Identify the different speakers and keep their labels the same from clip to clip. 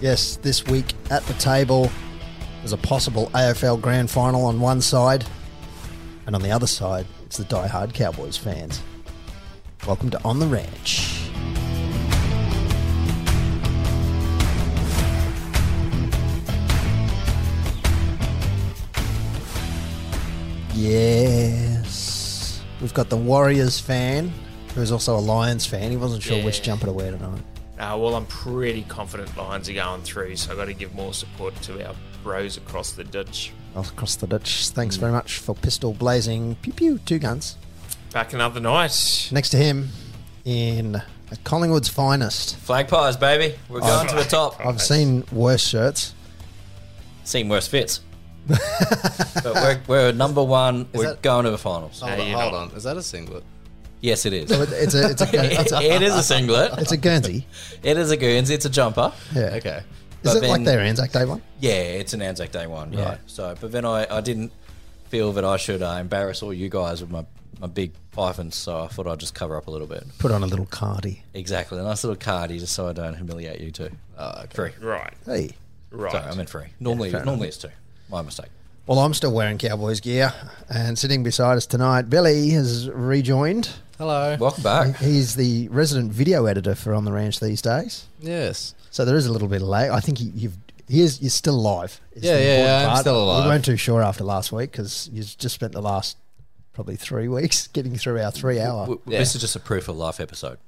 Speaker 1: Yes, this week at the table there's a possible AFL grand final on one side, and on the other side, it's the die-hard Cowboys fans. Welcome to On the Ranch. Yes. We've got the Warriors fan, who's also a Lions fan. He wasn't sure which
Speaker 2: Yeah.
Speaker 1: jumper to wear tonight.
Speaker 2: Uh, well, I'm pretty confident Lions are going through, so I've got to give more support to our bros across the ditch.
Speaker 1: across the ditch. Thanks
Speaker 3: Mm.
Speaker 1: very much for pistol blazing. Pew pew, two guns.
Speaker 2: Back another night.
Speaker 1: Next to him, in Collingwood's finest.
Speaker 3: Flag pies, baby. We're going to the top.
Speaker 1: Oh, I've seen worse shirts.
Speaker 3: Seen worse fits. but we're, we're number one. We're
Speaker 4: that-
Speaker 3: going to the finals.
Speaker 1: Oh.
Speaker 4: Hold, on,
Speaker 2: you're
Speaker 4: hold
Speaker 2: not.
Speaker 4: on. Is that a singlet?
Speaker 3: Yes, it is.
Speaker 1: But Oh, It's a it's a it's a,
Speaker 3: it is a singlet.
Speaker 1: it's a Guernsey.
Speaker 3: It is a goons. It's a jumper.
Speaker 1: Yeah.
Speaker 4: Okay.
Speaker 1: Is
Speaker 3: But
Speaker 1: it like
Speaker 3: then-
Speaker 1: their Anzac Day one?
Speaker 3: Yeah, it's an Anzac Day one.
Speaker 1: Yeah.
Speaker 3: Right. So, but then I, I didn't feel that I should uh, embarrass all you guys with my, my big pythons, so I thought I'd just cover up a little bit.
Speaker 1: Put on a little cardi.
Speaker 3: Exactly. A nice little cardie just so I don't humiliate you two.
Speaker 4: Oh, okay.
Speaker 3: Free.
Speaker 2: Right,
Speaker 1: Hey.
Speaker 2: right.
Speaker 3: Sorry, I meant free. Normally,
Speaker 1: fair
Speaker 3: normally it's two. My mistake.
Speaker 1: Well, I'm still wearing Cowboys gear, and sitting beside us tonight, Billy has rejoined.
Speaker 4: Hello.
Speaker 3: Welcome back.
Speaker 1: He's the resident video editor for On the Ranch these days.
Speaker 4: Yes.
Speaker 1: So there is a little bit of lag. I think you, you've he is you're still alive. is
Speaker 4: Yeah,
Speaker 1: the
Speaker 4: yeah,
Speaker 1: important
Speaker 4: yeah, I'm
Speaker 1: part.
Speaker 4: still alive.
Speaker 1: We weren't too sure after last week because you just spent the last probably three weeks getting through our three hour.
Speaker 3: W- This is just a proof of life episode.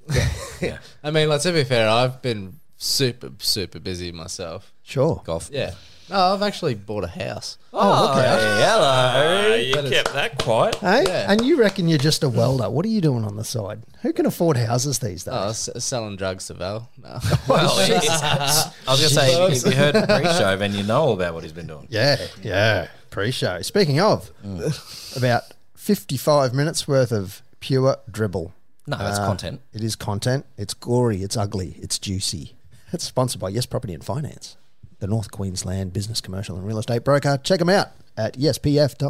Speaker 3: yeah.
Speaker 4: I mean, like to be fair, I've been super, super busy myself.
Speaker 1: Sure.
Speaker 3: Golf.
Speaker 4: Yeah. No, I've actually bought a house.
Speaker 3: Oh,
Speaker 1: look at
Speaker 3: hello.
Speaker 2: Uh, you kept that quiet.
Speaker 1: Hey,
Speaker 4: Yeah.
Speaker 1: and you reckon you're just a welder? What are you doing on the side? Who can afford houses these days?
Speaker 4: Oh, I was s- selling drugs to Val. No.
Speaker 3: Well, it's- Oh, I was going to say, if you heard the pre-show, then you know all about what he's been doing.
Speaker 1: Yeah, yeah. Pre-show. Speaking of,
Speaker 3: Mm.
Speaker 1: about fifty-five minutes worth of pure dribble. Uh,
Speaker 3: No, that's content.
Speaker 1: It is content. It's gory. It's ugly. It's juicy. It's sponsored by Yes Property and Finance, the North Queensland business, commercial, and real estate broker. Check them out at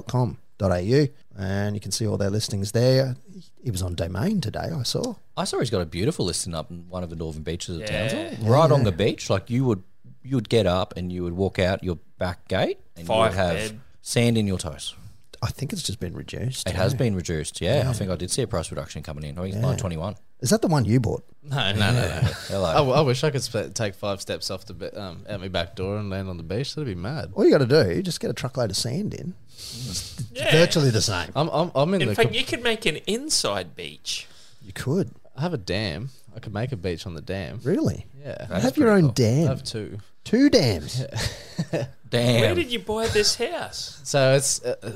Speaker 1: yespf.com.au, and you can see all their listings there. He was on Domain today. I saw.
Speaker 3: I saw he's got a beautiful listing up in one of the northern beaches of
Speaker 2: Yeah.
Speaker 3: Townsville, right on the beach. Like you would, you would get up and you would walk out your back gate, and you
Speaker 2: Five
Speaker 3: would have
Speaker 2: bed.
Speaker 3: sand in your toes.
Speaker 1: I think it's just been reduced.
Speaker 3: It has been reduced. Yeah, I think I did see a price reduction coming in. I think it's nine twenty-one.
Speaker 1: Is that the one you bought?
Speaker 4: no, no, no, no. I,
Speaker 3: Hello.
Speaker 4: w- I wish I could sp- take five steps off the be- um, out my back door and land on the beach. That'd be mad.
Speaker 1: All you got to do just get a truckload of sand in.
Speaker 2: Yeah.
Speaker 1: Virtually the same.
Speaker 3: Oh.
Speaker 4: I'm, I'm, I'm in,
Speaker 2: In
Speaker 4: the.
Speaker 2: fact,
Speaker 4: com-
Speaker 2: you could make an inside beach.
Speaker 1: You could
Speaker 4: I have a dam. I could make a beach on the dam.
Speaker 1: really.
Speaker 4: Yeah.
Speaker 3: That's
Speaker 1: Have your
Speaker 3: pretty
Speaker 1: own
Speaker 3: cool.
Speaker 4: I
Speaker 1: dam.
Speaker 4: have two.
Speaker 1: Two dams
Speaker 2: Where
Speaker 3: Damn.
Speaker 2: did you buy this house?
Speaker 4: So it's uh, uh,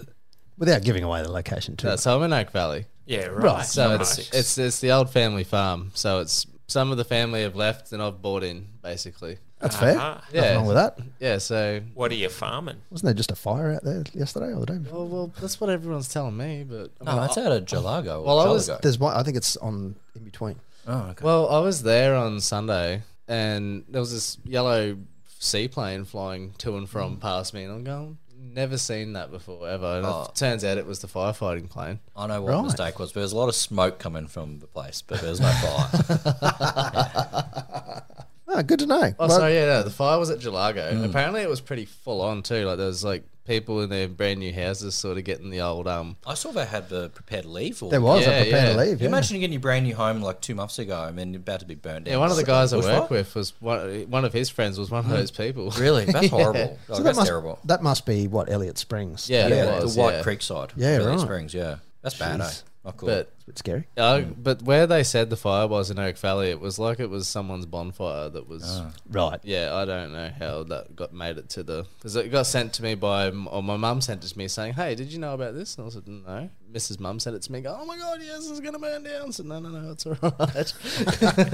Speaker 1: without giving away the location too.
Speaker 4: no, so I'm in Oak Valley.
Speaker 2: Yeah, right.
Speaker 1: Right,
Speaker 4: So
Speaker 2: Nice.
Speaker 4: it's, it's it's the old family farm. So it's some of the family have left and I've bought in basically.
Speaker 1: That's fair.
Speaker 2: Uh-huh.
Speaker 1: Nothing
Speaker 4: Yeah.
Speaker 1: wrong with that.
Speaker 4: Yeah. So
Speaker 2: What are you farming?
Speaker 1: Wasn't there just a fire out there yesterday or the day? before?
Speaker 4: well, well that's what everyone's telling me. But I
Speaker 3: No,
Speaker 4: mean,
Speaker 3: that's
Speaker 2: Oh.
Speaker 4: I-
Speaker 3: out of Jalago.
Speaker 4: Well, I was-
Speaker 1: There's one. I think it's on in between.
Speaker 3: oh, okay.
Speaker 4: well, I was there on Sunday and there was this yellow seaplane flying to and from past me, and I'm going. Never seen that before ever. And
Speaker 3: Oh.
Speaker 4: it turns out it was the firefighting plane.
Speaker 3: I know what
Speaker 1: Right.
Speaker 3: the mistake was. There was a lot of smoke coming from the place, but there was no fire.
Speaker 1: Ah, good to know.
Speaker 4: Oh,
Speaker 1: Well,
Speaker 4: sorry, yeah, no, the fire was at Gelago. Apparently, it was pretty full on too. Like there was like people in their brand new houses, sort of getting the old um.
Speaker 3: I saw they had the prepared leave. Or
Speaker 1: there was.
Speaker 4: Yeah,
Speaker 1: I prepared
Speaker 4: yeah.
Speaker 1: to leave.
Speaker 3: Can you
Speaker 1: Yeah.
Speaker 3: Imagine getting your brand new home like two months ago and then you're about to be burned down.
Speaker 4: Yeah, one of the
Speaker 3: It's
Speaker 4: guys I
Speaker 3: like a
Speaker 4: work
Speaker 3: bushfire?
Speaker 4: with was one. One of his friends was one of those people.
Speaker 3: Mm-hmm. Really? That's horrible. Like,
Speaker 1: So that
Speaker 3: that's
Speaker 1: must,
Speaker 3: terrible.
Speaker 1: That must be what Elliot Springs.
Speaker 4: Yeah,
Speaker 3: yeah,
Speaker 4: it was,
Speaker 3: the White
Speaker 4: yeah.
Speaker 3: Creek side.
Speaker 1: Yeah,
Speaker 3: Valley
Speaker 1: right.
Speaker 3: Springs, yeah. That's bad, eh?
Speaker 1: Jeez.
Speaker 3: Not cool.
Speaker 4: But
Speaker 1: It's a bit scary.
Speaker 4: uh,
Speaker 3: Mm.
Speaker 4: but where they said the fire was in Oak Valley, it was like it was someone's bonfire that was.
Speaker 3: Ah.
Speaker 1: Right.
Speaker 4: Yeah, I don't know how that got made it to the because it got sent to me by m- or my mum sent it to me saying, "Hey, did you know about this?" And I said, "No." Mrs. Mum sent it to me. Go, "Oh my god, yes, it's gonna burn down." I said, "No, no, no, it's alright."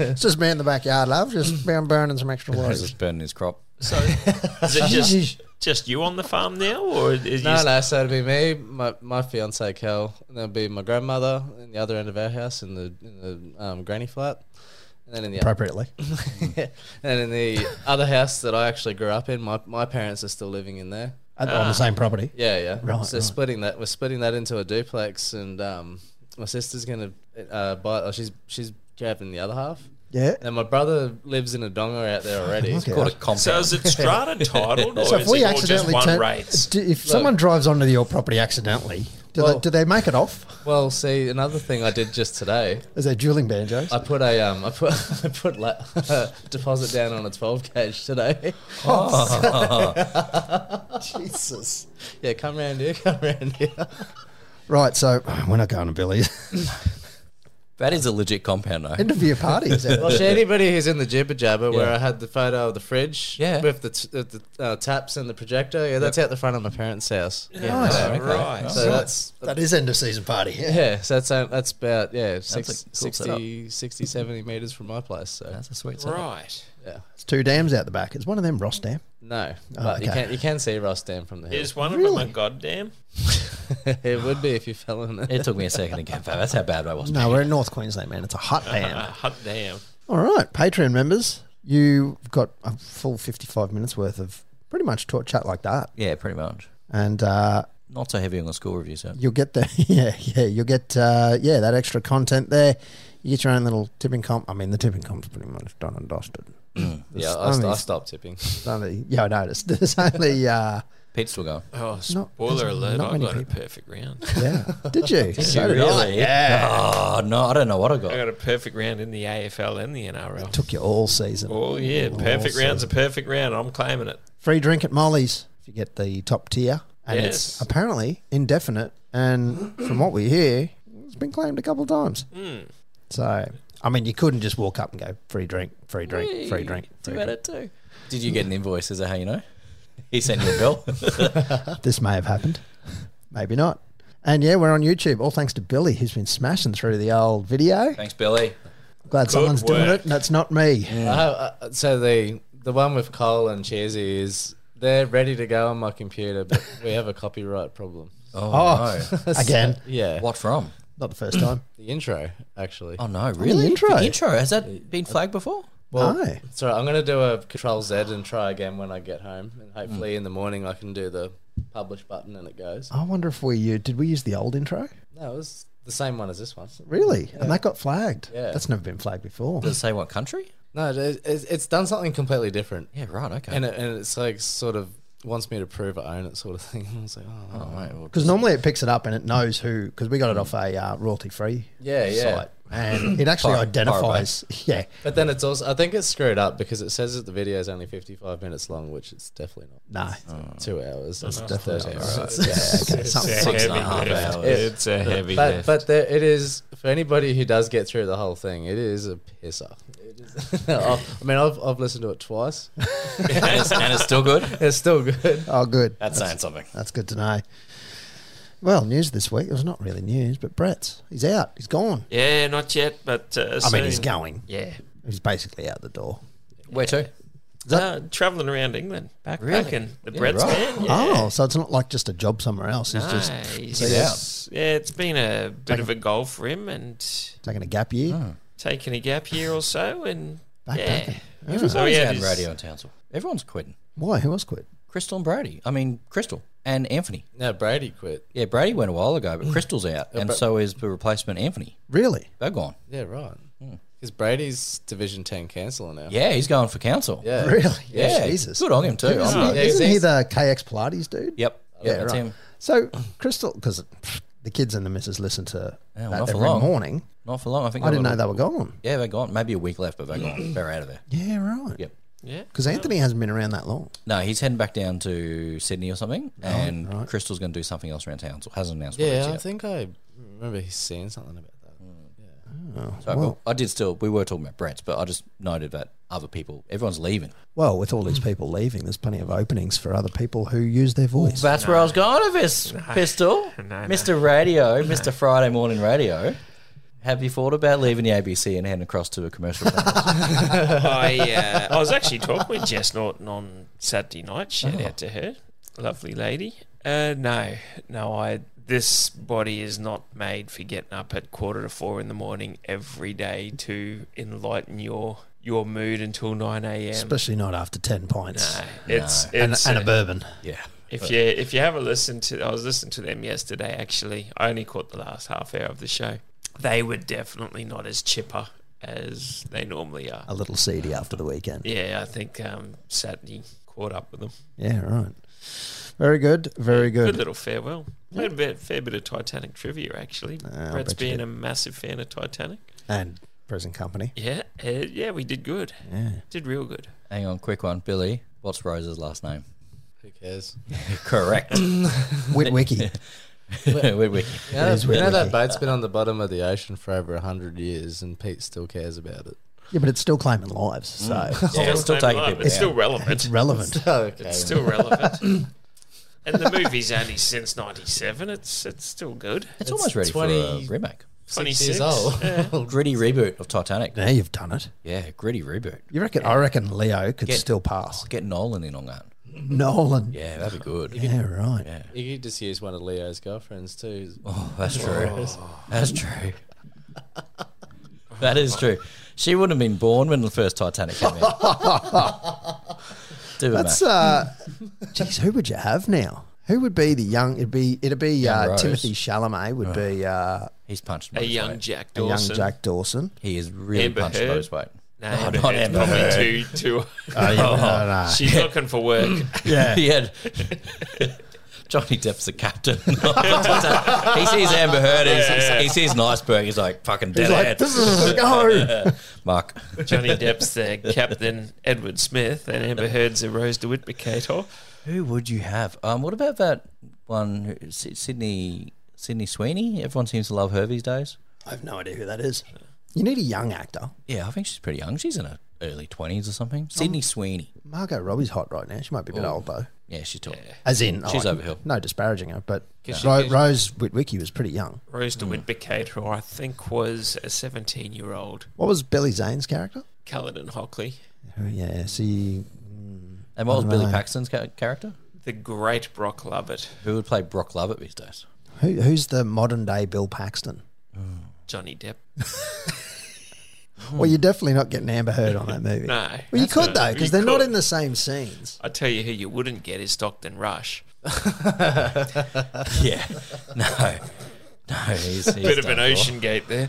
Speaker 1: It's just me in the backyard, love. Just been burning some extra
Speaker 3: He's
Speaker 1: wires.
Speaker 3: just burning his crop.
Speaker 2: So is it just, just you on the farm now, or is
Speaker 4: No,
Speaker 2: you
Speaker 4: no. So it'd be me, my, my fiance Kel, and there'll be my grandmother in the other end of our house in the, in the um, granny flat, and then in the
Speaker 1: Appropriately.
Speaker 4: and in the other house that I actually grew up in, my, my parents are still living in there.
Speaker 1: And on the same property.
Speaker 4: Yeah, yeah.
Speaker 1: Right,
Speaker 4: so
Speaker 1: right.
Speaker 4: splitting that, we're splitting that into a duplex, and um, my sister's gonna uh, buy. Oh, she's she's grabbing the other half.
Speaker 1: Yeah.
Speaker 4: And my brother lives in a donga out there already.
Speaker 1: Okay.
Speaker 3: Called a compound.
Speaker 2: So is it strata titled or
Speaker 1: So
Speaker 2: is
Speaker 1: if
Speaker 2: it
Speaker 1: we
Speaker 2: all just
Speaker 1: accidentally
Speaker 2: one
Speaker 1: turn,
Speaker 2: rates?
Speaker 1: do, if someone drives onto your property accidentally, do,
Speaker 4: Well-
Speaker 1: they, do they make it off?
Speaker 4: Well, see, another thing I did just today,
Speaker 1: Is there dueling banjos?
Speaker 4: I put a um, I put I put la- deposit down on a twelve gauge today. Oh.
Speaker 1: Jesus.
Speaker 4: Yeah, come round here, come round here.
Speaker 1: Right, so we're not going to Billy's.
Speaker 3: that is a legit compound, though.
Speaker 1: End of year party. Is that-
Speaker 4: Well, to anybody who's in the jibber jabber, where
Speaker 3: Yeah.
Speaker 4: I had the photo of the fridge,
Speaker 3: Yeah.
Speaker 4: with the, t- uh, the uh, taps and the projector, yeah, that's out the front of my parents' house. Yeah,
Speaker 1: Nice.
Speaker 2: Oh,
Speaker 3: Okay.
Speaker 2: Right.
Speaker 4: so that's
Speaker 1: that is end of season party. Yeah.
Speaker 4: yeah, so that's uh, that's about yeah
Speaker 3: a
Speaker 4: six,
Speaker 3: cool
Speaker 4: 60, 60, 70 meters from my place. So
Speaker 3: That's a sweet setup.
Speaker 2: Right.
Speaker 4: yeah,
Speaker 1: It's two dams out the back. Is one of them Ross Dam?
Speaker 4: no, but you
Speaker 1: okay.
Speaker 4: can you can see Ross Dam from the hill.
Speaker 2: Is one of
Speaker 1: Really?
Speaker 2: them a goddamn?
Speaker 4: it would be if you fell in it.
Speaker 3: It took me a second to get that. That's how bad I was.
Speaker 1: No, we're in North Queensland, man. It's a hot
Speaker 2: A
Speaker 1: dam.
Speaker 2: Uh, hot damn.
Speaker 1: All right, Patreon members, you've got a full 55 minutes worth of pretty much talk chat like that.
Speaker 3: Yeah, pretty much.
Speaker 1: And uh,
Speaker 3: Not so heavy on the school review, so
Speaker 1: you'll get the yeah yeah you'll get uh, yeah that extra content there. You get your own little tipping comp. I mean, the tipping comp's pretty much done and dusted.
Speaker 4: Mm. Yeah,
Speaker 1: I
Speaker 4: I, st-
Speaker 1: mean-
Speaker 4: I stopped tipping.
Speaker 1: There's only, yeah, I noticed. There's only uh,
Speaker 3: Pete's still going.
Speaker 2: Oh,
Speaker 1: Not-
Speaker 2: spoiler
Speaker 1: there's
Speaker 2: alert!
Speaker 1: not
Speaker 2: I
Speaker 1: many
Speaker 2: got
Speaker 1: people.
Speaker 2: a perfect round.
Speaker 1: yeah. Did you? So did I.
Speaker 3: Yeah. Oh no, I don't know what I got.
Speaker 2: I got a perfect round in the AFL and the NRL.
Speaker 1: Took you all season.
Speaker 2: Oh yeah, perfect round's a perfect round. I'm claiming it.
Speaker 1: Free drink at Molly's if you get the top tier, and it's
Speaker 2: Yes.
Speaker 1: apparently indefinite. And from what we hear, it's been claimed a couple of times.
Speaker 2: Hmm.
Speaker 1: So. I mean, you couldn't just walk up and go free drink, free drink, free drink. Free drink.
Speaker 3: it too. Did you get an invoice? Is that how you know? He sent you a bill.
Speaker 1: this may have happened. Maybe not. And yeah, we're on YouTube. All thanks to Billy, who's been smashing through the old video.
Speaker 3: Thanks, Billy.
Speaker 1: Glad someone's doing
Speaker 2: work.
Speaker 1: it, and it's not me.
Speaker 4: Uh, uh, so the the one with Cole and Cheesy is they're ready to go on my computer, but we have a copyright problem.
Speaker 3: Oh,
Speaker 1: Again,
Speaker 4: Yeah,
Speaker 3: no. what from?
Speaker 1: not the first time.
Speaker 4: the intro actually.
Speaker 3: Oh no, really?
Speaker 1: intro.
Speaker 3: The intro Uh, has that been flagged before?
Speaker 1: Well,
Speaker 4: Sorry, I'm gonna do a Control Z and try again when I get home, and hopefully
Speaker 3: Mm.
Speaker 4: in the morning I can do the publish button and it goes.
Speaker 1: I wonder if we u- did we use the old intro?
Speaker 4: No, it was the same one as this one.
Speaker 1: Really? And that got flagged.
Speaker 4: Yeah.
Speaker 1: That's never been flagged before.
Speaker 3: Does it say what country?
Speaker 4: No, it, it's, it's done something completely different,
Speaker 3: Yeah, right. Okay.
Speaker 4: and it, and it's like sort of wants me to prove I own it, sort of thing. I was like, oh,
Speaker 3: oh, mate, well,
Speaker 1: Because normally it picks it up and it knows who. Because we got it off a uh, royalty free
Speaker 4: yeah, yeah.
Speaker 1: site, and it actually
Speaker 3: Far- far
Speaker 1: identifies. Yeah,
Speaker 4: But then it's also, I think it's screwed up because it says that the video is only 55 minutes long, which it's definitely not.
Speaker 1: no,
Speaker 2: Oh.
Speaker 4: Two hours. It's
Speaker 1: definitely
Speaker 4: 30
Speaker 1: not.
Speaker 4: hours.
Speaker 1: Yeah, okay,
Speaker 2: It's
Speaker 1: something-
Speaker 2: a
Speaker 3: six and a
Speaker 2: heavy
Speaker 3: half
Speaker 2: lift.
Speaker 3: hours.
Speaker 2: Oh, It's a heavy
Speaker 4: But,
Speaker 2: lift.
Speaker 4: but there, it is, for anybody who does get through the whole thing, it is a pisser. It is, I mean, I've, I've listened to it twice.
Speaker 3: and, it's, and it's still good.
Speaker 4: It's still good.
Speaker 1: Oh, good.
Speaker 3: That's saying something.
Speaker 1: That's good to know. Well, news this week. It was not really news, but Brett's. He's out. He's gone.
Speaker 2: yeah, not yet, but uh,
Speaker 1: I mean, he's
Speaker 2: soon.
Speaker 1: going.
Speaker 2: Yeah.
Speaker 1: He's basically out the door.
Speaker 3: Where to?
Speaker 2: uh, traveling around England, backpacking. The
Speaker 3: Yeah,
Speaker 2: bread's
Speaker 3: right.
Speaker 2: man.
Speaker 1: Oh, so it's not like just a job somewhere else. He's just
Speaker 2: Nice.
Speaker 1: he's
Speaker 2: Yeah, it's been a bit of a goal for him and
Speaker 1: taking a gap year.
Speaker 2: taking a gap year or so. And yeah,
Speaker 1: Backpacking.
Speaker 2: so he had
Speaker 3: Sound
Speaker 2: his-
Speaker 3: radio in Townsville. Everyone's quitting.
Speaker 1: Why? Who else quit?
Speaker 3: Crystal and Brady. I mean, Crystal and Anthony.
Speaker 4: No, Brady quit.
Speaker 3: Yeah, Brady went a while ago, but Crystal's out, and so is the replacement Anthony.
Speaker 1: Really?
Speaker 3: They're gone.
Speaker 4: Yeah, right.
Speaker 2: Hmm.
Speaker 4: Because Brady's Division 10 canceller now.
Speaker 3: Yeah, he's going for council.
Speaker 4: Yeah.
Speaker 1: Really?
Speaker 3: Yeah,
Speaker 1: Jesus.
Speaker 3: Good on him too. I'm
Speaker 1: Isn't,
Speaker 3: like,
Speaker 1: he,
Speaker 4: Yeah,
Speaker 1: isn't
Speaker 4: he's-
Speaker 1: he the KX Pilates dude?
Speaker 3: Yep. Yeah, that's him.
Speaker 1: So Crystal, because the kids and the missus listen to
Speaker 3: Yeah,
Speaker 1: that
Speaker 3: not for
Speaker 1: every
Speaker 3: long.
Speaker 1: morning.
Speaker 3: Not for long. I think.
Speaker 1: I didn't
Speaker 3: they're-
Speaker 1: know they were gone.
Speaker 3: Yeah, they're gone. Maybe a week left, but they're gone. They're out of there.
Speaker 1: Yeah, right.
Speaker 3: Yep.
Speaker 2: yeah.
Speaker 1: Because Anthony hasn't been around that long.
Speaker 3: No, he's heading back down to Sydney or something, and Crystal's going to do something else around Townsville. Hasn't announced what it is
Speaker 4: Yeah, I
Speaker 3: yet.
Speaker 4: think I remember he's saying something about that.
Speaker 2: Hmm.
Speaker 4: Yeah.
Speaker 3: So, well, I did still. We were talking about Brett's, but I just noted that other people, everyone's leaving.
Speaker 1: Well, with all these people leaving, there's plenty of openings for other people who use their voice.
Speaker 3: That's where I was going with this, Pistol.
Speaker 2: No, no.
Speaker 3: Mr. Radio, Mr. Friday Morning Radio. Have you thought about leaving the ABC and heading across to a commercial? company?
Speaker 2: I, uh, I was actually talking with Jess Norton on Saturday night. Shout
Speaker 1: Oh.
Speaker 2: out to her, lovely lady. Uh, no, no, I. This body is not made for getting up at quarter to four in the morning every day to enlighten your your mood until nine a.m.
Speaker 1: Especially not after 10 pints
Speaker 2: No, it's
Speaker 1: and,
Speaker 2: it's
Speaker 1: and
Speaker 2: uh,
Speaker 1: a bourbon.
Speaker 3: yeah.
Speaker 2: If you if you have a listen to, I was listening to them yesterday. Actually, I only caught the last half hour of the show. They were definitely not as chipper as they normally are.
Speaker 1: A little seedy after the weekend.
Speaker 2: Yeah, I think um, Saturday caught up with them.
Speaker 1: Yeah, right. Very good. Very
Speaker 2: Good,
Speaker 1: good.
Speaker 2: little farewell. Played a bit, fair bit of Titanic trivia actually.
Speaker 1: Ah, I
Speaker 2: Brett's
Speaker 1: bet you
Speaker 2: being
Speaker 1: did.
Speaker 2: a massive fan of Titanic.
Speaker 1: And present company.
Speaker 2: Yeah, uh, yeah, we did good.
Speaker 1: Yeah.
Speaker 2: Did real good.
Speaker 3: Hang on, quick one, Billy. What's Rose's last name?
Speaker 4: Who cares?
Speaker 3: Correct.
Speaker 1: Witwicky.
Speaker 3: Whitwick.
Speaker 4: Yeah,
Speaker 1: is
Speaker 4: you know
Speaker 1: weird,
Speaker 4: that
Speaker 1: Ricky.
Speaker 4: boat's been on the bottom of the ocean for over hundred years, and Pete still cares about it.
Speaker 1: Yeah, but it's still claiming lives, so
Speaker 3: Yeah, it's still taking people
Speaker 2: It's still
Speaker 3: down.
Speaker 1: it's
Speaker 2: relevant.
Speaker 1: relevant.
Speaker 4: Okay,
Speaker 2: It's still relevant. and the movie's only since '97. It's it's still good. Uh,
Speaker 3: It's almost ready for
Speaker 4: 20
Speaker 3: a remake.
Speaker 2: Twenty
Speaker 4: six years old.
Speaker 3: Gritty reboot of Titanic.
Speaker 1: Now you've done it.
Speaker 3: Yeah, gritty reboot.
Speaker 1: You reckon? I reckon Leo could
Speaker 3: Get-
Speaker 1: still pass.
Speaker 3: Get Nolan in on that.
Speaker 1: Nolan. Yeah,
Speaker 3: Yeah, that'd be good.
Speaker 1: right.
Speaker 3: Yeah.
Speaker 4: You could just use one of Leo's girlfriends too.
Speaker 3: Oh, that's true.
Speaker 1: Oh.
Speaker 3: That's true. That is true. She wouldn't have been born when the first Titanic came out. Do it,
Speaker 1: That's
Speaker 3: mate.
Speaker 1: uh, geez, who would you have now? Who would be the young? It'd be it'd be uh,
Speaker 3: Rose.
Speaker 1: Timothy Chalamet would be uh,
Speaker 3: He's punched
Speaker 2: A
Speaker 3: most
Speaker 2: young
Speaker 3: weight.
Speaker 2: Jack
Speaker 1: a young
Speaker 2: Dawson.
Speaker 1: Jack Dawson.
Speaker 3: He is really
Speaker 2: Amber
Speaker 3: punched
Speaker 2: Heard.
Speaker 3: most weight.
Speaker 2: No,
Speaker 3: Oh,
Speaker 2: Amber
Speaker 3: not
Speaker 2: Heard's
Speaker 3: Amber
Speaker 2: probably
Speaker 3: Heard.
Speaker 2: too too.
Speaker 1: Oh, yeah, no, no.
Speaker 2: She's looking for work.
Speaker 1: Yeah.
Speaker 3: He had Johnny Depp's the captain. he sees Amber Heard. he's- He sees an iceberg. He's like fucking dead
Speaker 1: He's like,
Speaker 3: head.
Speaker 1: this is no.
Speaker 3: Mark.
Speaker 2: Johnny Depp's the captain, Edward Smith, and Amber Heard's a Rose DeWitt Picator.
Speaker 3: Who would you have? Um, what about that one, who- Sy- Sydney Sydney Sweeney? Everyone seems to love her these days.
Speaker 1: I have no idea who that is. You need a young actor.
Speaker 3: Yeah, I think she's pretty young. She's in her early twenties or something. Sydney Sweeney.
Speaker 1: Margot Robbie's hot right now. She might be a bit old though.
Speaker 3: Yeah, she's tall.
Speaker 1: As in,
Speaker 3: She's
Speaker 1: oh,
Speaker 3: overhill.
Speaker 1: No disparaging her, but
Speaker 4: she-
Speaker 1: Ro- Rose Witwicky was pretty young.
Speaker 2: Rose DeWitt Picator, I think, was a 17 year old.
Speaker 1: What was Billy Zane's character?
Speaker 2: Culloden Hockley,
Speaker 1: Oh, yeah, see,
Speaker 3: And what was
Speaker 1: I don't
Speaker 3: Billy
Speaker 1: know.
Speaker 3: Paxton's ca- character?
Speaker 2: the great Brock Lovett,
Speaker 3: Who would play Brock Lovett these days?
Speaker 1: who, who's the modern day Bill Paxton?
Speaker 2: Johnny Depp.
Speaker 1: Well, you're definitely not getting Amber Heard on that movie.
Speaker 2: No.
Speaker 1: Well, you
Speaker 2: That's
Speaker 1: could
Speaker 2: a-
Speaker 1: though, because
Speaker 2: you
Speaker 1: they're not
Speaker 2: could.
Speaker 1: in the same scenes.
Speaker 2: I tell you who you wouldn't get is Stockton Rush.
Speaker 3: Yeah. no. No, he's, he's
Speaker 2: Bit of an
Speaker 3: done for.
Speaker 2: ocean gate there.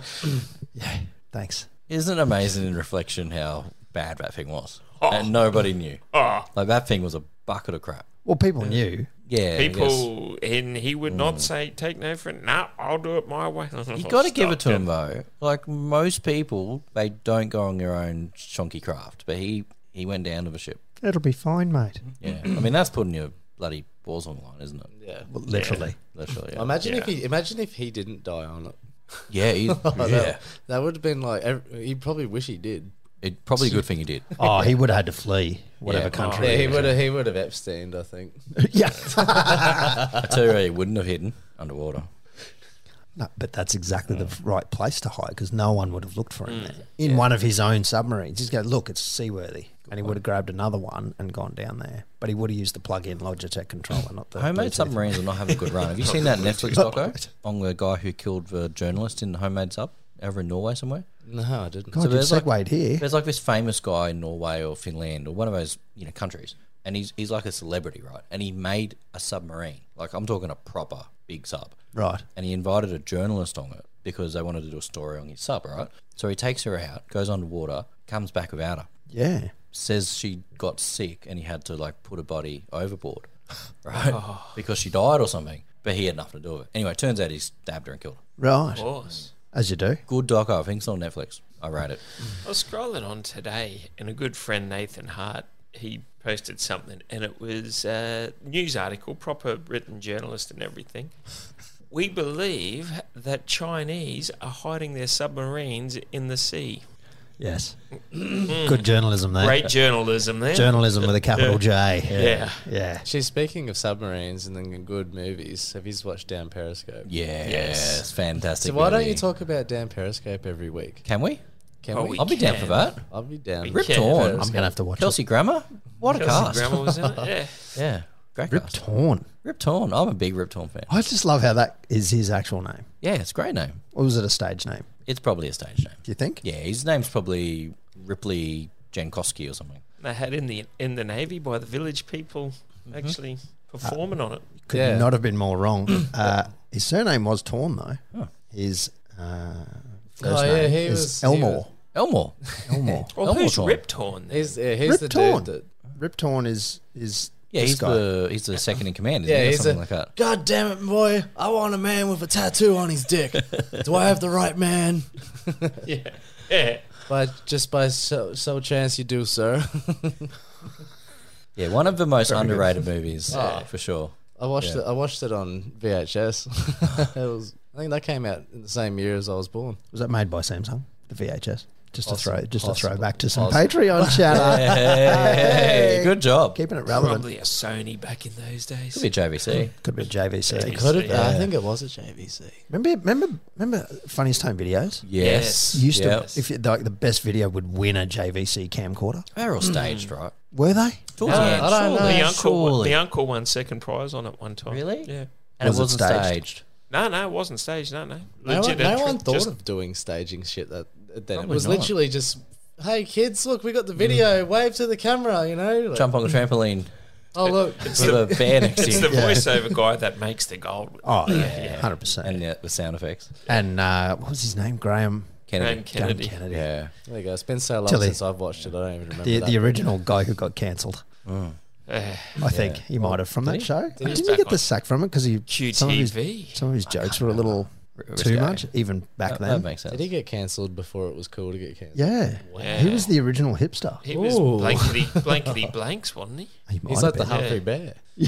Speaker 1: Yeah, thanks.
Speaker 3: Isn't it amazing in reflection how bad that thing was? And nobody knew.
Speaker 2: Oh,
Speaker 3: Like that thing was a bucket of crap.
Speaker 1: Well, people knew.
Speaker 3: Yeah. I guess.
Speaker 2: people, and he would not say, take no for it. No, I'll do it my way.
Speaker 3: You got to give it to him though. Like most people, they don't go on their own chonky craft, but he he went down to the ship.
Speaker 1: It'll be fine, mate.
Speaker 3: Yeah. I mean, that's putting your bloody balls on the line, isn't it?
Speaker 4: Yeah. Um,
Speaker 1: Well, literally.
Speaker 3: Literally. Yeah.
Speaker 4: Imagine if
Speaker 2: Yeah.
Speaker 4: he imagine if he didn't die on it.
Speaker 3: yeah, he- yeah.
Speaker 4: That would have been like ev- he'd probably wish he did.
Speaker 3: It probably a good thing he did.
Speaker 1: Oh, he would have had to flee whatever
Speaker 3: Yeah.
Speaker 1: country.
Speaker 4: Yeah, he would have. He would have Epsteined, I think.
Speaker 1: yeah.
Speaker 3: I tell you, what, he wouldn't have hidden underwater.
Speaker 1: no, but that's exactly the
Speaker 3: Mm.
Speaker 1: right place to hide because no one would have looked for him there. In one of his own submarines, he's go, look, it's seaworthy, and he would have grabbed another one and gone down there. But he would have used the plug-in Logitech controller, not the
Speaker 3: Homemade
Speaker 1: Bluetooth.
Speaker 3: submarines are not having a good run. Have you seen that Netflix doco on the guy who killed the journalist in the homemade sub over in Norway somewhere?
Speaker 4: No, I didn't.
Speaker 1: God, you've
Speaker 3: there's like-
Speaker 1: segued here.
Speaker 3: There's like this famous guy in Norway or Finland or one of those you know countries, and he's he's like a celebrity, right? And he made a submarine. Like I'm talking a proper big sub.
Speaker 1: Right.
Speaker 3: and he invited a journalist on it because they wanted to do a story on his sub, right? So he takes her out, goes underwater, comes back without her,
Speaker 1: Yeah.
Speaker 3: says she got sick and he had to like put her body overboard, right?
Speaker 4: Oh.
Speaker 3: Because she died or something. But he had nothing to do with it. Anyway, turns out he stabbed her and killed her.
Speaker 1: Right.
Speaker 2: Of course.
Speaker 1: As you do.
Speaker 3: Good doco. I think it's on Netflix. I rate it.
Speaker 2: I was scrolling on today, and a good friend Nathan Hart he posted something, and it was a news article, proper written journalist and everything. We believe that Chinese are hiding their submarines in the sea.
Speaker 1: Yes. Good journalism there.
Speaker 2: Great journalism there.
Speaker 1: Journalism with a capital J.
Speaker 2: Yeah.
Speaker 1: Yeah.
Speaker 4: She's speaking of submarines and then good movies. Have you watched Down Periscope?
Speaker 3: Yeah, yes. it's fantastic.
Speaker 4: So why don't you
Speaker 3: movie.
Speaker 4: talk about Down Periscope every week?
Speaker 3: Can we?
Speaker 4: Can
Speaker 2: Oh,
Speaker 4: we?
Speaker 2: we-
Speaker 3: I'll be down
Speaker 2: can.
Speaker 3: for that.
Speaker 4: I'll be down.
Speaker 2: Rip
Speaker 3: Rip
Speaker 2: Yeah,
Speaker 3: Torn.
Speaker 1: I'm going to have to watch
Speaker 3: Kelsey Grammer. What a
Speaker 2: Kelsey
Speaker 3: cast.
Speaker 2: Grammer was in it. Yeah.
Speaker 3: Yeah. Great
Speaker 1: it. Rip
Speaker 3: cast.
Speaker 1: Torn.
Speaker 3: Rip Torn. I'm a big Rip Torn fan.
Speaker 1: I just love how that is his actual name.
Speaker 3: Yeah, it's a great name.
Speaker 1: Or was it a stage name?
Speaker 3: It's probably a stage name.
Speaker 1: Do you think?
Speaker 3: Yeah, his name's probably Ripley Jankowski or something.
Speaker 2: They had in the in the navy by the village people
Speaker 1: Mm-hmm.
Speaker 2: actually
Speaker 1: Uh,
Speaker 2: performing on it.
Speaker 1: Could
Speaker 4: Yeah.
Speaker 1: not have been more wrong. Uh, his surname was Torn, though. His uh, first
Speaker 4: yeah,
Speaker 1: name
Speaker 4: he
Speaker 1: is
Speaker 4: was- he
Speaker 1: Elmore.
Speaker 4: was-
Speaker 3: Elmore.
Speaker 1: Elmore.
Speaker 2: Well,
Speaker 3: Elmore
Speaker 2: who's
Speaker 3: Time.
Speaker 2: Riptorn? then?
Speaker 4: He's, yeah, he's
Speaker 1: Rip
Speaker 4: the
Speaker 1: Torn.
Speaker 4: dude that.
Speaker 1: Rip Torn is is
Speaker 3: Yeah,
Speaker 1: this
Speaker 3: he's
Speaker 1: guy.
Speaker 3: the he's the second in command. Isn't
Speaker 4: Yeah,
Speaker 3: he, or
Speaker 4: he's
Speaker 3: something
Speaker 4: a,
Speaker 3: like that.
Speaker 4: God damn it, boy! I want a man with a tattoo on his dick. Do I have the right man?
Speaker 2: Yeah. Yeah.
Speaker 4: But just by so, so chance, you do, sir.
Speaker 3: Yeah, one of the most underrated movies for sure.
Speaker 4: I watched
Speaker 3: Yeah.
Speaker 4: it. I watched it on VHS. it was. I think that came out in the same year as I was born.
Speaker 1: Was that made by Samsung? The VHS. Just to
Speaker 4: Possible-
Speaker 1: throw just to
Speaker 4: possible-
Speaker 1: throw back to some
Speaker 4: possible.
Speaker 1: Patreon chatter.
Speaker 3: Hey, good job. Could
Speaker 1: Keeping it relevant.
Speaker 2: Probably a Sony back in those days.
Speaker 3: be JVC.
Speaker 1: Could be JVC.
Speaker 2: Could have
Speaker 4: I think it was a JVC.
Speaker 1: Uh, Remember remember remember funniest home videos?
Speaker 2: Yes.
Speaker 3: Yes,
Speaker 1: Used
Speaker 3: Yep.
Speaker 1: to if you, like the best video would win a JVC camcorder.
Speaker 3: they're all staged, right?
Speaker 1: Were they?
Speaker 3: Thought
Speaker 2: No,
Speaker 3: so.
Speaker 4: I don't know.
Speaker 2: The
Speaker 4: Yeah,
Speaker 2: uncle,
Speaker 3: surely.
Speaker 2: the uncle won second prize on it one time.
Speaker 3: Really?
Speaker 2: Yeah.
Speaker 3: and
Speaker 1: Was
Speaker 3: it
Speaker 1: it
Speaker 3: wasn't
Speaker 1: staged?
Speaker 3: staged.
Speaker 2: No, no, it wasn't staged. No, no.
Speaker 4: No one,
Speaker 2: Legit
Speaker 4: no
Speaker 2: entrance,
Speaker 4: one thought
Speaker 2: just-
Speaker 4: of doing staging shit that then. It
Speaker 3: Probably
Speaker 4: was
Speaker 3: not.
Speaker 4: literally just, hey kids, look, we got the video. Wave to the camera, you know. like,
Speaker 3: Jump on the trampoline
Speaker 4: Oh look,
Speaker 3: with a bear next to
Speaker 2: It's
Speaker 3: you,
Speaker 2: the voiceover guy that makes the gold.
Speaker 1: Oh yeah, hundred percent.
Speaker 3: and
Speaker 1: And,
Speaker 3: the, the sound effects.
Speaker 1: uh, what was his name? Graham
Speaker 3: Kennedy.
Speaker 2: And Kennedy.
Speaker 1: Graham Kennedy.
Speaker 3: Yeah,
Speaker 4: there you go. It's been so long
Speaker 1: Tilly.
Speaker 4: since I've watched it. I don't even remember
Speaker 1: The,
Speaker 4: that.
Speaker 1: the original guy who got cancelled,
Speaker 2: Uh,
Speaker 1: I think he might have from that show. Did not
Speaker 2: He's
Speaker 1: he
Speaker 2: back
Speaker 1: get the
Speaker 2: on
Speaker 1: sack from it because he some of his
Speaker 2: QTV.
Speaker 1: some of his jokes were a little too
Speaker 3: Risque.
Speaker 1: much even back
Speaker 3: that,
Speaker 1: then.
Speaker 3: that makes sense.
Speaker 4: Did he get cancelled before it was cool to get cancelled?
Speaker 1: yeah, he was the original hipster.
Speaker 2: He was
Speaker 4: Ooh.
Speaker 2: blankety, blankety blanks, wasn't he?
Speaker 1: He might
Speaker 4: He's
Speaker 1: have
Speaker 4: like the
Speaker 1: been.
Speaker 4: Humphrey Bear.
Speaker 3: I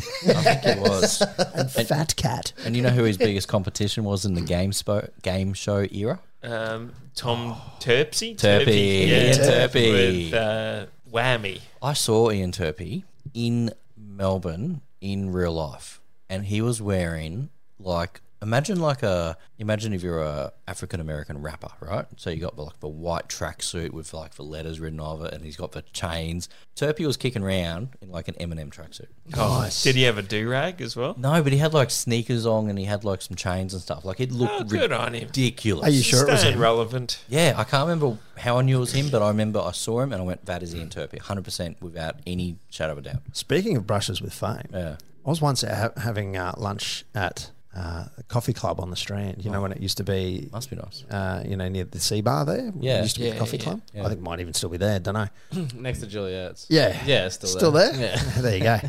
Speaker 3: think it was.
Speaker 1: and fat cat.
Speaker 3: And you know who his biggest competition was in the game, spo- game show era?
Speaker 2: Um, Tom Terpsy.
Speaker 3: Turpie. Ian Turpie.
Speaker 2: With uh, Whammy.
Speaker 3: I saw Ian Turpie in Melbourne in real life, and he was wearing like imagine like a imagine if you're a African American rapper, right? So you got like the white tracksuit with like the letters written over it, and he's got the chains. Turpie was kicking around in like an Eminem tracksuit.
Speaker 1: Nice.
Speaker 2: Did he have a do rag as well?
Speaker 3: No, but he had like sneakers on, and he had like some chains and stuff. Like it looked
Speaker 2: Oh, good on him.
Speaker 3: ridiculous.
Speaker 1: Are you sure it was
Speaker 2: Staying
Speaker 1: him?
Speaker 2: relevant.
Speaker 3: Yeah, I can't remember how I knew it was him, but I remember I saw him and I went, "That
Speaker 2: Mm.
Speaker 3: is Ian Turpie, 100% without any shadow of a doubt."
Speaker 1: Speaking of brushes with fame,
Speaker 3: Yeah.
Speaker 1: I was once ha- having uh, lunch at uh, a coffee club on the Strand. You know when it used to be
Speaker 3: Must be nice.
Speaker 1: uh, you know, near the sea bar there.
Speaker 3: Yeah.
Speaker 1: It used to be
Speaker 2: Yeah,
Speaker 1: the coffee
Speaker 2: yeah,
Speaker 1: club.
Speaker 3: yeah.
Speaker 1: I think it might even still be there. Don't know.
Speaker 4: Next to Juliet's.
Speaker 1: Yeah.
Speaker 4: Yeah, it's still,
Speaker 1: Still there?
Speaker 4: Yeah.
Speaker 1: there you go.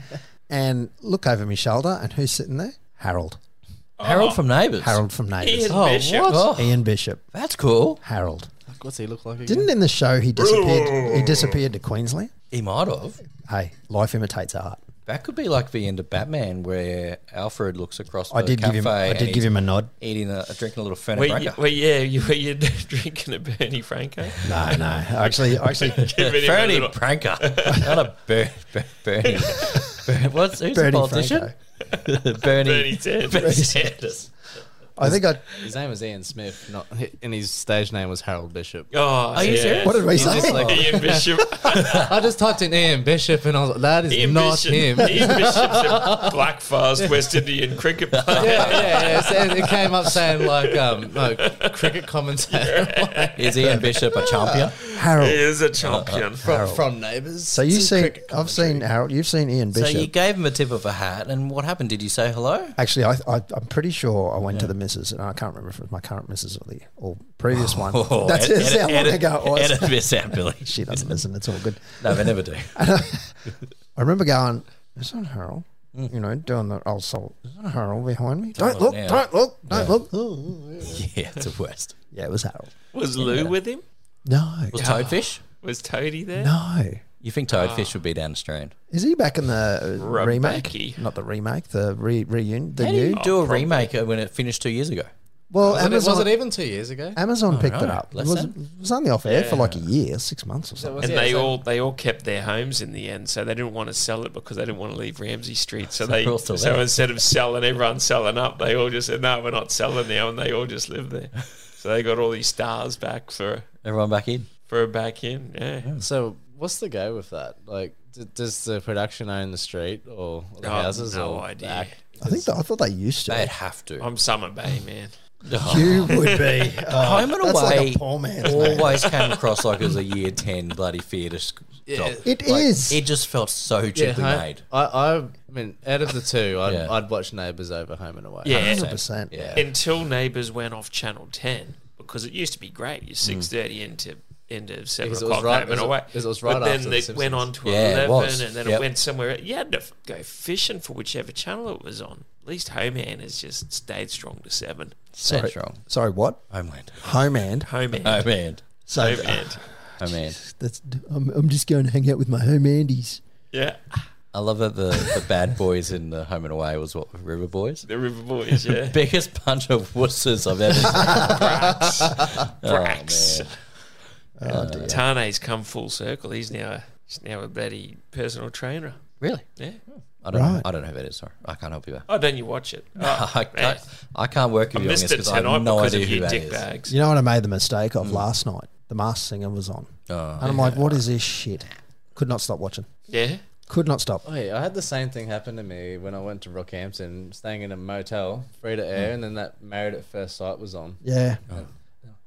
Speaker 1: And look over my shoulder, and who's sitting there? Harold.
Speaker 2: Oh.
Speaker 3: Harold from Neighbours.
Speaker 1: Harold from Neighbours. Ian,
Speaker 2: Ian
Speaker 3: Oh,
Speaker 2: Bishop.
Speaker 3: what? Oh,
Speaker 1: Bishop.
Speaker 3: that's cool.
Speaker 1: Harold.
Speaker 4: Like, what's he look like again?
Speaker 1: Didn't in the show he disappeared? He disappeared to Queensland.
Speaker 3: He might have.
Speaker 1: Hey, life imitates art.
Speaker 3: That could be like the end of Batman, where Alfred looks across the
Speaker 1: I did give
Speaker 3: cafe
Speaker 1: him. I
Speaker 3: and
Speaker 1: did give
Speaker 3: he's
Speaker 1: him a nod.
Speaker 3: eating a drinking a little
Speaker 2: Were
Speaker 3: Fernet
Speaker 2: you,
Speaker 3: Branca.
Speaker 2: were, yeah, you, were you drinking a Bernie Franco?
Speaker 1: No, no. Actually, actually,
Speaker 2: Giving him a little-
Speaker 3: Fernet Branca, not a Ber- Ber- Bernie. Ber- what's who's the
Speaker 1: Bernie
Speaker 3: politician?
Speaker 1: Franco.
Speaker 2: Bernie
Speaker 3: Bernie.
Speaker 2: Sanders.
Speaker 3: Bernie Sanders.
Speaker 1: I think I.
Speaker 4: His name was Ian Smith, not, and his stage name was Harold Bishop.
Speaker 2: Oh,
Speaker 3: Are you
Speaker 2: yeah.
Speaker 3: serious?
Speaker 1: What did we say?
Speaker 4: just like-
Speaker 2: Ian Bishop.
Speaker 4: I just typed in Ian Bishop, and I was like, that is
Speaker 2: Ian
Speaker 4: not
Speaker 2: Bishop.
Speaker 4: him. yeah,
Speaker 2: Ian Bishop's a black fast West Indian cricket player.
Speaker 4: yeah, yeah. So it came up saying like, um, no, cricket commentator Uh-huh.
Speaker 3: Is Ian Bishop a champion?
Speaker 2: He
Speaker 1: Harold.
Speaker 2: is a champion.
Speaker 4: from, from Neighbours.
Speaker 1: So you've seen. I've seen Harold. You've seen Ian
Speaker 3: So
Speaker 1: Bishop.
Speaker 3: you gave him a tip of a hat, and what happened? Did you say hello?
Speaker 1: Actually, I, I, I'm pretty sure I went to the missus, and I can't remember if it was my current missus or the or previous one.
Speaker 3: Oh,
Speaker 1: That's
Speaker 3: edit-
Speaker 1: that's how long
Speaker 3: edit-
Speaker 1: ago it was.
Speaker 3: Edit this out, Billy.
Speaker 1: She doesn't listen. It's all good.
Speaker 3: No, they never do.
Speaker 1: I remember going, "Is that Harold?" You know, doing the old soul. Is that Harold behind me? Don't
Speaker 3: on
Speaker 1: look!
Speaker 3: Hmm. now.
Speaker 1: Don't look! Don't look!
Speaker 3: yeah, it's the worst.
Speaker 1: Yeah, it was Harold.
Speaker 2: Was Lou with him?
Speaker 1: No,
Speaker 3: Was Toadfish?
Speaker 2: Was Toadie there?
Speaker 1: no.
Speaker 3: You think Toadfish would be down the strand?
Speaker 1: Is he back in the uh, remake?
Speaker 2: Rebecca.
Speaker 1: Not the remake. The re reunion. The
Speaker 3: How do you
Speaker 1: new.
Speaker 3: do a remake when it finished two years ago?
Speaker 1: Well,
Speaker 4: Was it,
Speaker 1: Amazon.
Speaker 4: was it even two years ago?
Speaker 1: Amazon picked it
Speaker 3: know.
Speaker 1: up. It
Speaker 3: Less
Speaker 1: was, it
Speaker 3: than?
Speaker 1: was only off air for like a year, six months or something.
Speaker 2: And
Speaker 4: Yeah,
Speaker 2: they
Speaker 4: so-
Speaker 2: all they all kept their homes in the end, so they didn't want to sell it because they didn't want to leave Ramsey Street. So they
Speaker 3: they're all still
Speaker 2: so
Speaker 3: there.
Speaker 2: instead of selling, everyone selling up, they all just said, "No, we're not selling now," and they all just live there. So they got all these stars back for
Speaker 3: Everyone back in?
Speaker 2: for a back in. Yeah.
Speaker 4: So what's the go with that? Like, d- does the production own the street or the
Speaker 2: Oh,
Speaker 4: houses?
Speaker 2: no
Speaker 4: or
Speaker 2: idea.
Speaker 4: The act?
Speaker 1: I think that, I thought they used to.
Speaker 3: They'd have
Speaker 1: Oh,
Speaker 3: to.
Speaker 2: I'm Summer Bay man.
Speaker 1: You would be. Oh,
Speaker 3: Home and
Speaker 1: that's
Speaker 3: Away
Speaker 1: like a poor man's name.
Speaker 3: always came across like it was a year 10 bloody theatre sc- job.
Speaker 1: It is.
Speaker 3: Like, It just felt so
Speaker 4: Yeah,
Speaker 3: cheaply
Speaker 4: home,
Speaker 3: made.
Speaker 4: I, I mean, out of the two, I'd,
Speaker 3: Yeah.
Speaker 4: I'd watch Neighbours over Home and Away.
Speaker 2: Yeah.
Speaker 1: 100%.
Speaker 3: Yeah. Mm.
Speaker 2: Until Neighbours went off Channel Ten because it used to be great. You six thirty into end of seven
Speaker 4: Because it was
Speaker 2: o'clock
Speaker 4: right-
Speaker 2: home and
Speaker 4: it was-
Speaker 2: away.
Speaker 4: because it was
Speaker 2: but
Speaker 4: right
Speaker 2: then
Speaker 4: after
Speaker 2: they
Speaker 4: The
Speaker 2: went
Speaker 4: Simpsons.
Speaker 2: on to
Speaker 3: Yeah, it was.
Speaker 2: eleven, and then
Speaker 3: Yep.
Speaker 2: it went somewhere. You had to f- go fishing for whichever channel it was on. At least Homeland has just stayed strong to seven.
Speaker 3: Sorry.
Speaker 1: Sorry, what?
Speaker 3: Homeland.
Speaker 1: Homehand.
Speaker 2: Homeland,
Speaker 3: Homeland.
Speaker 1: So uh,
Speaker 2: Homeland,
Speaker 3: Homeland.
Speaker 1: that's I'm, I'm just going to hang out with my homehandies.
Speaker 2: yeah,
Speaker 3: I love that the, the bad boys in the Home and Away was what River Boys.
Speaker 2: the River Boys, yeah,
Speaker 3: Biggest bunch of wusses I've ever seen. Oh,
Speaker 2: Brax, Brax.
Speaker 3: man. Uh,
Speaker 1: Oh, dear.
Speaker 2: Tane's come full circle. He's now he's now a bloody personal trainer.
Speaker 3: Really?
Speaker 2: Yeah.
Speaker 3: I don't.
Speaker 1: Right.
Speaker 3: I don't know who that is. Sorry, I can't help you out.
Speaker 2: Oh, don't you watch it? Oh,
Speaker 3: I,
Speaker 2: man.
Speaker 3: can't, I can't work
Speaker 2: I
Speaker 3: with you on this
Speaker 2: missed it
Speaker 3: because I
Speaker 2: tonight
Speaker 3: have no
Speaker 2: because
Speaker 3: idea
Speaker 2: of
Speaker 3: who
Speaker 2: you
Speaker 3: that
Speaker 2: dick
Speaker 3: is.
Speaker 2: bags.
Speaker 1: You know what I made the mistake of last night? The Masked Singer was on.
Speaker 3: Mm. Oh.
Speaker 1: And I'm like, what is this shit? Could not stop watching.
Speaker 2: Yeah.
Speaker 1: Could not stop.
Speaker 4: Oh yeah, I had the same thing happen to me when I went to Rockhampton, staying in a motel, free to air, and then that Married at First Sight was on.
Speaker 1: Yeah,
Speaker 3: Oh.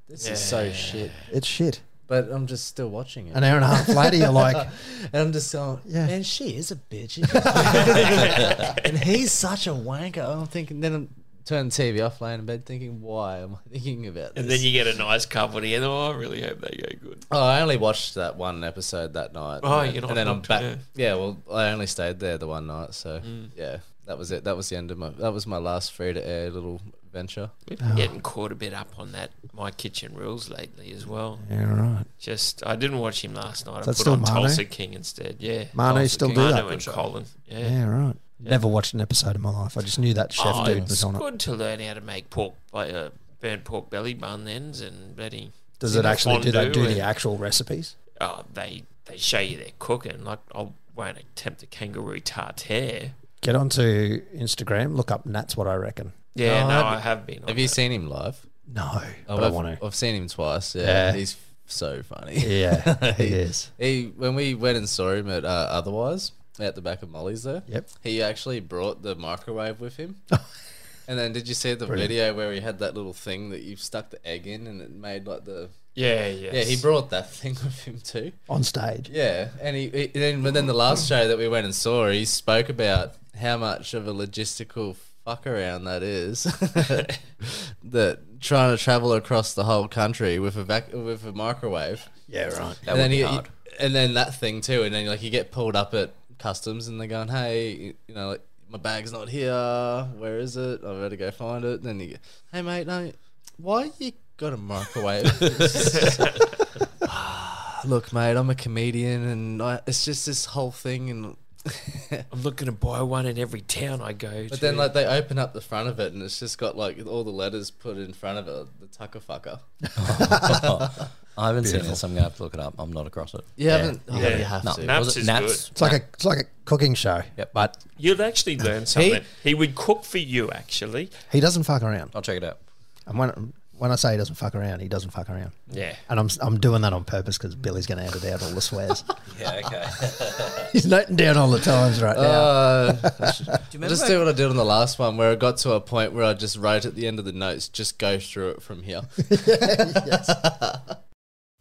Speaker 4: This is so shit.
Speaker 1: it's shit.
Speaker 4: But I'm just still watching it.
Speaker 1: An hour and a half later, you're like,
Speaker 4: And I'm just going,
Speaker 1: Yeah.
Speaker 4: man, she is a bitch. and he's such a wanker. I'm thinking, then I'm turning TV off, laying in bed, thinking, why am I thinking about this?
Speaker 2: And then you get a nice couple together. Oh, I really hope they go good.
Speaker 4: Oh, I only watched that one episode that night.
Speaker 2: Oh,
Speaker 4: and,
Speaker 2: you're not
Speaker 4: and then I'm
Speaker 2: hooked,
Speaker 4: back.
Speaker 2: yeah. Mm.
Speaker 4: Yeah. well, I only stayed there the one night, so yeah, that was it. That was the end of my. That was my last free to air little venture.
Speaker 2: We've
Speaker 1: Oh.
Speaker 2: been getting caught a bit up on that My Kitchen Rules lately as well.
Speaker 1: yeah, right.
Speaker 2: Just I didn't watch him last night. I
Speaker 1: that
Speaker 2: put
Speaker 1: still
Speaker 2: on
Speaker 1: Manu?
Speaker 2: Tulsa King instead. Yeah,
Speaker 1: Manu
Speaker 2: Tulsa
Speaker 1: still
Speaker 2: King.
Speaker 1: do
Speaker 2: Manu
Speaker 1: that?
Speaker 2: and Colin. Yeah.
Speaker 1: Yeah, right. Never watched an episode in my life. I just knew that chef
Speaker 2: Oh,
Speaker 1: dude
Speaker 2: it's
Speaker 1: was on it.
Speaker 2: good to learn how to make pork, by, uh, burnt pork belly bun ends and bloody.
Speaker 1: Does
Speaker 2: you
Speaker 1: it
Speaker 2: know,
Speaker 1: actually do they do
Speaker 2: fondue
Speaker 1: the
Speaker 2: and-
Speaker 1: actual recipes?
Speaker 2: oh, they they show you their cooking. Like I won't attempt a kangaroo tartare.
Speaker 1: Get onto Instagram, look up Nats what I reckon.
Speaker 2: Yeah,
Speaker 4: Oh,
Speaker 2: no,
Speaker 4: have
Speaker 2: I
Speaker 4: you-
Speaker 2: have been. On
Speaker 4: Have you
Speaker 2: that.
Speaker 4: seen him live?
Speaker 1: No,
Speaker 4: Oh,
Speaker 1: but I
Speaker 4: I've,
Speaker 1: want to.
Speaker 4: I've seen him twice. Yeah,
Speaker 1: Yeah.
Speaker 4: he's so funny.
Speaker 1: Yeah, it is.
Speaker 4: He when we went and saw him at uh, Otherwise at the back of Molly's there.
Speaker 1: Yep.
Speaker 4: He actually brought the microwave with him. and then did you see the video where he had that little thing that you stuck the egg in and it made like the
Speaker 2: Yeah, yes.
Speaker 4: yeah he brought that thing with him too.
Speaker 1: On stage.
Speaker 4: Yeah, and he, he then but then the last show that we went and saw, he spoke about how much of a logistical fuck around that is. that trying to travel across the whole country with a vac- with a microwave,
Speaker 1: Yeah, right.
Speaker 3: That
Speaker 4: and
Speaker 3: would
Speaker 4: then
Speaker 3: be
Speaker 4: you,
Speaker 3: hard.
Speaker 4: and then that thing too, and then like you get pulled up at customs, and they're going, "Hey, you know, like my bag's not here. Where is it? I've got to go find it." And then you, go, "Hey, mate, no, why you got a microwave?" Ah, Look, mate, I'm a comedian, and I, it's just this whole thing, and.
Speaker 2: I'm looking to buy one in every town I go to.
Speaker 4: But then, like, they open up the front of it, and it's just got like all the letters put in front of it. The Tucker fucker.
Speaker 3: I haven't seen this. I'm gonna have to look it up. I'm not across it.
Speaker 4: You haven't. Oh,
Speaker 2: Yeah.
Speaker 4: You have
Speaker 3: No,
Speaker 4: to.
Speaker 2: Naps
Speaker 3: was it
Speaker 2: is
Speaker 3: Nats?
Speaker 1: It's like a it's like a cooking show,
Speaker 3: Yep.
Speaker 1: but
Speaker 2: you'd actually learn something. He, would cook for you actually.
Speaker 1: he doesn't fuck around.
Speaker 3: I'll check it out.
Speaker 1: And when when I say he doesn't fuck around, he doesn't fuck around.
Speaker 2: Yeah.
Speaker 1: And I'm I'm doing that on purpose because Billy's going to edit out all the swears.
Speaker 3: Yeah. Okay.
Speaker 1: He's noting down all the times right now.
Speaker 4: Uh,
Speaker 3: Do you
Speaker 4: I'll just do what I did on the last one, where I got to a point where I just wrote at the end of the notes, just go through it from here.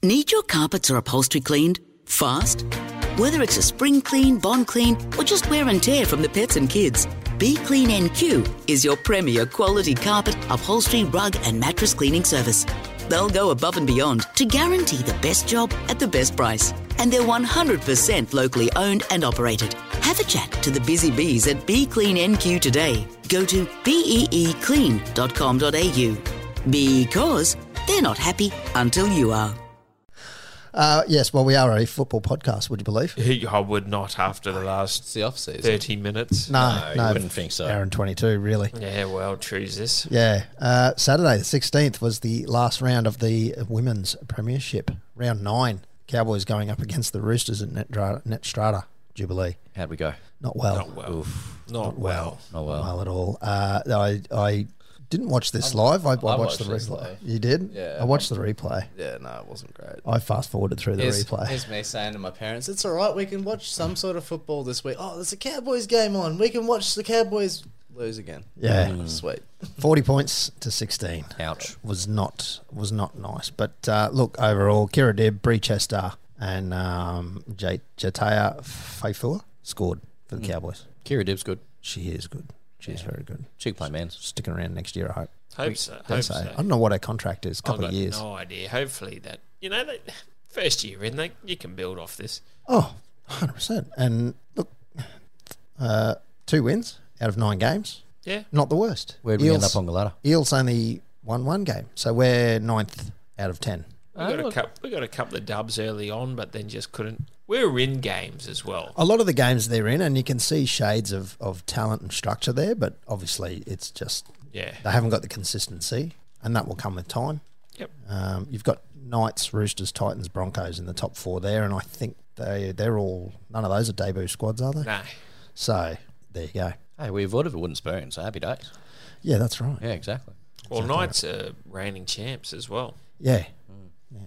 Speaker 5: Need your carpets or upholstery cleaned? Fast? Whether it's a spring clean, bond clean, or just wear and tear from the pets and kids, Be Clean NQ is your premier quality carpet, upholstery, rug, and mattress cleaning service. They'll go above and beyond to guarantee the best job at the best price. And they're 100% locally owned and operated. Have a chat to the busy bees at Be Clean NQ today. Go to beeclean.com.au because they're not happy until you are.
Speaker 1: Uh, yes, well, we are a football podcast, would you believe?
Speaker 2: He, I would not after the last
Speaker 4: It's the off season.
Speaker 2: thirty minutes.
Speaker 1: No,
Speaker 3: you
Speaker 1: no.
Speaker 3: wouldn't think so.
Speaker 1: Hour and 22, really.
Speaker 2: Yeah, well, choose this.
Speaker 1: Yeah. Uh, Saturday, the 16th, was the last round of the Women's Premiership, round nine. Cowboys going up against the Roosters at Net, Net Strata Jubilee.
Speaker 3: How'd we go?
Speaker 1: Not well.
Speaker 2: Not well. Not well.
Speaker 3: Oh
Speaker 1: Not
Speaker 3: well.
Speaker 1: well at all. Uh, I, I didn't watch this live. I, I, watched,
Speaker 4: watched
Speaker 1: the
Speaker 4: this
Speaker 1: replay.
Speaker 4: live.
Speaker 1: You did?
Speaker 4: Yeah.
Speaker 1: I watched the replay.
Speaker 4: Yeah, no, it wasn't great.
Speaker 1: I fast forwarded through the
Speaker 4: Here's,
Speaker 1: replay.
Speaker 4: here's me saying to my parents, "It's all right. We can watch some sort of football this week. Oh, there's a Cowboys game on. We can watch the Cowboys lose again.
Speaker 1: Yeah.
Speaker 4: sweet.
Speaker 1: 40 points to 16.
Speaker 3: Ouch.
Speaker 1: was not was not nice. But uh, look, overall, Kira Deb, Bree Chester, and um, J- Jataya Faifua scored for the
Speaker 3: Mm.
Speaker 1: Cowboys.
Speaker 3: Kira Dib's good.
Speaker 1: She is good. She's very good.
Speaker 3: She can play man's.
Speaker 1: Sticking around next year, I hope.
Speaker 2: Hope so.
Speaker 1: I
Speaker 2: Hope
Speaker 1: say.
Speaker 2: so.
Speaker 1: I don't know what her contract is. A couple
Speaker 2: I've
Speaker 1: of years.
Speaker 2: got no idea. Hopefully that you know that first year in, they you can build off this.
Speaker 1: Oh, 100%. And look, uh, two wins out of nine games.
Speaker 2: Yeah,
Speaker 1: Not the worst.
Speaker 3: Where'd we end up on the ladder?
Speaker 1: Eels only won one game. So we're ninth out of 10.
Speaker 2: we got a couple. We got a couple of dubs early on, but then just couldn't. We were in games as well.
Speaker 1: A lot of the games they're in, and you can see shades of, of talent and structure there, but obviously it's just
Speaker 2: Yeah.
Speaker 1: they haven't got the consistency, and that will come with time.
Speaker 2: Yep.
Speaker 1: Um, you've got Knights, Roosters, Titans, Broncos in the top four there, and I think they they're all none of those are debut squads, are they?
Speaker 2: No.
Speaker 1: So there you go.
Speaker 3: Hey, we avoided a wooden spoon, so happy days.
Speaker 1: Yeah, that's right.
Speaker 3: Yeah, exactly.
Speaker 2: Well, Knights are reigning champs as well.
Speaker 1: Yeah.
Speaker 3: Hmm.
Speaker 1: Yeah.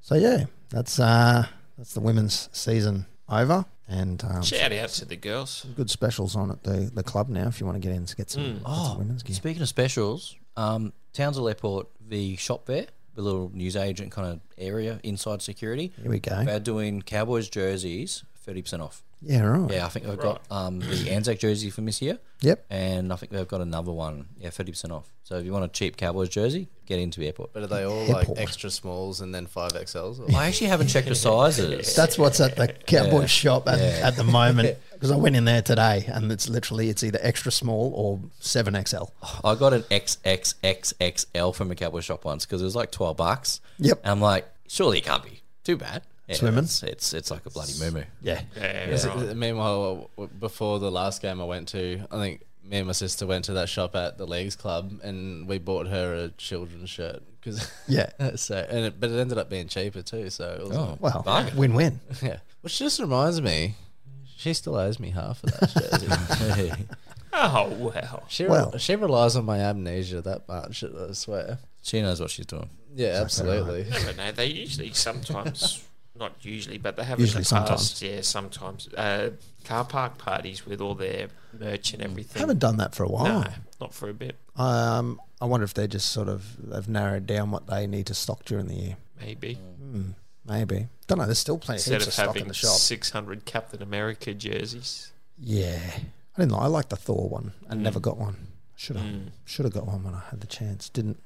Speaker 1: So yeah, that's uh that's the women's season over, and um,
Speaker 2: Shout out to the girls.
Speaker 1: good specials on at the, the club now. If you want to get in to get some, get some
Speaker 3: Oh,
Speaker 1: women's gear.
Speaker 3: speaking of specials, um, Townsville Airport, the shop there, the little newsagent kind of area inside security,
Speaker 1: Here we go.
Speaker 3: they're doing Cowboys jerseys, thirty percent off.
Speaker 1: Yeah, right.
Speaker 3: Yeah, I think they've got um, the Anzac jersey from this year.
Speaker 1: Yep.
Speaker 3: And I think they've got another one. Yeah, thirty percent off. So if you want a cheap Cowboys jersey, get into the airport.
Speaker 4: But are they all
Speaker 1: Airport.
Speaker 4: like extra smalls and then five XLs? Or?
Speaker 3: I actually haven't checked the sizes.
Speaker 1: That's what's at the cowboy shop at, at the moment because I went in there today and it's literally it's either extra small or seven XL.
Speaker 3: I got an XXXXL from a cowboy shop once because it was like twelve bucks.
Speaker 1: Yep.
Speaker 3: And I'm like, surely it can't be too bad. Yeah,
Speaker 1: Swimming?
Speaker 3: It's, it's it's like a bloody moo
Speaker 1: Yeah,
Speaker 2: Yeah,
Speaker 4: Is it-
Speaker 2: right.
Speaker 4: Meanwhile, uh, w- before the last game I went to, I think me and my sister went to that shop at the Leagues Club, and we bought her a children's shirt because
Speaker 1: yeah.
Speaker 4: so, and it, but it ended up being cheaper too. So it was
Speaker 3: Oh.
Speaker 1: Well,
Speaker 3: Bargain.
Speaker 1: win-win.
Speaker 4: like- yeah, which just reminds me, she still owes me half of that shirt.
Speaker 2: Oh wow.
Speaker 4: she re-
Speaker 1: Well.
Speaker 4: she relies on my amnesia that much. I swear.
Speaker 3: she knows what she's doing.
Speaker 4: Yeah, absolutely.
Speaker 2: I don't know. They usually sometimes, not usually, but they have
Speaker 1: Usually
Speaker 2: in the
Speaker 1: sometimes.
Speaker 2: past. Yeah, sometimes uh, car park parties with all their merch and everything.
Speaker 1: Haven't done that for a
Speaker 2: no,
Speaker 1: while.
Speaker 2: not for a bit.
Speaker 1: Um, I wonder if they're just sort of they've narrowed down what they need to stock during the year.
Speaker 2: Maybe
Speaker 1: Mm, Maybe don't know. There's still plenty
Speaker 2: instead
Speaker 1: heaps
Speaker 2: of
Speaker 1: of stock in
Speaker 2: having
Speaker 1: the shop.
Speaker 2: six hundred Captain America jerseys.
Speaker 1: Yeah, I didn't. Like, I like the Thor one. I
Speaker 3: Mm.
Speaker 1: never got one. Should have. Should have got one when I had the chance. Didn't.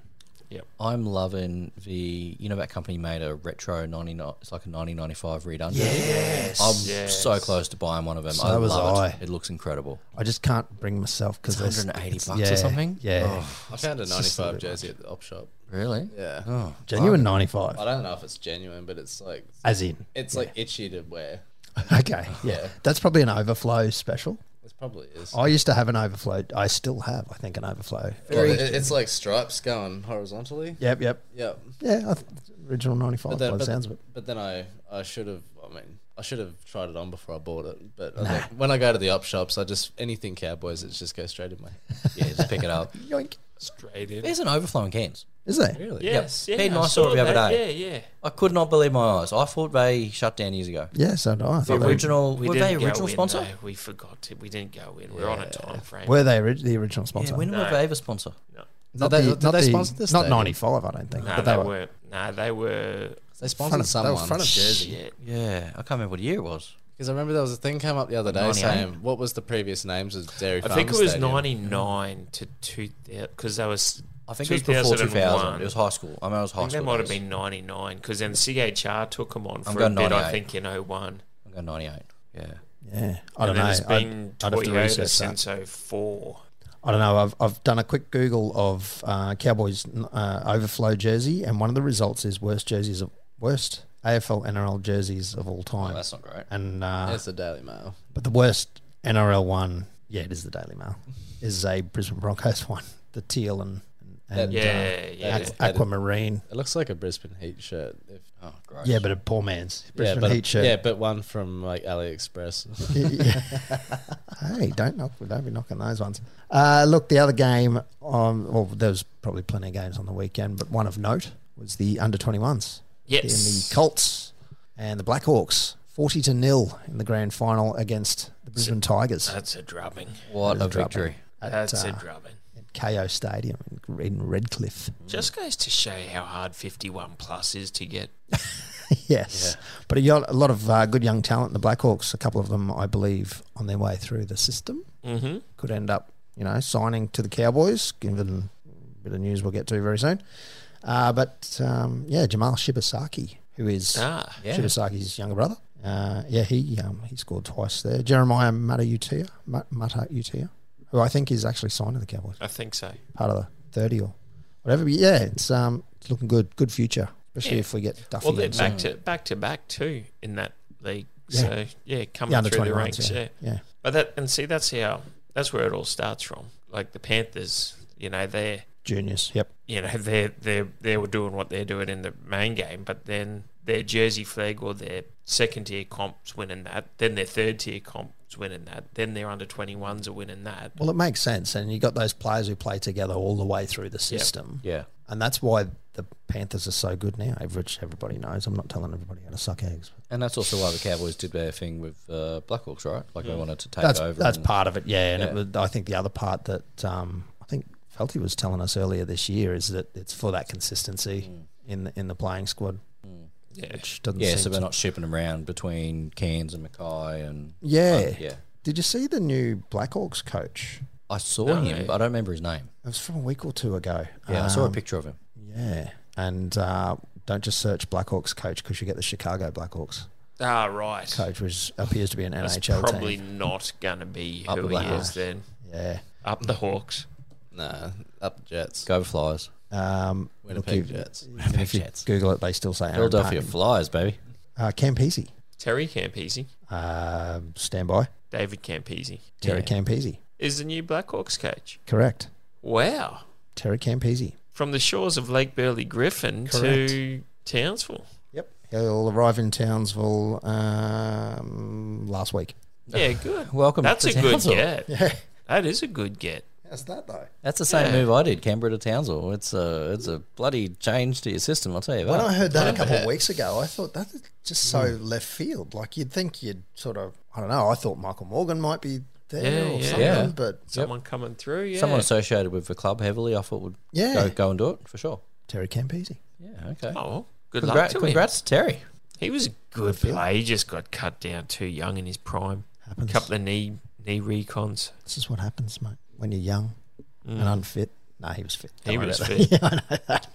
Speaker 3: I'm loving the you know that company made a retro ninety nine. It's like a nineteen ninety five redone.
Speaker 1: Yes.
Speaker 3: I'm
Speaker 2: Yes.
Speaker 3: so close to buying one of them.
Speaker 1: So
Speaker 3: I
Speaker 1: was
Speaker 3: love
Speaker 1: I.
Speaker 3: It. it looks incredible.
Speaker 1: I just can't bring myself because
Speaker 3: It's 180 bucks or something? Oh,
Speaker 1: Yeah.
Speaker 4: I found a
Speaker 1: it's just a
Speaker 4: ninety-five
Speaker 1: bit
Speaker 4: jersey at the op shop.
Speaker 3: Really?
Speaker 4: Yeah,
Speaker 3: Oh,
Speaker 1: Genuine
Speaker 4: I
Speaker 1: 95.
Speaker 4: don't know if it's genuine, but it's like
Speaker 1: As in.
Speaker 4: it's like itchy to wear.
Speaker 1: Okay. Yeah. That's probably an overflow special.
Speaker 4: It probably is.
Speaker 1: I used to have an overflow. I still have, I think, an overflow.
Speaker 4: Well, it- it's like stripes going horizontally.
Speaker 1: Yep. Yep.
Speaker 4: Yeah.
Speaker 1: Yeah. I th- original 95
Speaker 4: But then-
Speaker 1: by the
Speaker 4: but-
Speaker 1: sounds of it.
Speaker 4: But then I, I should have. I mean, I should have tried it on before I bought it. But I think when I go to the op shops, I just anything Cowboys, it just goes straight in my.
Speaker 3: yeah. Just pick it up.
Speaker 1: Yoink.
Speaker 2: Straight in.
Speaker 3: There's an overflow in cans.
Speaker 1: Is there?
Speaker 4: Really?
Speaker 2: Yes,
Speaker 3: Yep.
Speaker 2: yeah.
Speaker 3: Pete and I
Speaker 2: saw
Speaker 3: saw it the other
Speaker 2: that.
Speaker 3: day.
Speaker 2: Yeah, yeah.
Speaker 3: I could not believe my eyes. I thought they shut down years ago.
Speaker 1: Yeah. So do I. I. thought
Speaker 3: The
Speaker 1: they-
Speaker 3: original, were they
Speaker 2: didn't go
Speaker 3: original
Speaker 2: in,
Speaker 3: sponsor?
Speaker 2: though. We forgot to. We didn't go in. We're on a time frame.
Speaker 1: Were they ori- the original sponsor?
Speaker 3: Yeah, when were
Speaker 2: No.
Speaker 3: they ever sponsor?
Speaker 2: no,
Speaker 1: not
Speaker 4: Did they-
Speaker 1: the-
Speaker 4: did
Speaker 1: not
Speaker 4: they
Speaker 1: the-
Speaker 4: sponsor this
Speaker 1: Not
Speaker 4: stadium?
Speaker 1: 95, I don't think. but
Speaker 2: no, they,
Speaker 1: they, were.
Speaker 2: weren't. No, they were.
Speaker 4: They
Speaker 1: Front of,
Speaker 4: sponsored
Speaker 1: they were
Speaker 4: someone
Speaker 1: front of Jersey.
Speaker 2: Shit.
Speaker 3: Yeah, I can't remember what year it was.
Speaker 4: because I remember there was a thing came up the other day
Speaker 3: 98.
Speaker 4: saying what was the previous names of Dairy
Speaker 2: I
Speaker 4: Farm.
Speaker 2: think it was
Speaker 4: Stadium.
Speaker 2: ninety nine to two thousand because that was.
Speaker 3: I think it was before 2000.
Speaker 2: 2001.
Speaker 3: It was high school. I mean, it was high
Speaker 2: I think
Speaker 3: school.
Speaker 2: that might have
Speaker 3: days.
Speaker 2: been 99 because then CHR took them on for a
Speaker 3: going
Speaker 2: bit, I
Speaker 3: 98.
Speaker 2: think, in 01.
Speaker 3: I'm going 98. Yeah.
Speaker 1: Yeah. I
Speaker 2: And
Speaker 1: don't
Speaker 2: then
Speaker 1: know.
Speaker 2: it's
Speaker 1: I'd-
Speaker 2: been
Speaker 1: I'd have to
Speaker 2: Toyota
Speaker 1: research that.
Speaker 2: since 04.
Speaker 1: I don't know. I've, I've done a quick Google of uh, Cowboys uh, overflow jersey, and one of the results is worst jerseys of worst AFL NRL jerseys of all time.
Speaker 3: That's not great.
Speaker 1: and uh,
Speaker 4: It's the Daily Mail.
Speaker 1: but the worst NRL one, yeah, it is the Daily Mail, is a Brisbane Broncos one, the teal and and uh,
Speaker 2: Yeah, yeah.
Speaker 1: aqu- aquamarine.
Speaker 4: It looks like a Brisbane Heat shirt. If,
Speaker 3: Oh, gross.
Speaker 1: Yeah, but a poor man's Brisbane
Speaker 4: yeah, but
Speaker 1: Heat shirt.
Speaker 4: Yeah, but one from like AliExpress.
Speaker 1: Yeah. hey, don't knock. Don't be knocking those ones. Uh, look, the other game. Um, well, there was probably plenty of games on the weekend, but one of note was the under twenty ones. In the
Speaker 2: Yes.
Speaker 1: Colts and the Blackhawks, forty to nil in the grand final against the Brisbane Tigers
Speaker 2: That's a drubbing.
Speaker 3: What a
Speaker 1: Drubbing.
Speaker 3: victory.
Speaker 1: at,
Speaker 2: That's a
Speaker 1: uh,
Speaker 2: drubbing.
Speaker 1: at KO Stadium in, in Redcliffe.
Speaker 2: Just goes to show how hard 51 plus is to get.
Speaker 1: yes, but a lot, a lot of uh, good young talent in the Blackhawks. A couple of them, I believe, on their way through the system.
Speaker 2: Mm-hmm.
Speaker 1: could end up, you know, signing to the Cowboys, given a bit of news we'll get to very soon. Uh, but um, yeah, Jamal Shibasaki, who is
Speaker 2: Ah,
Speaker 3: yeah.
Speaker 1: Shibasaki's younger brother. Uh, yeah, he um, he scored twice there. Jeremiah Matautia, Ma- Matautia, who I think is actually signed to the Cowboys,
Speaker 2: I think so.
Speaker 1: part of the thirty or whatever. But yeah, it's um, it's looking good, good future, especially
Speaker 2: Yeah.
Speaker 1: if we get Duffy.
Speaker 2: Well, they're
Speaker 1: in.
Speaker 2: back to back to back too in that league.
Speaker 1: Yeah.
Speaker 2: So yeah, coming
Speaker 1: Yeah, under
Speaker 2: through the
Speaker 1: 21s,
Speaker 2: ranks.
Speaker 1: yeah.
Speaker 2: yeah.
Speaker 1: yeah,
Speaker 2: But that and see that's how that's where it all starts from. Like the Panthers, you know, they're
Speaker 1: juniors. Yep.
Speaker 2: you know, they're they they were doing what they're doing in the main game, but then their jersey flag or their second tier comps winning that, then their third tier comps winning that, then their under twenty ones are winning that.
Speaker 1: Well, it makes sense, and you got those players who play together all the way through the system.
Speaker 3: Yeah.
Speaker 1: and that's why the Panthers are so good now, which everybody knows. I'm not telling everybody how to suck eggs. But
Speaker 3: And that's also why the Cowboys did their thing with uh, Blackhawks, right? Like
Speaker 2: Mm.
Speaker 3: they wanted to take
Speaker 1: that's
Speaker 3: over.
Speaker 1: that's
Speaker 3: and-
Speaker 1: part of it, yeah. And
Speaker 3: Yeah.
Speaker 1: It was, I think the other part that um, I think Felty was telling us earlier this year is that it's for that consistency in the, in the playing squad,
Speaker 2: Yeah.
Speaker 1: which doesn't
Speaker 3: Mm. Yeah,
Speaker 1: seem
Speaker 3: so
Speaker 1: to-
Speaker 3: we're not shipping them around between Cairns and Mackay and um,
Speaker 1: yeah.
Speaker 3: yeah.
Speaker 1: Did you see the new Blackhawks coach?
Speaker 3: I saw
Speaker 2: No.
Speaker 3: him, but I don't remember his name.
Speaker 1: It was from a week or two ago.
Speaker 3: Yeah, I saw a
Speaker 1: Um,
Speaker 3: picture of him.
Speaker 1: Yeah, and uh, don't just search Blackhawks coach because you get the Chicago Blackhawks.
Speaker 2: Ah right.
Speaker 1: coach, which appears to be an
Speaker 2: That's
Speaker 1: NHL
Speaker 2: probably
Speaker 1: team.
Speaker 2: not gonna be
Speaker 3: Up
Speaker 2: who
Speaker 3: the
Speaker 2: he is
Speaker 3: Blackhawks.
Speaker 2: then.
Speaker 1: Yeah.
Speaker 2: Up the Hawks.
Speaker 4: Nah, up the Jets.
Speaker 3: Go Flyers.
Speaker 1: Um,
Speaker 4: Winnipeg
Speaker 1: look, if-
Speaker 4: Jets.
Speaker 1: if you
Speaker 3: Jets.
Speaker 1: Google it, they still say Aaron
Speaker 3: Philadelphia
Speaker 1: Payne.
Speaker 3: Flyers, baby.
Speaker 1: Uh, Campese,
Speaker 2: Terry Campese.
Speaker 1: um, standby.
Speaker 2: David Campese.
Speaker 1: Terry
Speaker 3: Yeah.
Speaker 1: Campese,
Speaker 2: Is the new Blackhawks coach.
Speaker 1: correct.
Speaker 2: Wow.
Speaker 1: Terry Campese.
Speaker 2: From the shores of Lake Burley Griffin to Townsville.
Speaker 1: Yep, he'll arrive in Townsville um, last week.
Speaker 2: Yeah, good.
Speaker 3: Welcome
Speaker 2: That's
Speaker 3: to
Speaker 2: a good
Speaker 3: Townsville.
Speaker 2: get.
Speaker 1: Yeah,
Speaker 2: That is a good get.
Speaker 1: how's that though?
Speaker 3: That's the same
Speaker 2: Yeah.
Speaker 3: move I did, Canberra to Townsville. It's a it's a bloody change to your system, I'll tell you
Speaker 1: When I
Speaker 3: that.
Speaker 1: heard that Hmm. a couple of weeks ago, I thought that's just so left field. Like you'd think you'd sort of, I don't know. I thought Michael Morgan might be there
Speaker 2: Yeah,
Speaker 1: or
Speaker 2: yeah.
Speaker 1: something,
Speaker 3: Yeah.
Speaker 1: but
Speaker 2: Someone coming through, yeah.
Speaker 3: Someone associated with the club heavily, I thought would
Speaker 1: Yeah.
Speaker 3: go, go and do it for sure.
Speaker 1: Terry Campese.
Speaker 3: Yeah, okay.
Speaker 2: Oh, well, good luck
Speaker 3: Congrats,
Speaker 2: to him.
Speaker 3: congrats to Terry.
Speaker 2: He was a good player. He just got cut down too young in his prime.
Speaker 1: Happens.
Speaker 2: Couple of knee knee recons.
Speaker 1: This is what happens, mate, when you're young and unfit. No, he was fit.
Speaker 2: Mm. He
Speaker 1: Don't worry
Speaker 2: was
Speaker 1: about
Speaker 2: fit.
Speaker 1: that. yeah, I know that.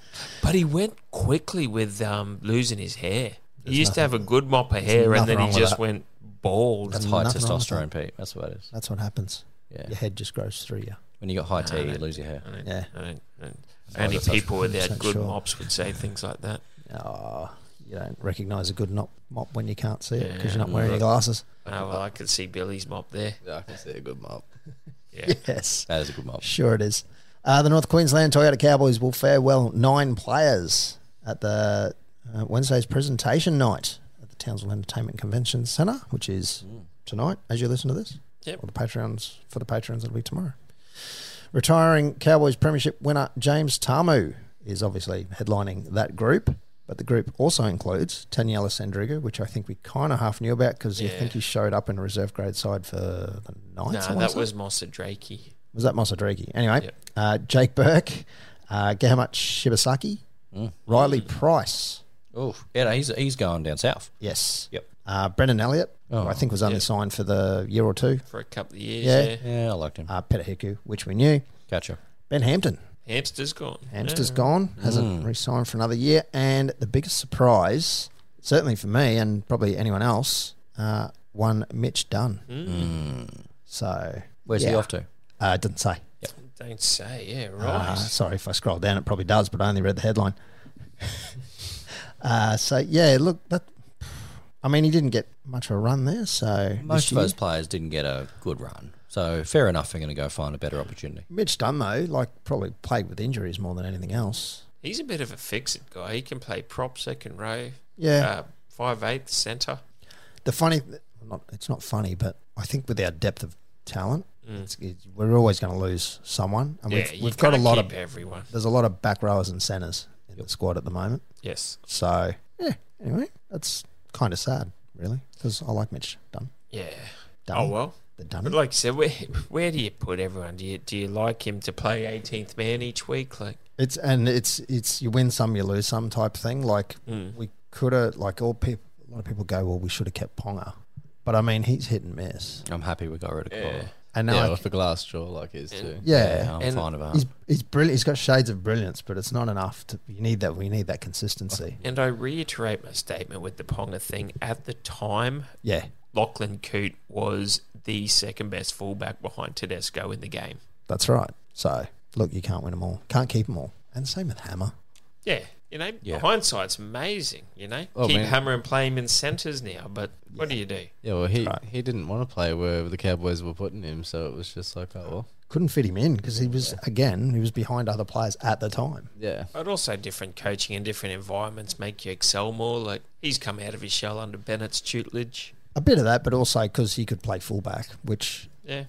Speaker 2: But he went quickly with um, losing his hair. he used to have a good mop of hair, and
Speaker 1: nothing
Speaker 2: then he
Speaker 1: wrong with
Speaker 2: just
Speaker 1: that.
Speaker 2: went bald.
Speaker 1: That's
Speaker 3: It's high
Speaker 1: Nothing wrong with
Speaker 3: testosterone, Pete. That's what it is.
Speaker 1: That's what happens.
Speaker 3: Yeah.
Speaker 1: Your head just grows through you.
Speaker 3: When you got high T,
Speaker 2: no.
Speaker 3: you lose your hair.
Speaker 2: I don't-
Speaker 1: Yeah.
Speaker 2: I don't- I don't- only people without
Speaker 1: 100%
Speaker 2: good
Speaker 1: sure.
Speaker 2: mops would say things like that.
Speaker 1: Oh, you don't recognise a good nop- mop when you can't see it because you're not wearing your glasses.
Speaker 2: Oh, well, I could see Billy's mop there.
Speaker 4: Yeah, I can see a good mop.
Speaker 2: Yeah.
Speaker 1: Yes,
Speaker 3: That is a good mob.
Speaker 1: sure it is. Uh, the North Queensland Toyota Cowboys will farewell nine players at the uh, Wednesday's presentation night at the Townsville Entertainment Convention Centre, which is tonight as you listen to this.
Speaker 2: Yep.
Speaker 1: Or the patrons for the patrons it'll be tomorrow. Retiring Cowboys Premiership winner James Tamu is obviously headlining that group, but the group also includes Daniela Sandriga, which I think we kind of half knew about because you
Speaker 2: Yeah.
Speaker 1: think he showed up in a reserve grade side for the
Speaker 2: No,
Speaker 1: Knights. I wanna
Speaker 2: that
Speaker 1: say?
Speaker 2: was Mossa Drakey.
Speaker 1: was that Mosadriki. Anyway,
Speaker 2: Yep.
Speaker 1: uh, Jake Burke, uh, Gahamat Shibasaki,
Speaker 3: Mm.
Speaker 1: Riley Price,
Speaker 3: Oh, yeah, no, he's he's going down south.
Speaker 1: yes,
Speaker 3: Yep. Oh,
Speaker 1: uh, Brennan Elliott, who I think was only
Speaker 2: yeah.
Speaker 1: signed for the year or two.
Speaker 2: for a couple of years.
Speaker 1: Yeah.
Speaker 2: Yeah.
Speaker 3: Yeah, I liked him.
Speaker 1: Uh, Peter Hiku, which we knew.
Speaker 3: Gotcha.
Speaker 1: Ben Hampton,
Speaker 2: Hamster's gone.
Speaker 1: Hamster's gone, hasn't
Speaker 3: Mm.
Speaker 1: re-signed for another year. And the biggest surprise, certainly for me and probably anyone else, uh, one Mitch Dunn. So
Speaker 3: Mm. Where's he
Speaker 1: yeah.
Speaker 3: off to?
Speaker 1: Uh, it doesn't say.
Speaker 2: Don't say, yeah,
Speaker 1: Uh,
Speaker 2: right.
Speaker 1: sorry if I scroll down, it probably does, but I only read the headline. uh, so yeah, look, that. I mean, he didn't get much of a run there, so
Speaker 3: Most
Speaker 1: this
Speaker 3: of
Speaker 1: year-
Speaker 3: those players didn't get a good run. So fair enough, they're going to go find a better opportunity.
Speaker 1: Mitch Dunn though, like probably plagued with injuries more than anything else.
Speaker 2: He's a bit of a fix it guy. He can play prop, second row,
Speaker 1: Yeah,
Speaker 2: uh, five eighth centre.
Speaker 1: the funny, not, it's not funny, but I think with our depth of talent, it's, it's, we're always going to lose someone, and
Speaker 2: Mm. Yeah,
Speaker 1: we've,
Speaker 2: you
Speaker 1: we've got a
Speaker 2: can't
Speaker 1: lot
Speaker 2: keep
Speaker 1: of
Speaker 2: everyone.
Speaker 1: there's a lot of back rowers and centers in the squad at the moment.
Speaker 2: Yes.
Speaker 1: So yeah, anyway, that's kind of sad, really, because I like Mitch Dunn.
Speaker 2: Yeah.
Speaker 1: Dunn.
Speaker 2: Oh well.
Speaker 1: the Dunn.
Speaker 2: But like I said, where where do you put everyone? Do you do you like him to play eighteenth man each week? Like
Speaker 1: It's and it's it's you win some, you lose some type thing. Like we could have like all people. A lot of people go, well, we should have kept Ponga, but I mean he's hit and miss.
Speaker 3: I'm happy we got rid of Cora.
Speaker 1: And now
Speaker 4: Yeah,
Speaker 1: I
Speaker 4: with a glass jaw like his too.
Speaker 1: Yeah.
Speaker 3: Yeah, I'm
Speaker 2: And
Speaker 3: fine about
Speaker 1: He's, he's brilliant. He's got shades of brilliance, but it's not enough. To, you need that. We need that consistency.
Speaker 2: And I reiterate my statement with the Ponga thing. At the time,
Speaker 1: Yeah,
Speaker 2: Lachlan Coote was the second best fullback behind Tedesco in the game.
Speaker 1: that's right. So look, you can't win them all. Can't keep them all. And same with Hammer.
Speaker 2: Yeah. You know,
Speaker 3: Yeah.
Speaker 2: hindsight's amazing, you know.
Speaker 4: Oh,
Speaker 2: Keep
Speaker 4: man.
Speaker 2: Hammer and play him in centres now, but what do you do?
Speaker 4: Yeah, well, he
Speaker 1: Right.
Speaker 4: he didn't want to play where the Cowboys were putting him, so it was just like, oh well,
Speaker 1: Couldn't fit him in because he was again he was behind other players at the time.
Speaker 4: yeah.
Speaker 2: But also different coaching and different environments make you excel more. Like he's come out of his shell under Bennett's tutelage.
Speaker 1: A bit of that, but also because he could play fullback, which
Speaker 2: Yeah.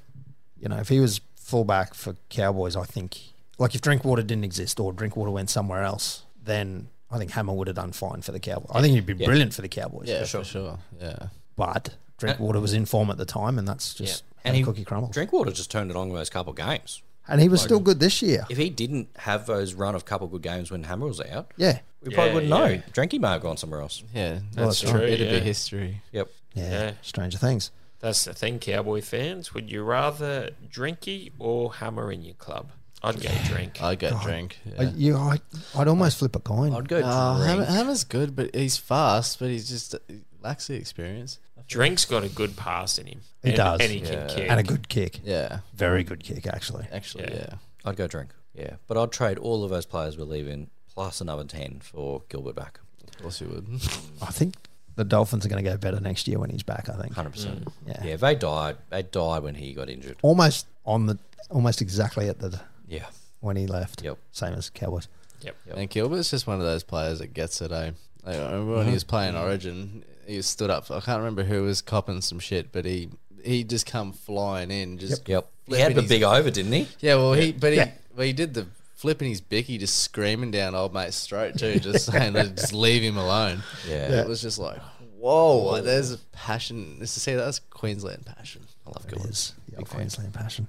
Speaker 1: you know if he was fullback for Cowboys, I think like if Drinkwater didn't exist or Drinkwater went somewhere else, then I think Hammer would have done fine for the Cowboys. I think he'd be brilliant for the Cowboys.
Speaker 4: Yeah, for sure. Yeah.
Speaker 1: but Drinkwater was in form at the time, and that's just how
Speaker 3: And
Speaker 1: the
Speaker 3: he-
Speaker 1: cookie crumbles.
Speaker 3: Drinkwater just turned it on those couple games.
Speaker 1: and he was still good this year.
Speaker 3: If he didn't have those run of couple good games when Hammer was out,
Speaker 1: Yeah,
Speaker 3: we
Speaker 2: Yeah,
Speaker 3: probably wouldn't
Speaker 2: yeah.
Speaker 3: know. Drinky may have gone somewhere else.
Speaker 4: Yeah,
Speaker 1: that's
Speaker 4: that's
Speaker 1: true,
Speaker 4: true. It'd
Speaker 2: yeah.
Speaker 4: be history.
Speaker 3: Yep.
Speaker 1: yeah,
Speaker 2: Yeah.
Speaker 1: Stranger Things.
Speaker 2: That's the thing, Cowboy fans. Would you rather Drinky or Hammer in your club? I'd go Drink.
Speaker 4: I got drink.
Speaker 1: I,
Speaker 4: Yeah.
Speaker 1: you, I, I'd almost flip a coin.
Speaker 3: I'd go
Speaker 1: Uh,
Speaker 4: Oh, Ham-
Speaker 3: drink.
Speaker 4: Hammer's good, but he's fast, but he's just he lacks the experience.
Speaker 2: Drink's got a good pass in him.
Speaker 1: He
Speaker 2: and,
Speaker 1: does.
Speaker 2: And he can
Speaker 4: Yeah.
Speaker 2: kick.
Speaker 1: and a good kick.
Speaker 4: Yeah,
Speaker 1: Very good kick, actually.
Speaker 4: actually,
Speaker 2: Yeah.
Speaker 4: yeah.
Speaker 3: I'd go drink. Yeah. But I'd trade all of those players we're leaving plus another 10 for Gilbert back.
Speaker 4: Of course you would.
Speaker 1: I think the Dolphins are going to go better next year when he's back. I think
Speaker 3: 100%.
Speaker 1: Yeah.
Speaker 3: Yeah. They died. They died when he got injured.
Speaker 1: almost on the almost exactly at the
Speaker 3: Yeah.
Speaker 1: when he left.
Speaker 3: Yep.
Speaker 1: Same as Cowboys.
Speaker 2: Yep.
Speaker 4: And Gilbert's just one of those players that gets it. Eh? Like, I remember when he
Speaker 1: Uh-huh.
Speaker 4: was playing Origin, he stood up. I can't remember who was copping some shit, but he he just come flying in. Just
Speaker 3: Yep. He
Speaker 4: flipping
Speaker 3: had the
Speaker 4: his-
Speaker 3: big over, didn't he?
Speaker 4: Yeah, well, he but he
Speaker 1: Yeah.
Speaker 4: well, he did the flipping his bicky, just screaming down old mate's throat too, just saying, like, just leave him alone.
Speaker 3: Yeah.
Speaker 4: it was just like, whoa, like, there's a passion. This see, that's Queensland passion. I love
Speaker 1: It
Speaker 4: Gilbert.
Speaker 1: is the old Queensland passion.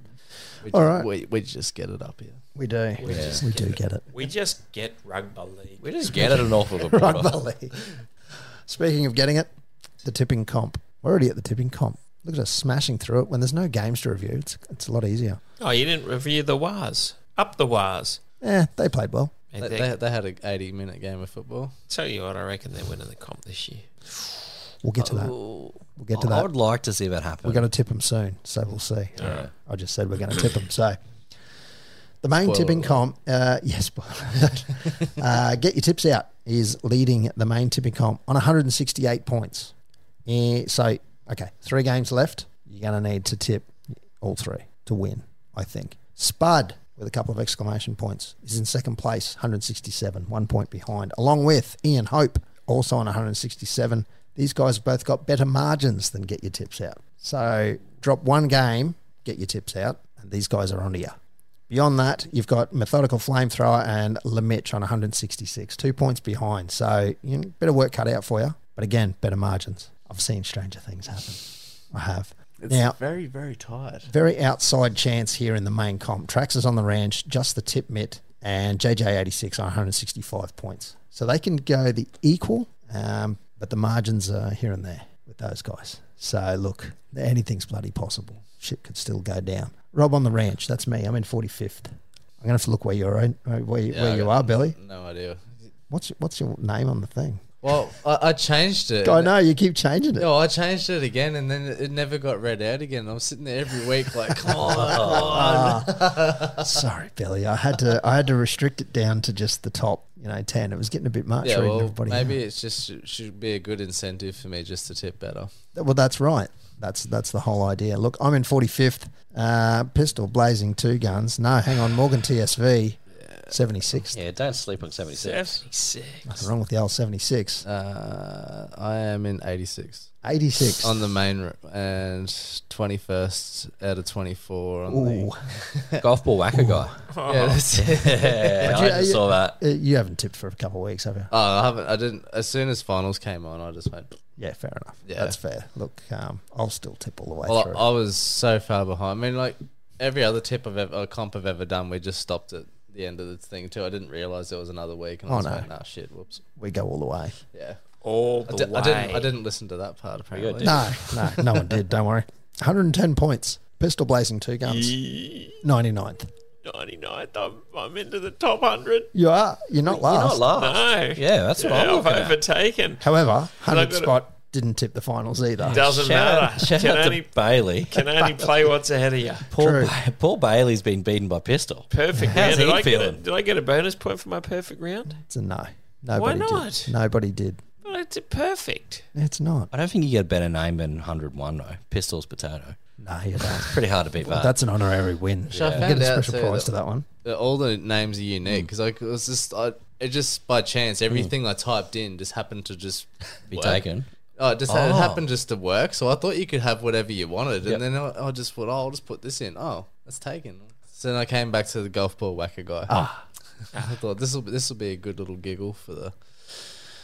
Speaker 4: We,
Speaker 1: All right.
Speaker 4: we we just get it up here.
Speaker 1: We do. We, do get it.
Speaker 2: We just get rugby league.
Speaker 3: We just get it an awful lot.
Speaker 1: Rod Bully. Speaking of getting it, the tipping comp. We're already at the tipping comp. Look at us smashing through it when there's no games to review. It's it's a lot easier.
Speaker 2: Oh, you didn't review the Wars. Up the Wars.
Speaker 1: Yeah, Eh, they played well.
Speaker 2: And
Speaker 4: They,
Speaker 2: they,
Speaker 4: they, they had an 80 minute game of football.
Speaker 2: tell you what, I reckon they're winning the comp this year.
Speaker 1: We'll get to that.
Speaker 4: Oh,
Speaker 1: We'll get to
Speaker 3: I
Speaker 1: that.
Speaker 3: would like to see that happen.
Speaker 1: We're going to tip them soon, so we'll see. I just said we're going to tip them, so. The main
Speaker 4: Spoiler
Speaker 1: tipping
Speaker 4: alert.
Speaker 1: comp, uh, yes, spoiler alert. uh, get your tips out is leading the main tipping comp on 168 points. Eh, so, okay, three games left. You're going to need to tip all three to win, I think. Spud, with a couple of exclamation points, is in second place, 167, one point behind, along with Ian Hope, also on 167. These guys have both got better margins than get your tips out. So, drop one game, get your tips out, and these guys are on to you. Beyond that, you've got Methodical Flamethrower and Lemitch on 166, two points behind. So, you know, better work cut out for you. But again, better margins. I've seen stranger things happen. I have. now,
Speaker 4: very, very tight.
Speaker 1: very outside chance here in the main comp. Trax is on the ranch, just the tip mitt, and JJ86 on 165 points. So they can go the equal, um, but the margins are here and there with those guys. So look, anything's bloody possible. Shit could still go down. Rob on the ranch, that's me. I'm in 45th. I'm gonna have to look where you're in, uh, where you,
Speaker 4: Yeah,
Speaker 1: where
Speaker 4: I
Speaker 1: you
Speaker 4: got-
Speaker 1: are, Billy.
Speaker 4: No idea.
Speaker 1: What's your, what's your name on the thing?
Speaker 4: Well, I, I changed it.
Speaker 1: I know you keep changing it.
Speaker 4: No, Oh, I changed it again, and then it never got read out again. I'm sitting there every week, like, come on, come on.
Speaker 1: Sorry, Billy. I had to I had to restrict it down to just the top, you know, ten. It was getting a bit much.
Speaker 4: Yeah,
Speaker 1: reading
Speaker 4: well,
Speaker 1: everybody out.
Speaker 4: maybe it's just it should be a good incentive for me just to tip better.
Speaker 1: Well, that's right. That's that's the whole idea. Look, I'm in 45th. Uh, pistol blazing two guns. No, hang on, Morgan TSV, 76.
Speaker 3: Yeah, don't sleep on 76.
Speaker 2: 76.
Speaker 1: Nothing wrong with the old 76.
Speaker 4: Uh, I am in 86
Speaker 1: 86.
Speaker 4: on the main r- and 21st out of 24 on the
Speaker 1: Ooh,
Speaker 4: league.
Speaker 3: Golf ball whacker guy.
Speaker 4: Yeah, that's it.
Speaker 3: Yeah, I
Speaker 1: you-
Speaker 3: just saw that.
Speaker 1: uh, you haven't tipped for a couple of weeks, have you?
Speaker 4: Oh, I haven't. I didn't. As soon as finals came on, I just went.
Speaker 1: Yeah, fair enough.
Speaker 4: Yeah.
Speaker 1: That's fair. Look, um, I'll still tip all the way
Speaker 4: Well,
Speaker 1: through.
Speaker 4: I, I was so far behind. I mean, like every other tip I've ever, or comp I've ever done, we just stopped at the end of the thing too. I didn't realize there was another week, and
Speaker 1: Oh,
Speaker 4: I was
Speaker 1: no.
Speaker 4: like, nah, shit, whoops.
Speaker 1: we go all the way.
Speaker 4: Yeah,
Speaker 2: All
Speaker 4: I,
Speaker 2: the
Speaker 4: di-
Speaker 2: way.
Speaker 4: I didn't. I didn't listen to that part. Apparently,
Speaker 1: No, no, no one did. Don't worry. 110 points. Pistol blazing two guns. 99th.
Speaker 2: 99th. I'm, I'm into the top 100.
Speaker 1: You are. You're not last.
Speaker 3: You're not last.
Speaker 2: No.
Speaker 3: Yeah, that's what I'm
Speaker 2: I've
Speaker 3: looking at.
Speaker 2: overtaken.
Speaker 1: However,
Speaker 2: I've
Speaker 1: 100th
Speaker 2: got a-
Speaker 1: spot didn't tip the finals either.
Speaker 2: Doesn't
Speaker 3: Shout out,
Speaker 2: matter.
Speaker 3: shout
Speaker 2: can,
Speaker 3: out
Speaker 2: only,
Speaker 3: to Bailey.
Speaker 2: can only play what's ahead of you.
Speaker 3: Paul,
Speaker 1: True.
Speaker 3: ba- Paul Bailey's been beaten by pistol.
Speaker 2: Perfect
Speaker 3: How's
Speaker 2: round. Did
Speaker 3: he
Speaker 2: I, get a,
Speaker 3: feeling?
Speaker 2: did I get a bonus point for my perfect round?
Speaker 1: It's a no. Nobody
Speaker 2: not?
Speaker 1: Did. Nobody did.
Speaker 2: But it's a perfect.
Speaker 1: It's not.
Speaker 3: I don't think you get a better name than 101 though. Pistols potato.
Speaker 1: No, you don't.
Speaker 3: Pretty hard to beat that.
Speaker 1: That's an honorary win.
Speaker 4: So I
Speaker 1: You
Speaker 4: found
Speaker 1: get a
Speaker 4: out
Speaker 1: special
Speaker 4: too
Speaker 1: prize
Speaker 4: that-
Speaker 1: to that one.
Speaker 4: Uh, All the names are unique because I was just, I, it just by chance, everything I typed in just happened to just
Speaker 3: be
Speaker 4: work.
Speaker 3: taken.
Speaker 4: Oh, it just it
Speaker 3: Oh.
Speaker 4: happened just to work. So I thought you could have whatever you wanted,
Speaker 3: Yep.
Speaker 4: and then I, I just thought, oh, I'll just put this in. Oh, that's taken. So then I came back to the golf ball whacker guy. Ah. I thought this will this will be a good little giggle for the.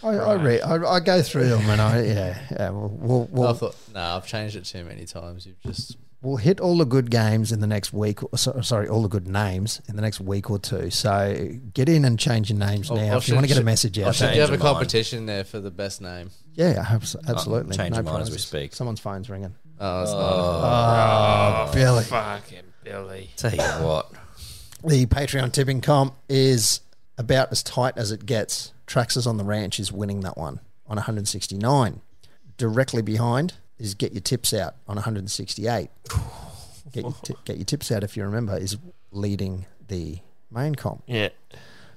Speaker 1: I, I, re- I, I go through them and I, yeah, yeah we'll, we'll,
Speaker 4: I
Speaker 1: we'll,
Speaker 4: thought, no, nah, I've changed it too many times. You've just
Speaker 1: we'll hit all the good games in the next week. Or, so- sorry, all the good names in the next week or two. So get in and change your names
Speaker 4: Oh,
Speaker 1: now
Speaker 4: I
Speaker 1: if you want to
Speaker 4: should-
Speaker 1: get a message
Speaker 4: I
Speaker 1: out.
Speaker 4: should
Speaker 1: there.
Speaker 3: change
Speaker 4: you have a
Speaker 3: of mine.
Speaker 4: competition there for the best name.
Speaker 1: Yeah, abs-
Speaker 4: Uh,
Speaker 1: absolutely.
Speaker 3: change
Speaker 1: no
Speaker 3: your mind as we
Speaker 1: prizes.
Speaker 3: speak.
Speaker 1: Someone's phone's ringing.
Speaker 4: Oh, it's
Speaker 1: Oh, Billy.
Speaker 2: Fucking Billy.
Speaker 3: Tell you what.
Speaker 1: The Patreon tipping comp is about as tight as it gets. Traxxas on the Ranch is winning that one on 169. Directly behind is Get Your Tips Out on 168. Get your, ti- get your Tips Out, if you remember, is leading the main comp.
Speaker 2: Yeah.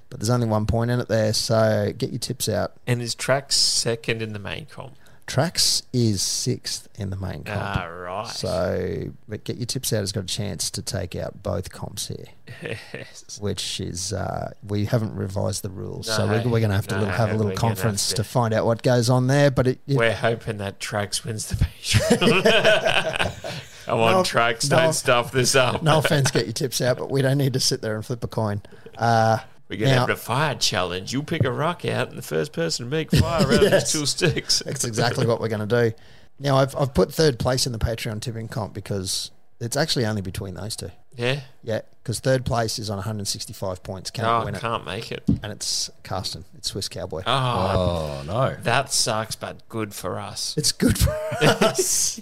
Speaker 1: But there's only one point in it there, so Get Your Tips Out.
Speaker 2: And his track's second in the main comp.
Speaker 1: Trax is sixth in the main comp.
Speaker 2: Ah, right.
Speaker 1: So, but get your tips out has got a chance to take out both comps here, which is uh, we haven't revised the rules, so we're,
Speaker 2: No,
Speaker 1: we're going to have to
Speaker 2: no,
Speaker 1: little, have a
Speaker 2: we're
Speaker 1: little
Speaker 2: gonna
Speaker 1: conference
Speaker 2: have
Speaker 1: to.
Speaker 2: to.
Speaker 1: find out what goes on there. But it, it-
Speaker 2: We're hoping that Trax wins the Patreon. Come on,
Speaker 1: No,
Speaker 2: Trax,
Speaker 1: no.
Speaker 2: don't stuff this up.
Speaker 1: no offense, get your tips out, but we don't need to sit there and flip a coin. Uh,
Speaker 2: We're going to
Speaker 1: Now-
Speaker 2: have a fire challenge. You pick a rock out, and the first person to make fire out of
Speaker 1: Yes.
Speaker 2: these two sticks.
Speaker 1: that's exactly what we're going to do. Now, I've I've put third place in the Patreon tipping comp because it's actually only between those two.
Speaker 2: Yeah.
Speaker 1: Yeah, because third place is on 165 points, can't
Speaker 2: No, I
Speaker 1: win it,
Speaker 2: Oh, can't make it.
Speaker 1: and it's Carsten, it's Swiss Cowboy.
Speaker 2: Oh,
Speaker 3: Oh no.
Speaker 2: that sucks, but good for us.
Speaker 1: It's good for us.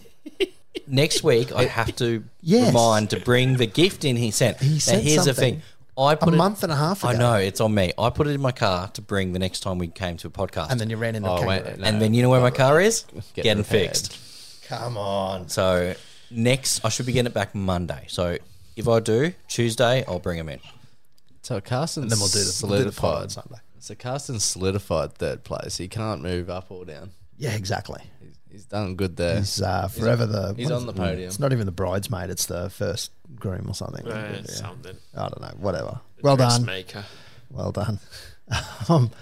Speaker 3: Next week I have to
Speaker 1: Yes.
Speaker 3: remind to bring the gift in he sent. He
Speaker 1: sent
Speaker 3: here's
Speaker 1: something
Speaker 3: the thing. I
Speaker 1: a
Speaker 3: put it,
Speaker 1: month and a half ago.
Speaker 3: I know, it's on me. I put it in my car to bring the next time we came to a podcast.
Speaker 1: And then you ran into
Speaker 4: Oh,
Speaker 1: a
Speaker 4: wait,
Speaker 1: kangaroo.
Speaker 4: no.
Speaker 3: And then you know where my car is?
Speaker 4: Get
Speaker 3: Getting
Speaker 4: repaired.
Speaker 3: fixed.
Speaker 1: Come on.
Speaker 3: So next I should be getting it back Monday. So if I do, Tuesday I'll bring them in.
Speaker 4: So Carson
Speaker 1: And then we'll do the, we'll do the pod on
Speaker 4: solidified.
Speaker 1: Sunday.
Speaker 4: so Carson solidified third place. He can't move up or down.
Speaker 1: Yeah, exactly.
Speaker 4: He's, he's done good there.
Speaker 1: He's uh, forever the.
Speaker 4: he's
Speaker 1: what is
Speaker 4: on the
Speaker 1: it?
Speaker 4: podium.
Speaker 1: It's not even the bridesmaid. It's the first groom or something.
Speaker 2: Uh,
Speaker 1: Yeah.
Speaker 2: Something.
Speaker 1: I don't know. Whatever. Well done.
Speaker 2: Dressmaker.
Speaker 1: Well done. um,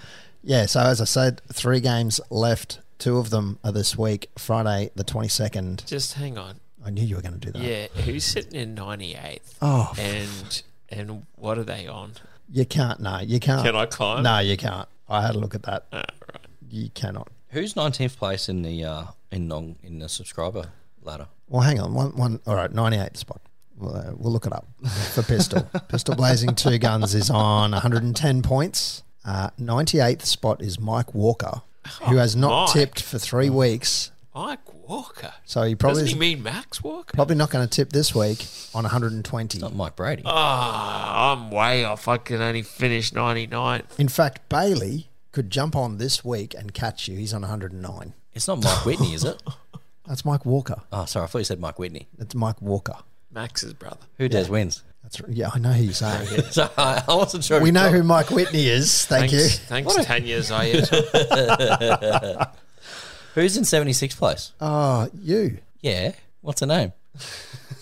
Speaker 1: yeah. So as I said, three games left. Two of them are this week. Friday the twenty second.
Speaker 2: Just hang on.
Speaker 1: I knew you were going to do that.
Speaker 2: Yeah, who's sitting in 98th?
Speaker 1: Oh,
Speaker 2: And and what are they on?
Speaker 1: you can't. No, you can't.
Speaker 2: Can I climb?
Speaker 1: No, you can't. I had a look at that.
Speaker 2: Ah, right.
Speaker 1: You cannot.
Speaker 3: Who's nineteenth place in the uh, in non, in the subscriber ladder?
Speaker 1: Well, hang on. One, one. All right, ninety-eight spot. We'll, uh, we'll look it up for pistol. pistol blazing two guns is on one hundred and ten points. Uh, Ninety-eighth spot is Mike Walker, who has not
Speaker 2: Oh, Mike.
Speaker 1: tipped for three weeks.
Speaker 2: Mike Walker.
Speaker 1: So he probably
Speaker 2: Doesn't
Speaker 1: is-
Speaker 2: he mean Max Walker?
Speaker 1: probably not going to tip this week on one hundred and twenty.
Speaker 3: Not Mike Brady.
Speaker 2: Ah, I'm way off. I can only finish 99th.
Speaker 1: In fact, Bailey could jump on this week and catch you. He's on one hundred and nine.
Speaker 3: It's not Mike Whitney, is it?
Speaker 1: That's Mike Walker.
Speaker 3: Oh, sorry, I thought you said Mike Whitney.
Speaker 1: That's Mike Walker.
Speaker 2: Max's brother.
Speaker 3: Who does wins?
Speaker 1: That's r- yeah. I know who you're saying.
Speaker 3: So I wasn't sure.
Speaker 1: We know who Mike Whitney is. Thank you.
Speaker 2: Thanks, thanks Tanya Zayat.
Speaker 3: Who's in seventy sixth place?
Speaker 4: Uh,
Speaker 1: Oh, you.
Speaker 3: Yeah. What's her name?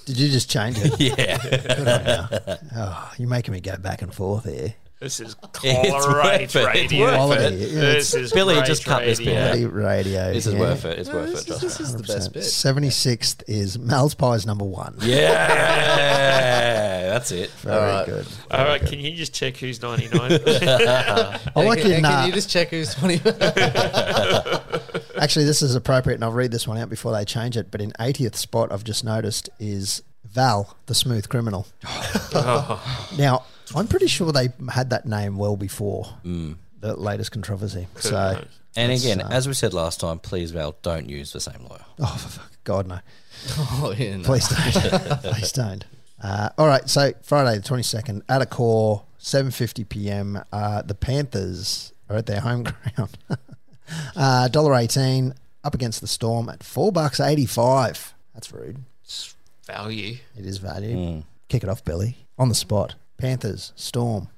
Speaker 1: Did you just change it?
Speaker 3: Yeah.
Speaker 1: Oh, you're making me go back and forth here.
Speaker 2: This is
Speaker 3: It's worth
Speaker 2: great
Speaker 3: it.
Speaker 2: radio.
Speaker 3: It's worth
Speaker 1: it. Yeah,
Speaker 2: This is
Speaker 3: Billy,
Speaker 2: great
Speaker 3: just cut this bit
Speaker 2: radio.
Speaker 3: out.
Speaker 1: Bloody radio.
Speaker 3: This is worth it. It's worth it.
Speaker 4: This,
Speaker 3: Trust me.
Speaker 4: this is the best bit.
Speaker 1: 76th is Mal's Pies number one.
Speaker 3: Yeah. That's it.
Speaker 1: Very good.
Speaker 2: All right, can you just check who's 99?
Speaker 1: I like
Speaker 4: Can-
Speaker 1: your
Speaker 4: can
Speaker 1: nah.
Speaker 4: you just check who's 20?
Speaker 1: Actually, this is appropriate, and I'll read this one out before they change it. But in 80th spot, I've just noticed is Val, the smooth criminal. now, I'm pretty sure they had that name well before the latest controversy. So,
Speaker 3: And again,
Speaker 1: uh,
Speaker 3: as we said last time, please, Val, don't use the same lawyer.
Speaker 1: oh, for fuck, God, no.
Speaker 4: Oh, yeah, no.
Speaker 1: Please don't. Please don't. Uh, all right. So Friday the twenty second at a core, seven fifty p.m. Uh, the Panthers are at their home ground. uh, Dollar eighteen up against the Storm at four bucks eighty five. That's rude.
Speaker 2: It's value.
Speaker 1: It is value. Kick it off, Billy, on the spot. Panthers, Storm.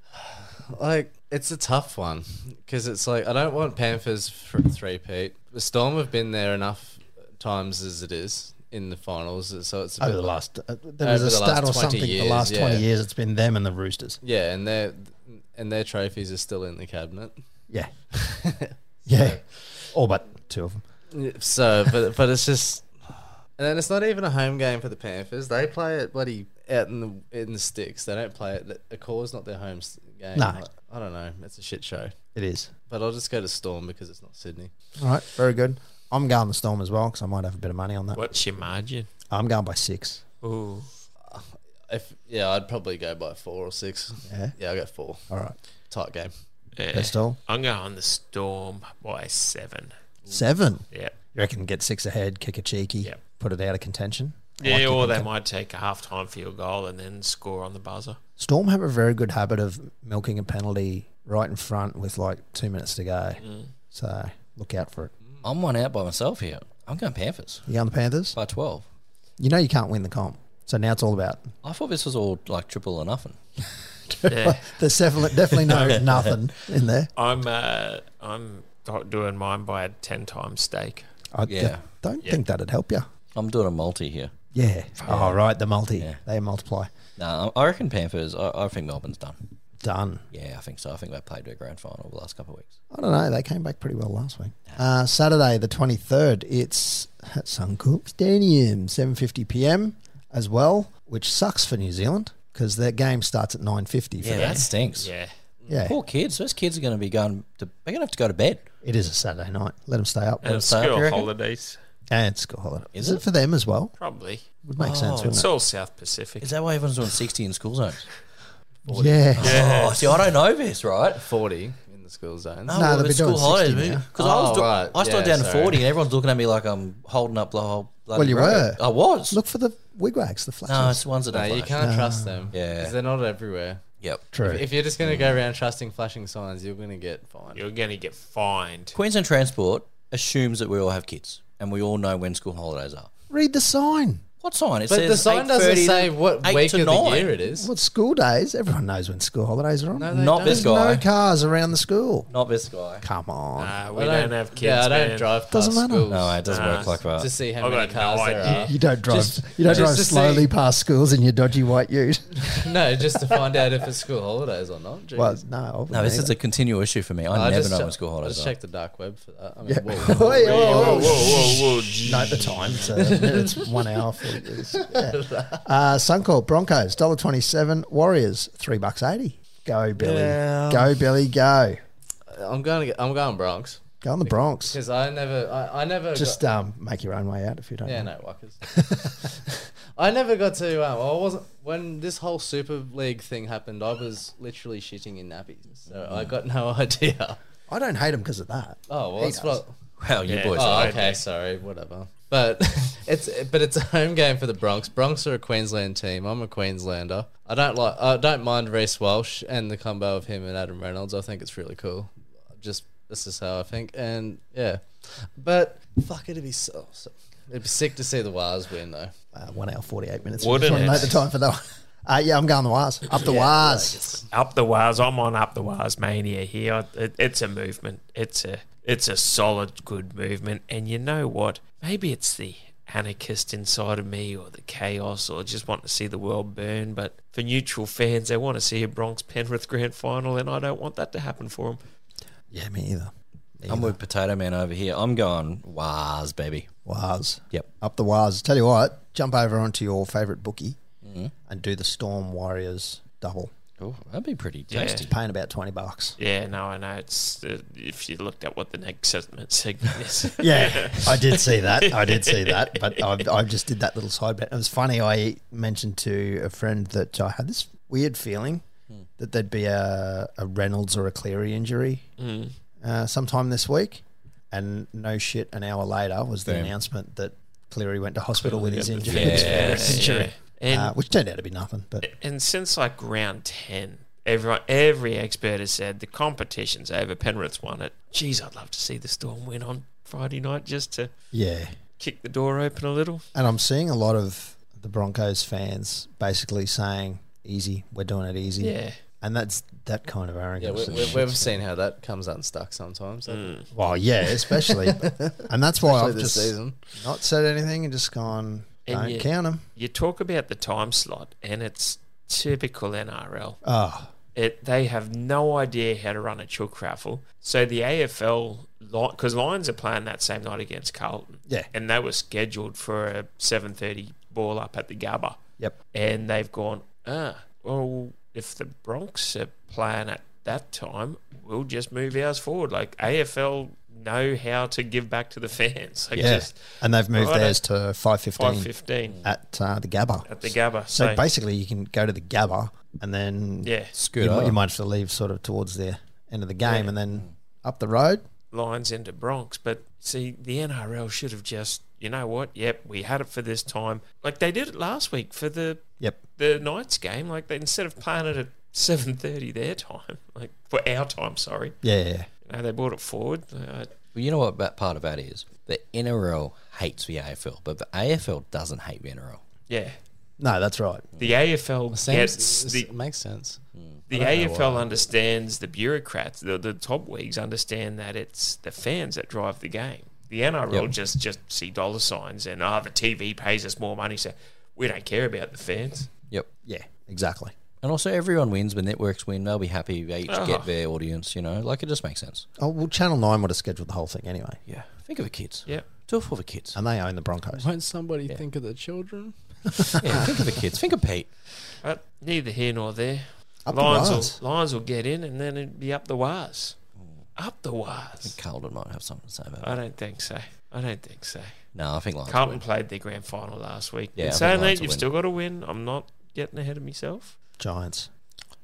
Speaker 4: Like, it's a tough one because it's like, I don't want Panthers for a three-peat. The Storm have been there enough times as it is in the finals, so it's a bit
Speaker 1: Over the
Speaker 4: like-
Speaker 1: last, uh, there was a
Speaker 4: Over the
Speaker 1: stat
Speaker 4: last
Speaker 1: or
Speaker 4: 20
Speaker 1: something. the
Speaker 4: years,
Speaker 1: last twenty
Speaker 4: yeah.
Speaker 1: years, it's been them and the Roosters.
Speaker 4: Yeah, and their and their trophies are still in the cabinet.
Speaker 1: Yeah, yeah, all but two of them.
Speaker 4: So, but but it's just, and then it's not even a home game for the Panthers. They play it bloody out in the in the sticks. They don't play it. The core's not their home s- game.
Speaker 1: No.
Speaker 4: Like, I don't know. It's a shit show.
Speaker 1: It is.
Speaker 4: But I'll just go to Storm because it's not Sydney.
Speaker 1: All right, very good. I'm going the Storm as well because I might have a bit of money on that.
Speaker 2: What's your margin?
Speaker 1: I'm going by six.
Speaker 2: Ooh.
Speaker 4: If yeah, I'd probably go by four or six.
Speaker 1: Yeah.
Speaker 4: yeah, I got four.
Speaker 1: All right,
Speaker 4: Tight game.
Speaker 2: Yeah.
Speaker 1: best all
Speaker 2: I'm going on the storm by seven.
Speaker 1: seven.
Speaker 2: Yeah.
Speaker 1: You reckon get six ahead, kick a cheeky,
Speaker 2: Yep.
Speaker 1: put it out of contention. I like
Speaker 2: Yeah,
Speaker 1: to
Speaker 2: or
Speaker 1: think
Speaker 2: they
Speaker 1: it.
Speaker 2: might take a half time field goal and then score on the buzzer.
Speaker 1: Storm have a very good habit of milking a penalty right in front with like two minutes to go. So look out for it.
Speaker 3: I'm one out by myself here. I'm going Panthers
Speaker 1: You on the Panthers?
Speaker 3: by 12.
Speaker 1: You know you can't win the comp. So now it's all about
Speaker 3: I thought this was all like triple or nothing.
Speaker 2: Yeah.
Speaker 1: there's definitely definitely no nothing in there.
Speaker 2: I'm uh, I'm do- doing mine by a ten times stake.
Speaker 1: I d-
Speaker 3: Yeah.
Speaker 1: don't think that'd help you.
Speaker 3: I'm doing a multi here.
Speaker 1: Yeah. Oh right, the multi.
Speaker 3: Yeah.
Speaker 1: They multiply.
Speaker 3: No, I I reckon Panthers, I, I think Melbourne's done.
Speaker 1: Done.
Speaker 3: Yeah, I think so. I think they played their grand final the last couple of weeks.
Speaker 1: I don't know. They came back pretty well last week. Uh, Saturday the twenty third. It's at Suncorp Stadium, seven fifty p.m. as well, which sucks for New Zealand because their game starts at nine fifty.
Speaker 3: Yeah, that stinks.
Speaker 2: Yeah.
Speaker 1: yeah,
Speaker 3: Poor kids. Those kids are going to be going to, they're going to have to go to bed.
Speaker 1: it is a Saturday night. Let them stay up.
Speaker 2: And
Speaker 3: stay up, you
Speaker 2: school
Speaker 3: reckon?
Speaker 2: holidays.
Speaker 1: And it's school holiday. Is,
Speaker 3: Is
Speaker 1: it
Speaker 3: it?
Speaker 1: for them as well?
Speaker 2: Probably.
Speaker 1: Would make sense,
Speaker 2: It's
Speaker 1: wouldn't
Speaker 2: all South Pacific.
Speaker 3: Is that why everyone's doing 60 in school zones?
Speaker 1: it? Yeah.
Speaker 3: Oh, see, I don't know this, right? Oh,
Speaker 4: Forty in the school zone.
Speaker 1: No, they'll be
Speaker 3: it's
Speaker 1: doing
Speaker 3: school holidays,
Speaker 1: 60 now.
Speaker 3: Because I was,
Speaker 4: Oh,
Speaker 3: do-
Speaker 4: right.
Speaker 3: I was
Speaker 4: Yeah,
Speaker 3: down to
Speaker 4: sorry.
Speaker 3: forty, and everyone's looking at me like I'm holding up the whole. bloody
Speaker 1: Well, you
Speaker 3: road.
Speaker 1: were.
Speaker 3: I was.
Speaker 1: Look for the wigwags, the
Speaker 3: no,
Speaker 1: flashes.
Speaker 3: it's the ones that
Speaker 4: No,
Speaker 3: don't.
Speaker 4: you
Speaker 3: flash.
Speaker 4: can't trust them.
Speaker 3: Yeah.
Speaker 4: 'cause they're not everywhere.
Speaker 3: Yep.
Speaker 1: True.
Speaker 4: If you're just gonna go around trusting flashing signs, you're gonna get fined.
Speaker 2: You're going to get fined.
Speaker 3: Queensland Transport assumes that we all have kids, and we all know when school holidays are.
Speaker 1: Read the sign.
Speaker 3: What sign? It
Speaker 4: But
Speaker 3: says
Speaker 4: the sign doesn't
Speaker 3: 8:30
Speaker 4: say what
Speaker 3: eight
Speaker 4: week
Speaker 3: to
Speaker 4: of the
Speaker 3: nine.
Speaker 4: year it is.
Speaker 1: What school days? Everyone knows when school holidays are on.
Speaker 4: No, they
Speaker 3: Not
Speaker 4: don't.
Speaker 3: this
Speaker 1: There's
Speaker 3: guy.
Speaker 1: no cars around the school.
Speaker 3: Not this guy.
Speaker 1: Come on.
Speaker 2: Uh,
Speaker 4: I
Speaker 2: we don't, have kids.
Speaker 4: Yeah, I don't
Speaker 2: man.
Speaker 4: drive past
Speaker 1: Doesn't matter.
Speaker 4: schools
Speaker 3: No, it doesn't
Speaker 2: Nah.
Speaker 3: work like that.
Speaker 4: to see how
Speaker 2: I've
Speaker 4: many
Speaker 2: got
Speaker 4: cars
Speaker 2: no
Speaker 4: there
Speaker 2: idea.
Speaker 1: You don't drive.
Speaker 4: Just-
Speaker 1: you don't drive
Speaker 4: just to
Speaker 1: slowly
Speaker 4: see-
Speaker 1: past schools in your dodgy white ute.
Speaker 4: are. no, just to find out if it's school holidays or not. Jeez.
Speaker 1: well, no, I wouldn't
Speaker 3: No, this is
Speaker 1: either.
Speaker 3: a continual issue for me. I,
Speaker 4: I
Speaker 3: never
Speaker 4: just
Speaker 3: know
Speaker 4: che-
Speaker 3: when school
Speaker 4: I
Speaker 3: holidays
Speaker 4: just
Speaker 3: are.
Speaker 4: checked the dark web for that. I mean,
Speaker 1: Yeah.
Speaker 4: whoa.
Speaker 1: Wait,
Speaker 2: Whoa,
Speaker 1: whoa, whoa.
Speaker 2: whoa, whoa, whoa.
Speaker 1: Note the time. So it's one hour. 40 minutes. Yeah. Uh, Suncorp Broncos dollar twenty seven. Warriors three bucks eighty. Go Billy.
Speaker 4: Yeah.
Speaker 1: Go Billy. Go.
Speaker 4: I'm going. To, I'm going Bronx
Speaker 1: Go on the Bronx.
Speaker 4: because I never. I, I never.
Speaker 1: Just
Speaker 4: got,
Speaker 1: um, make your own way out if you don't.
Speaker 4: yeah,
Speaker 1: mind.
Speaker 4: no Wackers. I never got to. Um, I wasn't when this whole Super League thing happened. I was literally shitting in nappies, so I got no idea.
Speaker 1: I don't hate him because of that.
Speaker 4: Mm. Oh well,
Speaker 1: He
Speaker 4: that's
Speaker 1: does.
Speaker 4: what.
Speaker 3: Well, you
Speaker 2: Yeah.
Speaker 3: boys.
Speaker 2: Oh,
Speaker 3: are.
Speaker 4: Oh,
Speaker 2: I
Speaker 4: okay,
Speaker 2: do.
Speaker 4: sorry, whatever. But it's but it's a home game for the Bronx. Bronx are a Queensland team. I'm a Queenslander. I don't like. I don't mind Reese Walsh and the combo of him and Adam Reynolds. I think it's really cool. Just this is how I think, and yeah. But fuck, it'd be so. so it'd be sick to see the Wars win though.
Speaker 1: Uh, one hour forty eight minutes.
Speaker 2: Wouldn't
Speaker 1: Just wanna
Speaker 2: it?
Speaker 1: note the time for that. One. Uh, yeah, I'm going the Wars. Up the Wars.
Speaker 2: Up the Wars. I'm on Up the Wars Mania here. It, it's a movement. It's a it's a solid good movement. And you know what? Maybe it's the anarchist inside of me or the chaos or just want to see the world burn. But for neutral fans, they want to see a Bronx Penrith grand final, and I don't want that to happen for them.
Speaker 1: Yeah, me either.
Speaker 3: I'm with Potato Man over here. I'm going Waz, baby.
Speaker 1: Waz.
Speaker 3: Yep.
Speaker 1: Up the Waz. Tell you what, jump over onto your favourite bookie and do the Storm Warriors double.
Speaker 3: Oh, that'd be pretty tasty.
Speaker 1: Paying about 20 bucks.
Speaker 2: Yeah, no, I know. It's uh, if you looked at what the next segment segment is.
Speaker 1: Yeah, I did see that. I did see that. But I, I just did that little side bet. It was funny. I mentioned to a friend that I had this weird feeling that there'd be a, a Reynolds or a Cleary injury uh, sometime this week. And no shit, an hour later was the
Speaker 3: Boom.
Speaker 1: announcement that Cleary went to hospital with his injury,
Speaker 2: Yeah, yeah.
Speaker 1: injury
Speaker 2: And
Speaker 1: uh, which turned out to be nothing. But
Speaker 2: and since like round ten, everyone every expert has said the competition's over. Penrith's won it. Jeez, I'd love to see the Storm win on Friday night just to
Speaker 1: yeah,
Speaker 2: kick the door open a little.
Speaker 1: And I'm seeing a lot of the Broncos fans basically saying, "Easy, we're doing it easy."
Speaker 2: Yeah.
Speaker 1: and that's that kind of
Speaker 4: Yeah,
Speaker 1: arrogance.
Speaker 4: we,
Speaker 1: and
Speaker 4: we,
Speaker 1: shit.
Speaker 4: we've seen how that comes unstuck sometimes.
Speaker 2: Mm.
Speaker 4: hasn't it?
Speaker 1: well, yeah, especially, and that's why
Speaker 4: Especially
Speaker 1: I've
Speaker 4: this
Speaker 1: just
Speaker 4: season.
Speaker 1: not said anything and just gone.
Speaker 2: And
Speaker 1: Don't
Speaker 2: you-
Speaker 1: count them.
Speaker 2: You talk about the time slot, and it's typical NRL.
Speaker 1: Oh,
Speaker 2: It, they have no idea how to run a chook raffle. So the AFL, because Lions are playing that same night against Carlton,
Speaker 1: Yeah.
Speaker 2: and they were scheduled for a seven thirty ball up at the Gabba.
Speaker 1: yep.
Speaker 2: and they've gone, ah, well, if the Bronx are playing at that time, we'll just move ours forward. Like AFL know how to give back to the fans. Like
Speaker 1: Yeah,
Speaker 2: just
Speaker 1: and they've moved
Speaker 2: right
Speaker 1: theirs to five
Speaker 2: five
Speaker 1: fifteen
Speaker 2: fifteen
Speaker 1: at uh, the Gabba.
Speaker 2: at the Gabba.
Speaker 1: so,
Speaker 2: So,
Speaker 1: basically, you can go to the Gabba and then
Speaker 2: yeah,
Speaker 3: Scoot
Speaker 1: you,
Speaker 3: up.
Speaker 1: might- you might have to leave sort of towards the end of the game and then up the road.
Speaker 2: lines into Bronx. But see, the NRL should have just, you know what? Yep, we had it for this time. Like they did it last week for the
Speaker 1: Yep.
Speaker 2: the Knights game. Like they, instead of playing it at seven thirty their time, like for our time, sorry,
Speaker 1: Yeah, yeah, yeah.
Speaker 2: you know, they brought it forward. Uh,
Speaker 3: Well, you know what that part of that is? The NRL hates the AFL, but the AFL doesn't hate the NRL.
Speaker 2: yeah.
Speaker 1: No, that's right.
Speaker 2: The AFL
Speaker 4: Seems-
Speaker 2: gets
Speaker 4: it's-
Speaker 2: the, Mm.
Speaker 4: it makes sense.
Speaker 2: the AFL understands the bureaucrats, the, the top leagues understand that it's the fans that drive the game. The NRL
Speaker 3: Yep.
Speaker 2: just just see dollar signs and ah the TV pays us more money, so we don't care about the fans.
Speaker 3: Yep.
Speaker 1: Yeah, exactly.
Speaker 3: And also, everyone wins when networks win. They'll be happy. They each
Speaker 2: Oh.
Speaker 3: get their audience, you know? Like, it just makes sense.
Speaker 1: Oh well, Channel Nine would have scheduled the whole thing anyway,
Speaker 3: Yeah. Think of the kids.
Speaker 2: Yep.
Speaker 3: Do it for the kids.
Speaker 1: and they own the Broncos.
Speaker 4: Won't somebody think of the children?
Speaker 3: yeah, think of the kids. Think of Pete.
Speaker 2: But neither here nor there.
Speaker 1: Up the
Speaker 2: Lions
Speaker 1: Waz.
Speaker 2: will, Lions will get in and then it'd be up the wires. Up the wires.
Speaker 3: Carlton might have something to say about it.
Speaker 2: I don't think so. I don't think so.
Speaker 3: No, I think Lions
Speaker 2: Uh, Carlton
Speaker 3: win.
Speaker 2: played their grand final last week. Yeah,
Speaker 3: Yeah, I
Speaker 2: and
Speaker 3: think
Speaker 2: saying
Speaker 3: Lions
Speaker 2: that,
Speaker 3: will
Speaker 2: you've
Speaker 3: win.
Speaker 2: still got to win. I'm not getting ahead of myself.
Speaker 1: Giants.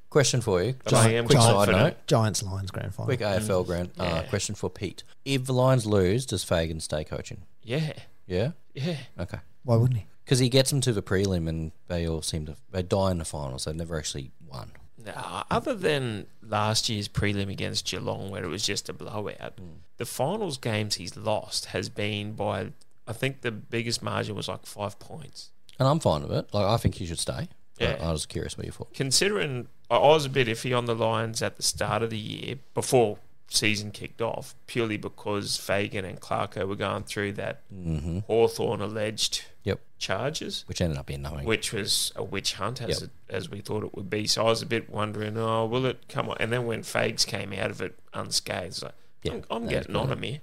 Speaker 3: Question for you.
Speaker 2: But I am
Speaker 3: quick side
Speaker 2: confident.
Speaker 3: note.
Speaker 1: Giants Lions grand final.
Speaker 3: Quick AFL grant uh,
Speaker 2: Yeah.
Speaker 3: question for Pete. If the Lions lose, does Fagan stay coaching?
Speaker 2: Yeah.
Speaker 3: Yeah?
Speaker 2: Yeah.
Speaker 3: Okay.
Speaker 1: Why wouldn't he?
Speaker 3: Because he gets them to the prelim and they all seem to, they die in the finals. They've never actually won.
Speaker 2: No, other than last year's prelim against Geelong, where it was just a blowout,
Speaker 3: Hmm.
Speaker 2: the finals games he's lost has been by, I think the biggest margin was like five points.
Speaker 3: And I'm fine with it. Like, I think he should stay. Yeah.
Speaker 2: Yeah.
Speaker 3: I was curious what you thought.
Speaker 2: Considering I I was a bit iffy on the Lions at the start of the year before season kicked off, purely because Fagan and Clarko were going through that
Speaker 3: Mm-hmm.
Speaker 2: Hawthorn alleged
Speaker 3: Yep.
Speaker 2: charges.
Speaker 3: Which ended up being nothing.
Speaker 2: which was a witch hunt as
Speaker 3: Yep.
Speaker 2: it, as we thought it would be. So I was a bit wondering, oh, will it come on? And then when Fags came out of it unscathed, it's like,
Speaker 3: Yeah,
Speaker 2: I'm, I'm
Speaker 3: that
Speaker 2: getting
Speaker 3: is
Speaker 2: on him here.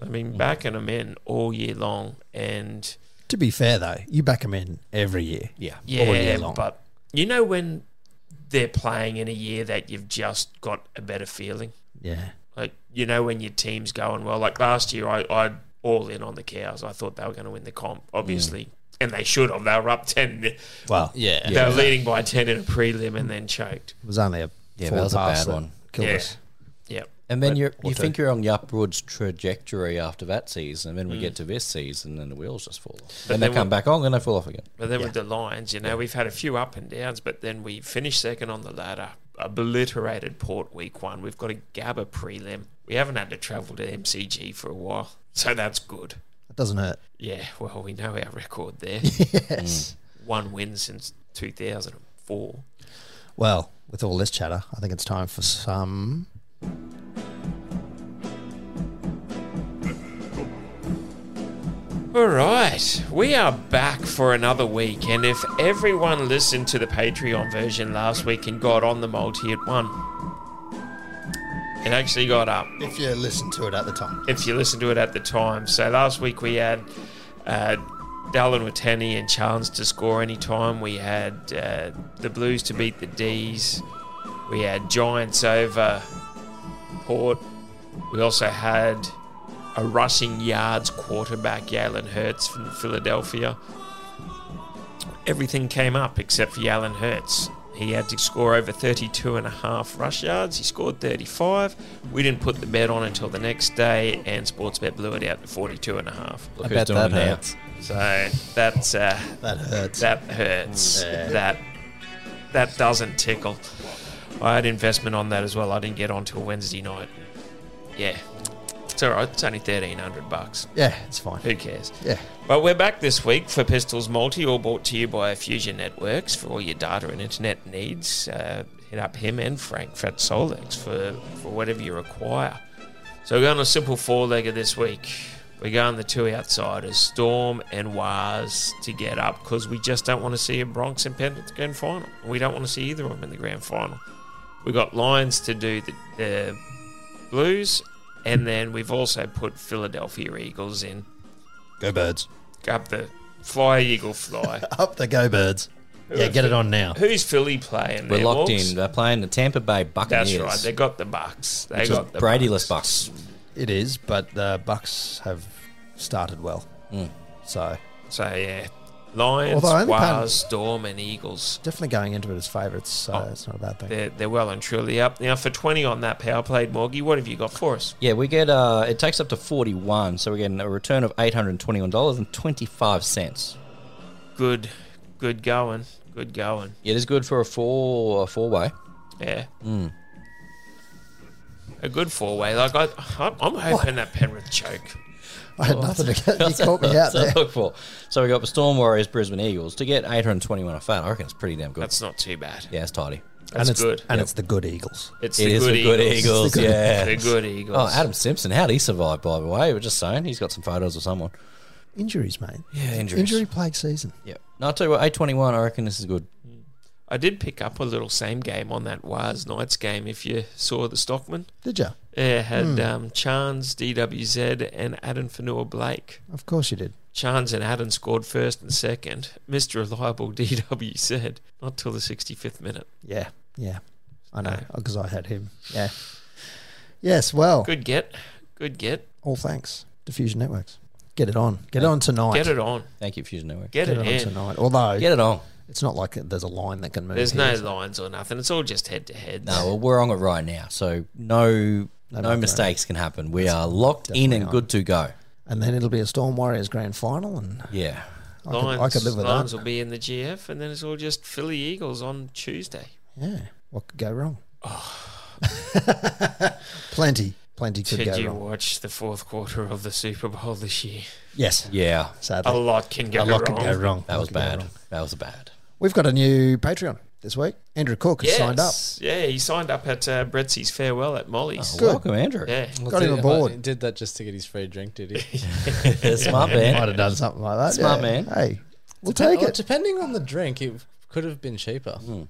Speaker 2: I mean, backing him in all year long, and
Speaker 1: To be fair though, you back him in every year.
Speaker 3: yeah.
Speaker 2: yeah,
Speaker 1: year long.
Speaker 2: but you know when they're playing in a year that you've just got a better feeling.
Speaker 1: Yeah.
Speaker 2: Like you know when your team's going well. Like last year, I I all in on the cows. I thought they were going to win the comp, obviously, and they should have. They were up ten.
Speaker 1: Well,
Speaker 4: Yeah.
Speaker 2: They were leading by 10 in a prelim and then choked.
Speaker 1: it was only a
Speaker 3: Yeah,
Speaker 1: four
Speaker 3: that was a
Speaker 1: pass
Speaker 3: bad
Speaker 1: that
Speaker 3: one.
Speaker 1: Killed
Speaker 2: Yeah.
Speaker 1: us.
Speaker 2: Yep.
Speaker 3: And then
Speaker 2: But-
Speaker 3: you're, you
Speaker 1: two.
Speaker 3: think you're on the upwards trajectory after that season, and then we get to this season, and the wheels just fall off. Then,
Speaker 2: then
Speaker 3: they come
Speaker 2: we-
Speaker 3: back on, and they fall off again.
Speaker 2: But then with the Lions, you know, we've had a few up and downs, but then we finished second on the ladder, obliterated Port week one. We've got a Gabba prelim. We haven't had to travel to MCG for a while, so that's good.
Speaker 1: That doesn't hurt.
Speaker 2: Yeah, well, we know our record there. Mm.
Speaker 1: Yes.
Speaker 2: One win since 2004.
Speaker 1: Well, with all this chatter, I think it's time for some
Speaker 2: All right, we are back for another week, and if everyone listened to the Patreon version last week and got on the multi at one, it actually got up
Speaker 1: if you listen to it at the time.
Speaker 2: if you listen to it at the time. So last week we had uh, Dallin with Tanny and Chance to score any time. We had uh, the Blues to beat the D's. We had Giants over Port. We also had a rushing yards quarterback, Jalen Hurts from Philadelphia. Everything came up except for Jalen Hurts. He had to score over 32 and a half rush yards. He scored 35. We didn't put the bet on until the next day, and Sportsbet blew it out to 42 and a half.
Speaker 3: Look
Speaker 4: I bet that hurts.
Speaker 2: So that's uh,
Speaker 1: That hurts.
Speaker 2: that hurts. That that doesn't tickle. I had investment on that as well. I didn't get on till Wednesday night. Yeah, it's all right. It's only 1,300 bucks.
Speaker 1: yeah, it's fine.
Speaker 2: Who cares?
Speaker 1: Yeah.
Speaker 2: But we're back this week for Pistols Multi, all brought to you by Fusion Networks for all your data and internet needs. Uh, hit up him and Frank Fat Solex for, for whatever you require. So we're going a simple four legger this week. We're going the two outsiders, Storm and Waz, to get up because we just don't want to see a Bronx and Pendleton grand final. We don't want to see either of them in the grand final. We've got Lions to do the, the Blues, and then we've also put Philadelphia Eagles in
Speaker 1: Go birds.
Speaker 2: up the fly eagle fly.
Speaker 1: Up the go birds. Yeah, get it on now.
Speaker 2: Who's Philly playing?
Speaker 3: We're
Speaker 2: there,
Speaker 3: locked
Speaker 2: Hawks?
Speaker 3: in. They're playing the Tampa Bay Buccaneers.
Speaker 2: That's right. They got the Bucks. They
Speaker 3: which is
Speaker 2: got the
Speaker 3: Bradyless
Speaker 2: Bucks.
Speaker 3: Bucks.
Speaker 1: It is, but the Bucks have started well.
Speaker 2: Mm.
Speaker 1: So
Speaker 2: So yeah, Lions,
Speaker 1: Although I
Speaker 2: Wars,
Speaker 1: only can't-
Speaker 2: Storm, and Eagles.
Speaker 1: definitely going into it as favourites, so
Speaker 2: Oh.
Speaker 1: it's not a bad thing.
Speaker 2: They're, they're well and truly up now for twenty on that power play, Morgie. What have you got for us?
Speaker 3: Yeah, we get uh, it takes up to forty one, so we're getting a return of eight hundred and twenty one dollars and twenty five cents.
Speaker 2: Good, good going. Good going.
Speaker 3: It is good for a four a four way.
Speaker 2: Yeah.
Speaker 3: Hmm.
Speaker 2: A good four way. Like I, I'm, I'm hoping that Penrith choke.
Speaker 1: I had nothing to get. You caught me out there.
Speaker 3: Look for. So we got the Storm Warriors, Brisbane Eagles to get eight hundred twenty one. I I reckon it's pretty damn good.
Speaker 2: That's not too bad.
Speaker 3: yeah, it's tidy.
Speaker 2: That's
Speaker 1: and it's
Speaker 2: good.
Speaker 1: And it's the good Eagles.
Speaker 2: It's
Speaker 3: It
Speaker 2: the
Speaker 3: is
Speaker 2: good,
Speaker 3: the good
Speaker 2: Eagles.
Speaker 3: Eagles, yeah.
Speaker 2: The good Eagles.
Speaker 3: Oh, Adam Simpson, how'd he survive? By the way, we're just saying he's got some photos of someone.
Speaker 1: Injuries, mate.
Speaker 3: Yeah, injuries.
Speaker 1: Injury plague season.
Speaker 3: Yeah. No, I tell you what, eight twenty one. I reckon this is good.
Speaker 2: I did pick up a little same game on that Waz Knights game. If you saw the Stockman,
Speaker 1: Did you?
Speaker 2: it had
Speaker 1: Hmm.
Speaker 2: um, Chans, DWZ, and Adam Fanua Blake.
Speaker 1: Of course you did.
Speaker 2: Chans and Adam scored first and second. Mr. Reliable DWZ not till the 65th minute.
Speaker 1: Yeah. Yeah. I know, because I had him. Yeah. Yes, well,
Speaker 2: Good get, good get.
Speaker 1: all thanks. Diffusion Networks. Get it on. Get it on tonight.
Speaker 2: Get it on,
Speaker 3: Thank you, Fusion Network.
Speaker 2: get,
Speaker 1: Get it
Speaker 2: it,
Speaker 1: on
Speaker 2: in.
Speaker 1: tonight. Although,
Speaker 3: Get it on.
Speaker 1: it's not like there's a line that can move.
Speaker 2: There's
Speaker 1: here,
Speaker 2: no
Speaker 1: is there?
Speaker 2: lines or nothing. It's all just head to head.
Speaker 3: No, Oh, well, we're on it right now, so no no,
Speaker 1: no, no.
Speaker 3: mistakes can happen. We are locked in and
Speaker 1: definitely
Speaker 3: good to go.
Speaker 1: And then it'll be a Storm Warriors grand final, and
Speaker 3: Yeah.
Speaker 1: I, could, I could live with
Speaker 2: Lions
Speaker 1: that.
Speaker 2: will be in the GF, and then it's all just Philly Eagles on Tuesday.
Speaker 1: Yeah. What could go wrong? plenty. Plenty could
Speaker 2: Did
Speaker 1: go
Speaker 2: you
Speaker 1: wrong.
Speaker 2: watch the fourth quarter of the Super Bowl this year?
Speaker 1: Yes.
Speaker 3: Yeah.
Speaker 2: A
Speaker 1: Sadly.
Speaker 2: lot can go
Speaker 1: a lot
Speaker 2: Oh, wrong.
Speaker 1: could go wrong. A
Speaker 3: That
Speaker 1: lot
Speaker 3: was
Speaker 1: could go
Speaker 3: bad.
Speaker 1: wrong.
Speaker 3: That was bad.
Speaker 1: We've got a new Patreon this week. Andrew Cook has
Speaker 2: Yes.
Speaker 1: signed up.
Speaker 2: Yeah, he signed up at uh, Bretsy's farewell at Molly's.
Speaker 1: Good.
Speaker 3: Welcome, Andrew.
Speaker 2: Yeah.
Speaker 1: Got him aboard.
Speaker 4: He did that just to get his free drink, did he?
Speaker 3: Smart man.
Speaker 1: Might have done something like that.
Speaker 3: Smart
Speaker 1: yeah.
Speaker 3: man.
Speaker 1: Hey, we'll
Speaker 4: Depen-
Speaker 1: take
Speaker 4: well,
Speaker 1: it.
Speaker 4: Depending on the drink, it could have been cheaper.
Speaker 2: Mm.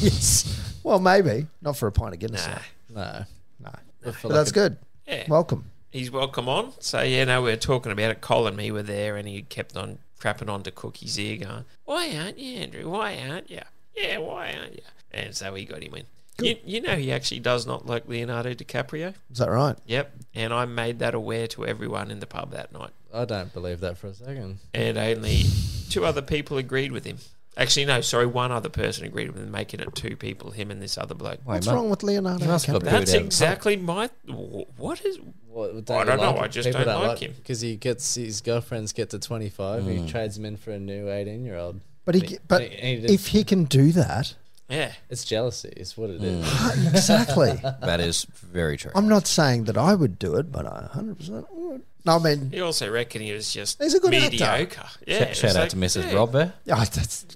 Speaker 1: yes. Well, maybe not for a pint of Guinness.
Speaker 2: Nah.
Speaker 4: No.
Speaker 1: No,
Speaker 4: But for
Speaker 1: but
Speaker 4: like
Speaker 1: that's good.
Speaker 2: Yeah.
Speaker 1: Welcome.
Speaker 2: He's welcome on. So, yeah, no, we were talking about it. Cole and me were there, and he kept on crapping on to Cookie's ear, going, Why aren't you, Andrew? Why aren't you? Yeah, why aren't you? And so we got him in. You, you know, he actually does not like Leonardo DiCaprio.
Speaker 1: Is that right?
Speaker 2: Yep. And I made that aware to everyone in the pub that night.
Speaker 4: I don't believe that for a second.
Speaker 2: and only two other people agreed with him. Actually, no, sorry, one other person agreed with him, making it two people, him and this other bloke.
Speaker 3: Wait,
Speaker 1: What's
Speaker 3: mate.
Speaker 1: wrong with Leonardo?
Speaker 3: You must have got
Speaker 1: DiCaprio?
Speaker 3: bad-
Speaker 2: That's
Speaker 3: Dude, um,
Speaker 2: exactly my. wh- What is?
Speaker 4: Well,
Speaker 2: I don't know, I just don't like him. Mm.
Speaker 4: because he gets his girlfriends get to twenty five. He trades them in for a new eighteen year old.
Speaker 1: But he, but if he can do that,
Speaker 2: Yeah,
Speaker 4: it's jealousy, it's what it is.
Speaker 2: Mm.
Speaker 1: exactly.
Speaker 3: That is very true.
Speaker 1: I'm not saying that I would do it, but I 100 percent would. No, I mean,
Speaker 2: he also reckoned he was just
Speaker 1: He's a good actor.
Speaker 2: mediocre. Yeah,
Speaker 3: Shout-
Speaker 2: it's
Speaker 3: Shout out
Speaker 2: like,
Speaker 3: to Mrs.
Speaker 2: yeah,
Speaker 3: Rob there.
Speaker 1: I, that's,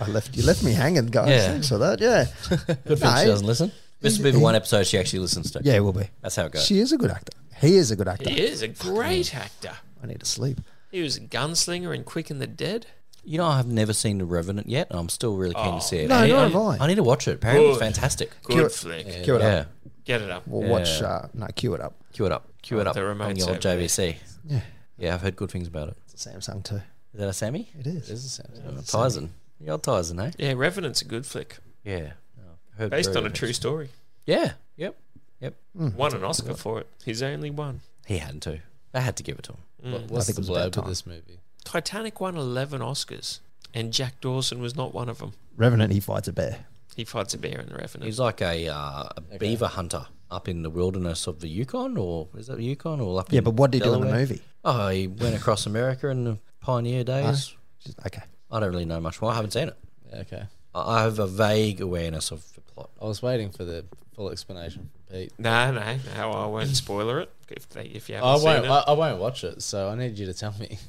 Speaker 1: I left you left me hanging, guys.
Speaker 3: Yeah.
Speaker 1: Thanks for that. Yeah,
Speaker 3: Good thing
Speaker 1: No.
Speaker 3: she doesn't listen. This will be the one episode she actually listens to.
Speaker 1: yeah, it will be.
Speaker 3: That's how it goes.
Speaker 1: She is a good actor. He is a good actor.
Speaker 2: He is a great actor.
Speaker 1: I need to sleep.
Speaker 2: He was a gunslinger in Quick and the Dead.
Speaker 3: You know, I have never seen The Revenant yet, and I'm still really keen to see it.
Speaker 1: Oh. No,
Speaker 3: I need-
Speaker 1: nor
Speaker 2: I-
Speaker 1: have I.
Speaker 3: I need to watch it. Apparently, it's
Speaker 2: Good.
Speaker 3: fantastic.
Speaker 2: Good
Speaker 1: Cue it.
Speaker 2: flick.
Speaker 1: Cue it
Speaker 3: Yeah.
Speaker 1: up.
Speaker 2: Get it up.
Speaker 1: We'll watch. Uh, no, cue it up.
Speaker 3: Cue it up. Cue it
Speaker 1: Oh,
Speaker 3: up.
Speaker 2: the
Speaker 3: on
Speaker 2: remote's
Speaker 3: the old
Speaker 2: over there.
Speaker 3: JVC.
Speaker 1: Yeah,
Speaker 3: Yeah, I've heard good things about it.
Speaker 1: it's a Samsung too.
Speaker 3: Is that a Sammy? Uh,
Speaker 1: It is.
Speaker 3: Tyson. The old Tyson, eh?
Speaker 2: Yeah, Revenant's a good flick,
Speaker 3: Yeah. Oh, Heard
Speaker 2: based
Speaker 3: very
Speaker 2: on a
Speaker 3: good
Speaker 2: true story.
Speaker 3: Yeah. Yep. Yep.
Speaker 1: Hmm.
Speaker 2: Won an Oscar for it. His only one.
Speaker 3: He had to. They had to give it to him.
Speaker 2: Mm.
Speaker 4: What- What's
Speaker 1: think it
Speaker 4: the
Speaker 1: was about
Speaker 4: blurb
Speaker 1: time.
Speaker 4: of this movie?
Speaker 2: Titanic won eleven Oscars. and Jack Dawson was not one of them.
Speaker 1: Revenant, he fights a bear.
Speaker 2: He fights a bear in the Revenant.
Speaker 3: He's like a, uh, a beaver hunter up in the wilderness of the Yukon, or is that the Yukon, or up?
Speaker 1: Yeah,
Speaker 3: in
Speaker 1: but what did he do in the
Speaker 3: Delaware?
Speaker 1: movie?
Speaker 3: Oh, he went across America in the pioneer days.
Speaker 1: Just- okay.
Speaker 3: I don't really know much more. I haven't seen it.
Speaker 4: Okay.
Speaker 3: I I have a vague awareness of the plot.
Speaker 4: I was waiting for the full explanation from Pete.
Speaker 2: no, no, no. I won't spoiler it if they, if you haven't
Speaker 4: I
Speaker 2: seen
Speaker 4: won't.
Speaker 2: it.
Speaker 4: I, I won't watch it. So I need you to tell me.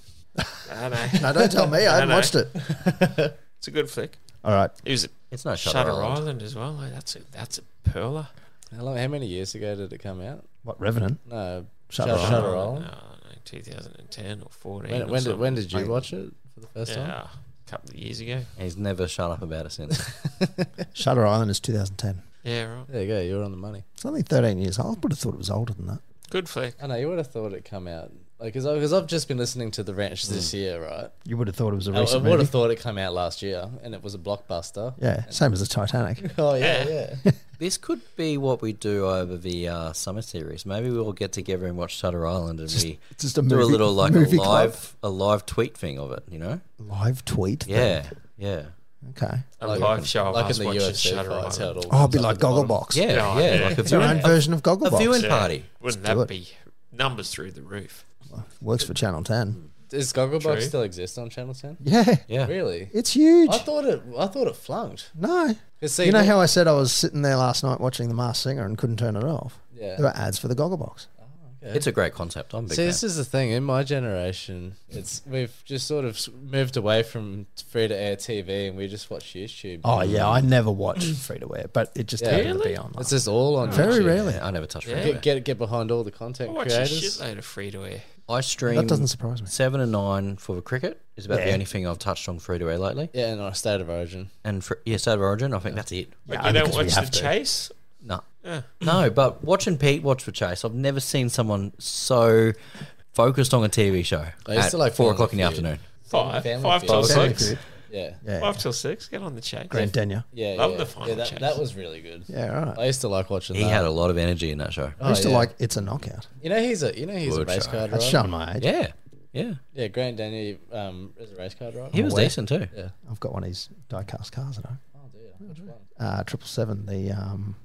Speaker 2: No, no.
Speaker 1: No, don't tell me. I haven't
Speaker 2: no.
Speaker 1: watched it.
Speaker 2: It's a good flick.
Speaker 1: All right.
Speaker 2: It was
Speaker 3: It's no Shutter,
Speaker 2: Shutter
Speaker 3: Island.
Speaker 2: Island as well. Like, that's a that's a perler.
Speaker 4: How long? How many years ago did it come out?
Speaker 1: What, Revenant?
Speaker 4: No.
Speaker 1: Shutter
Speaker 4: Oh, Shutter,
Speaker 1: Island.
Speaker 4: Shutter Island.
Speaker 2: Oh, No, no, 2010 or 14.
Speaker 4: When,
Speaker 2: or
Speaker 4: when did
Speaker 2: something.
Speaker 4: when did you watch it for the first time?
Speaker 2: Yeah, a couple of years ago.
Speaker 3: He's never shut up about it since.
Speaker 1: Shutter Island is 2010.
Speaker 2: Yeah, right.
Speaker 4: There you go. You're on the money.
Speaker 1: It's only 13 years old. I would have thought it was older than that.
Speaker 2: Good flick.
Speaker 4: I know you would have thought it come out like because because I've just been listening to the Ranch
Speaker 2: Mm.
Speaker 4: this year, right?
Speaker 1: You would have thought it was a
Speaker 4: I, I
Speaker 1: recent
Speaker 4: would
Speaker 1: movie.
Speaker 4: have thought it come out last year, and it was a blockbuster.
Speaker 1: Yeah, same as the Titanic.
Speaker 4: Oh yeah, yeah.
Speaker 3: this could be what we do over the uh, summer series. Maybe we'll get together and watch Shutter Island and we
Speaker 1: just a
Speaker 3: do a
Speaker 1: movie-
Speaker 3: little like a
Speaker 1: movie club.
Speaker 3: live a live tweet thing of it. You know?
Speaker 1: Live tweet. thing.
Speaker 3: Yeah, yeah,
Speaker 1: Okay.
Speaker 2: A live show of
Speaker 4: like
Speaker 2: us
Speaker 4: in the
Speaker 2: watching
Speaker 4: UFC
Speaker 2: Shutter
Speaker 4: fights, how it
Speaker 2: Island.
Speaker 4: all
Speaker 1: Oh, it'd
Speaker 4: comes
Speaker 1: be
Speaker 4: up
Speaker 1: like
Speaker 4: at the bottom.
Speaker 1: Gogglebox.
Speaker 3: yeah,
Speaker 2: Yeah,
Speaker 3: yeah.
Speaker 2: yeah.
Speaker 3: Like a
Speaker 1: It's our own
Speaker 3: viewing,
Speaker 1: version of
Speaker 3: a
Speaker 1: Gogglebox.
Speaker 3: viewing
Speaker 2: Yeah.
Speaker 3: party.
Speaker 2: Wouldn't
Speaker 1: do
Speaker 2: that
Speaker 1: it.
Speaker 2: be numbers through the roof?
Speaker 1: Works for Channel 10.
Speaker 4: Does Gogglebox
Speaker 2: True.
Speaker 4: still exist on Channel Ten?
Speaker 1: Yeah.
Speaker 3: Yeah.
Speaker 4: Really?
Speaker 1: It's huge.
Speaker 4: I thought it. I thought it flunked.
Speaker 1: no.
Speaker 4: 'Cause see,
Speaker 1: you know
Speaker 4: look-
Speaker 1: how I said I was sitting there last night watching The Masked Singer and couldn't turn it off?
Speaker 4: Yeah.
Speaker 1: There were ads for the Gogglebox.
Speaker 3: It's a great concept. I'm a big
Speaker 4: See,
Speaker 3: fan.
Speaker 4: this is the thing. In my generation, it's we've just sort of s- moved away from free to air TV, and we just watch YouTube.
Speaker 1: Oh, yeah. I never watched free to wear, but it just
Speaker 4: Yeah.
Speaker 1: happened to
Speaker 2: Really?
Speaker 1: be on.
Speaker 4: It's just all on.
Speaker 1: Very
Speaker 4: YouTube.
Speaker 1: rarely.
Speaker 3: I never touched
Speaker 2: Yeah.
Speaker 3: yeah.
Speaker 4: Get, get get behind all the content
Speaker 2: I watch a
Speaker 4: creators.
Speaker 2: shitload of free to air.
Speaker 3: I stream.
Speaker 1: That doesn't surprise me.
Speaker 3: Seven and nine for the cricket is about the
Speaker 1: Yeah.
Speaker 3: only thing I've touched on free to air lately.
Speaker 4: Yeah, and our state of origin.
Speaker 3: And for yeah, State of Origin, I think that's it.
Speaker 2: Like,
Speaker 1: Yeah,
Speaker 2: you don't
Speaker 1: because we
Speaker 2: watch The
Speaker 1: have to.
Speaker 2: Chase?
Speaker 3: No,
Speaker 2: Yeah.
Speaker 3: no. But watching Pete watch for Chase, I've never seen someone so focused on a TV show
Speaker 4: I used
Speaker 3: at
Speaker 4: to like
Speaker 3: four
Speaker 4: Family
Speaker 3: o'clock in the
Speaker 4: Feud.
Speaker 3: afternoon.
Speaker 2: Five.
Speaker 4: Family
Speaker 2: Five
Speaker 4: Feud.
Speaker 2: till
Speaker 1: Family
Speaker 2: six.
Speaker 1: Feud.
Speaker 4: Yeah,
Speaker 1: Yeah.
Speaker 2: Five till six. Get on the Chase.
Speaker 1: Grand Denier.
Speaker 4: yeah,
Speaker 2: Love
Speaker 4: yeah.
Speaker 2: the final
Speaker 4: yeah, that,
Speaker 2: chase.
Speaker 4: that was really good.
Speaker 1: Yeah, right.
Speaker 4: I used to like watching
Speaker 3: He
Speaker 4: that.
Speaker 3: had a lot of energy in that show.
Speaker 1: I used to
Speaker 4: yeah.
Speaker 1: like It's a Knockout.
Speaker 4: you know, he's a you know he's a
Speaker 3: Good
Speaker 4: race
Speaker 3: show.
Speaker 4: car driver.
Speaker 1: That's showing my age.
Speaker 3: Yeah, yeah.
Speaker 4: Yeah, Grant Daniel um, is a race car driver.
Speaker 3: He was decent too.
Speaker 1: I've got one of his die-cast cars, I know.
Speaker 4: Oh, dear. Which one?
Speaker 1: uh, triple seven, the um,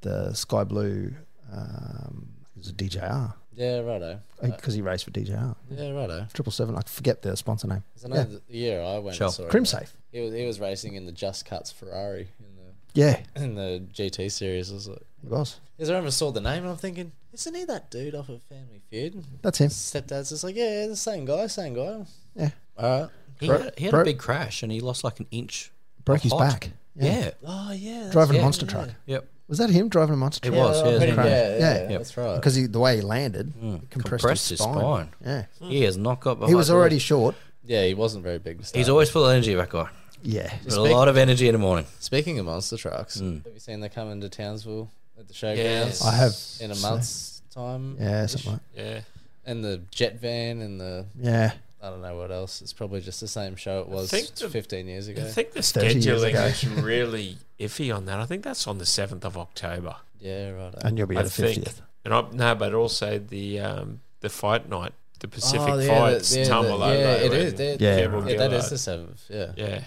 Speaker 1: the sky blue. Um, it was a DJR
Speaker 4: Yeah, righto.
Speaker 1: because Uh, he raced for DJR.
Speaker 4: Yeah, righto.
Speaker 1: Triple seven, I forget the sponsor name.
Speaker 4: 'Cause I know the year I went.
Speaker 3: Sure.
Speaker 4: and saw him,
Speaker 1: Crimsafe.
Speaker 4: He was he was racing in the Just Cuts Ferrari in the
Speaker 1: Yeah,
Speaker 4: in the GT series. I was like,
Speaker 1: it was.
Speaker 4: because I remember saw the name and I'm thinking, isn't he that dude off of Family Feud?
Speaker 1: That's him.
Speaker 4: Stepdad's just like, yeah, the same guy, same guy.
Speaker 1: Yeah,
Speaker 4: All right.
Speaker 3: He
Speaker 1: Bro-
Speaker 3: had, he had
Speaker 1: bro-
Speaker 3: a big crash and he lost like an inch.
Speaker 1: broke
Speaker 3: of
Speaker 1: his
Speaker 3: height.
Speaker 1: back.
Speaker 3: Yeah.
Speaker 4: Oh yeah, that's
Speaker 1: driving
Speaker 4: right,
Speaker 1: a monster
Speaker 4: yeah.
Speaker 1: truck.
Speaker 3: Yep.
Speaker 1: Was that him driving a monster
Speaker 3: It
Speaker 1: truck?
Speaker 3: was. Yeah,
Speaker 4: Yeah,
Speaker 3: it was
Speaker 4: yeah,
Speaker 3: a crash.
Speaker 4: yeah,
Speaker 1: Yeah.
Speaker 4: yeah, that's right.
Speaker 1: Because he, the way he landed, it compressed,
Speaker 3: Compressed
Speaker 1: his
Speaker 3: his
Speaker 1: spine.
Speaker 3: spine.
Speaker 1: Yeah,
Speaker 3: He has not got.
Speaker 1: he was
Speaker 3: behind-
Speaker 1: already short.
Speaker 4: Yeah, he wasn't very big. to start
Speaker 3: He's always full of energy, that guy.
Speaker 1: Yeah,
Speaker 3: With A lot of energy in the morning.
Speaker 4: Speaking of monster trucks, have you seen they come into Townsville at the showgrounds?
Speaker 2: Hmm. Yes.
Speaker 1: I have.
Speaker 4: in a month's time.
Speaker 1: Yeah, something like.
Speaker 2: Yeah.
Speaker 4: And the jet van and the
Speaker 1: Yeah,
Speaker 4: I don't know what else. It's probably just the same show it was
Speaker 2: think the-
Speaker 4: 15 years ago.
Speaker 2: I think the
Speaker 1: 30 years ago.
Speaker 2: scheduling is really iffy on that. I think that's on the 7th of October.
Speaker 4: yeah, right.
Speaker 1: and you'll be
Speaker 2: I
Speaker 1: at the
Speaker 2: think.
Speaker 1: fiftieth.
Speaker 2: And I, no, but also the um, the fight night, the Pacific
Speaker 4: Oh, yeah, the-
Speaker 2: fights,
Speaker 4: yeah, the-
Speaker 2: Tamalolo.
Speaker 4: yeah, it
Speaker 2: and-
Speaker 4: is, they're-
Speaker 1: Yeah,
Speaker 2: Campbell
Speaker 1: right.
Speaker 4: Yeah, that is
Speaker 2: Gillard.
Speaker 4: the seventh. Yeah.
Speaker 2: Yeah.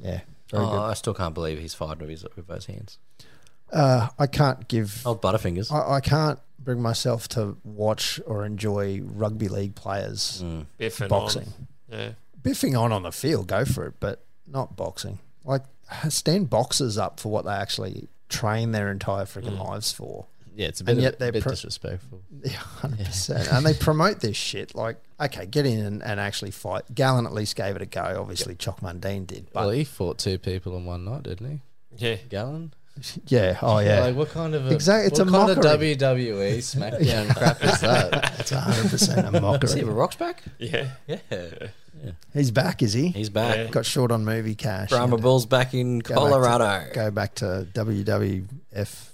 Speaker 1: Yeah, very
Speaker 3: Oh,
Speaker 1: good.
Speaker 3: I still can't believe he's fired with his with both hands.
Speaker 1: Uh, I can't give.
Speaker 3: Old Butterfingers.
Speaker 1: I, I can't bring myself to watch or enjoy rugby league players
Speaker 2: Biff and
Speaker 1: boxing.
Speaker 2: On. Yeah.
Speaker 1: Biffing on on the field, go for it, but not boxing. Like stand boxers up for what they actually train their entire freaking lives for.
Speaker 4: Yeah, it's a
Speaker 1: And
Speaker 4: bit,
Speaker 1: yet
Speaker 4: of,
Speaker 1: they're
Speaker 4: a bit
Speaker 1: pro-
Speaker 4: disrespectful.
Speaker 1: Yeah, hundred percent. And they promote this shit. Like, okay, get in and, and actually fight. Gallon at least gave it a go. Obviously, Chock Mundine did, but
Speaker 4: well, he fought two people in one night, didn't
Speaker 2: Yeah.
Speaker 4: he? Gallon?
Speaker 1: yeah, oh
Speaker 4: Like,
Speaker 1: yeah,
Speaker 4: what kind of a,
Speaker 1: Exact- it's
Speaker 4: what
Speaker 1: a
Speaker 4: kind of
Speaker 1: mockery.
Speaker 4: WWE SmackDown crap is that?
Speaker 1: it's hundred percent a
Speaker 3: Does he
Speaker 1: mockery.
Speaker 3: have a rocks back?
Speaker 2: Yeah.
Speaker 3: Yeah.
Speaker 1: He's back, is he?
Speaker 3: He's back.
Speaker 2: Yeah.
Speaker 1: Got short on movie cash.
Speaker 3: Brahma Bull's back in
Speaker 1: Go back to-
Speaker 3: Colorado.
Speaker 1: Go back to WWF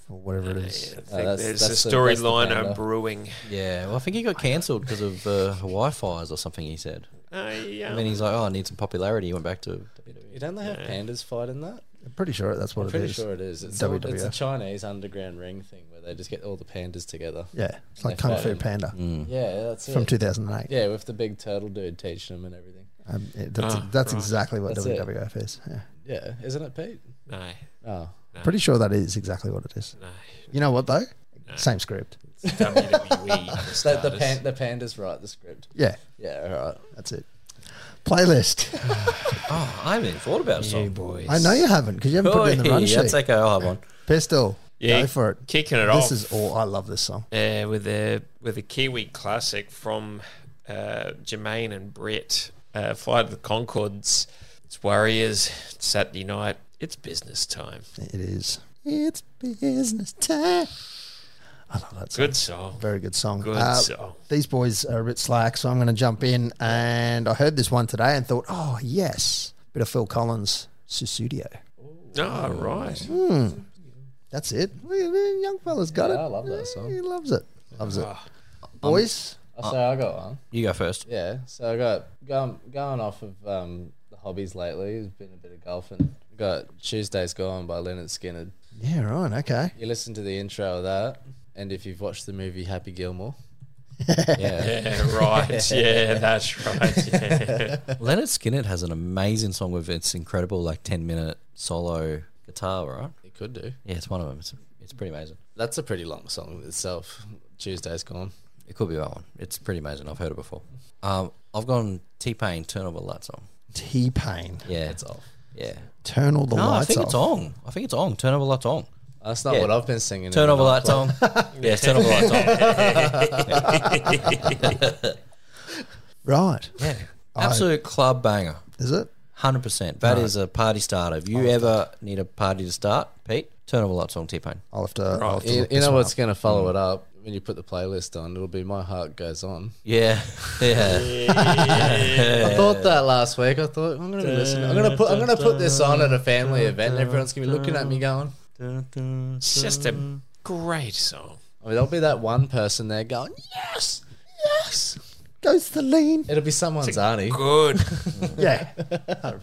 Speaker 1: or whatever it
Speaker 2: I
Speaker 1: is.
Speaker 2: think
Speaker 4: Oh, that's-
Speaker 2: there's
Speaker 4: that's
Speaker 2: a
Speaker 4: the- that's the
Speaker 2: storyline
Speaker 4: founder.
Speaker 2: of brewing.
Speaker 3: Yeah, well, I think he got cancelled because of uh, Hawaii fires or something. He said,
Speaker 2: Uh, yeah.
Speaker 3: and then he's like, "Oh, I need some popularity." He went back to
Speaker 4: You don't they have pandas fighting that?
Speaker 1: I'm pretty sure that's what
Speaker 4: I'm
Speaker 1: it
Speaker 4: pretty
Speaker 1: is. E.
Speaker 4: sure it is. It's, all, it's a
Speaker 1: WWF.
Speaker 4: Chinese underground ring thing where they just get all the pandas together.
Speaker 1: Yeah, it's like
Speaker 4: They
Speaker 1: Kung
Speaker 4: fight
Speaker 1: Fu
Speaker 4: in-
Speaker 1: Panda
Speaker 4: Yeah, that's
Speaker 1: Mm. from
Speaker 4: it.
Speaker 1: 2008.
Speaker 4: Yeah, with the big turtle dude teaching them and everything.
Speaker 1: Um, it- that's
Speaker 2: Ah,
Speaker 1: that's
Speaker 2: right.
Speaker 1: exactly what
Speaker 4: That's it.
Speaker 1: WWF is. Yeah.
Speaker 4: Yeah, isn't it, Pete?
Speaker 2: No,
Speaker 4: Oh,
Speaker 1: Pretty sure that is exactly what it is.
Speaker 2: no.
Speaker 1: You know what though? Same script.
Speaker 2: It's E WWE. for
Speaker 4: so the
Speaker 2: starters.
Speaker 4: pan- the panda's right. The script.
Speaker 1: Yeah,
Speaker 4: Yeah, all right.
Speaker 1: that's it. Playlist.
Speaker 3: Oh, I haven't even thought about a song. boys.
Speaker 1: I know you haven't because you haven't put it in the run sheet.
Speaker 3: that's okay. I'll have one.
Speaker 1: Pistol.
Speaker 2: Yeah,
Speaker 1: Go for it.
Speaker 2: Kicking it
Speaker 1: this
Speaker 2: off.
Speaker 1: is all. I love this song.
Speaker 2: uh, with a with a Kiwi classic from uh, Jermaine and Brett. Uh, Flight of the Concords. It's Warriors. It's Saturday night. It's business time.
Speaker 1: It is. It's business time. I love that song.
Speaker 2: Good song.
Speaker 1: Very good song.
Speaker 2: Good
Speaker 1: Uh,
Speaker 2: song.
Speaker 1: These boys are a bit slack, so I'm going to jump in. And I heard this one today and thought, oh, yes. Bit of Phil Collins, Susudio.
Speaker 2: Oh, right.
Speaker 1: That's it. Look at that, Young fella's got it.
Speaker 4: I love that song.
Speaker 1: He loves it. Loves it. Boys,
Speaker 4: Oh, so I got one.
Speaker 3: You go first.
Speaker 4: Yeah, so I got going going off of um, the hobbies lately. It's been a bit of golfing. Got Tuesday's Gone by Leonard Skinner.
Speaker 1: yeah, right. Okay.
Speaker 4: You listen to the intro of that, and if you've watched the movie Happy Gilmore,
Speaker 2: Yeah, right. Yeah, that's right. Yeah.
Speaker 3: Leonard Skinner has an amazing song with its incredible like ten minute solo guitar, right?
Speaker 4: it could do.
Speaker 3: Yeah, it's one of them. It's, it's pretty amazing.
Speaker 4: That's a pretty long song itself. Tuesday's Gone.
Speaker 3: It could be that one. It's pretty amazing. I've heard it before. Um, I've gone T Pain, Turn Over the Lights On.
Speaker 1: T Pain.
Speaker 3: Yeah, it's off. Yeah.
Speaker 1: Turn all the
Speaker 3: No, I
Speaker 1: lights
Speaker 3: think
Speaker 1: off.
Speaker 3: it's on. I think it's on. Turn Over the Lights On.
Speaker 4: That's not
Speaker 3: Yeah.
Speaker 4: what I've been singing.
Speaker 3: Turn
Speaker 4: in
Speaker 3: Over
Speaker 4: the
Speaker 3: the Lights
Speaker 4: nightclub.
Speaker 3: On. yeah, Turn Over the Lights On.
Speaker 1: Right.
Speaker 3: Yeah. Absolute club banger.
Speaker 1: Is it?
Speaker 3: Hundred percent. That is a party starter. If you ever need a party to start, Pete, turn over lights on T Pain.
Speaker 1: I'll have to. I'll have to
Speaker 4: You,
Speaker 1: look
Speaker 4: you
Speaker 1: this
Speaker 4: know
Speaker 1: one
Speaker 4: what's
Speaker 1: up.
Speaker 4: going to follow
Speaker 3: Mm.
Speaker 4: it up when you put the playlist on? It'll be My Heart Goes On.
Speaker 3: Yeah, yeah.
Speaker 4: I thought that last week. I thought I'm going to listen. I'm going to put. I'm going to put this on at a family event. and Everyone's going to be looking at me going.
Speaker 2: It's just a great song.
Speaker 4: I mean, "Oh, there'll be that one person there going, yes, yes.
Speaker 1: Goes the lean.
Speaker 4: It'll be someone's auntie.
Speaker 2: Good.
Speaker 1: Yeah.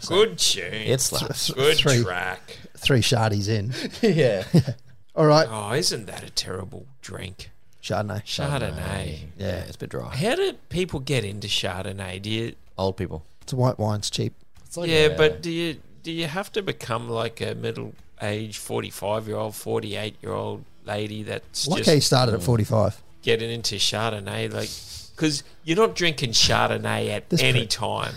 Speaker 2: Good tune.
Speaker 3: it slaps.
Speaker 2: good
Speaker 1: three,
Speaker 2: track.
Speaker 1: three shardies in.
Speaker 4: yeah.
Speaker 1: All right.
Speaker 2: Oh, isn't that a terrible drink?
Speaker 1: Chardonnay.
Speaker 2: Chardonnay.
Speaker 3: Yeah, it's a bit dry.
Speaker 2: How do people get into Chardonnay? Do you?
Speaker 3: Old people.
Speaker 1: It's a white wine. It's cheap.
Speaker 4: It's like,
Speaker 2: yeah, but do you do you have to become like a middle aged forty five year old, forty eight year old lady that's
Speaker 1: Like he
Speaker 2: just
Speaker 1: started at 45.
Speaker 2: getting into Chardonnay? Like, because you're not drinking Chardonnay at
Speaker 1: This
Speaker 2: any
Speaker 1: prick.
Speaker 2: time.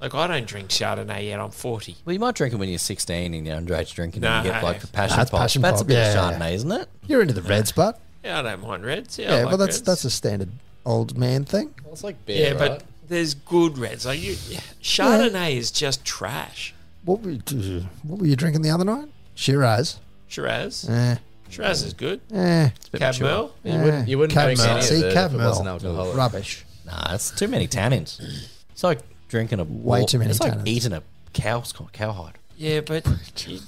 Speaker 2: Like, I don't drink Chardonnay yet. I'm forty.
Speaker 3: Well, you might drink it when you're 16 and you're underage drinking and you
Speaker 2: No.
Speaker 3: get like the passion
Speaker 1: That's
Speaker 3: pop.
Speaker 1: passion
Speaker 3: that's
Speaker 1: pop,
Speaker 3: a bit
Speaker 1: yeah.
Speaker 3: of Chardonnay, isn't it?
Speaker 1: You're into the reds, but
Speaker 2: Yeah, I don't mind reds. Yeah, I
Speaker 1: yeah,
Speaker 2: like
Speaker 1: well, that's
Speaker 2: reds.
Speaker 1: that's a standard old man thing.
Speaker 4: it's like
Speaker 2: yeah,
Speaker 4: beer, right?
Speaker 2: but there's good reds. Like, you, Chardonnay is just trash.
Speaker 1: What were you, what were you drinking the other night? Shiraz.
Speaker 2: Shiraz,
Speaker 1: Eh,
Speaker 2: Shiraz is good.
Speaker 1: eh.
Speaker 2: Cabmel,
Speaker 4: you wouldn't, you wouldn't drink any
Speaker 1: Cadmel.
Speaker 4: of
Speaker 1: See,
Speaker 4: it if it wasn't
Speaker 1: Cadmel.
Speaker 4: alcoholic.
Speaker 1: Rubbish.
Speaker 3: Nah, it's too many tannins. It's like drinking a
Speaker 1: Way too many
Speaker 3: It's like
Speaker 1: tannins.
Speaker 3: eating a cow's cowhide.
Speaker 2: yeah, but you-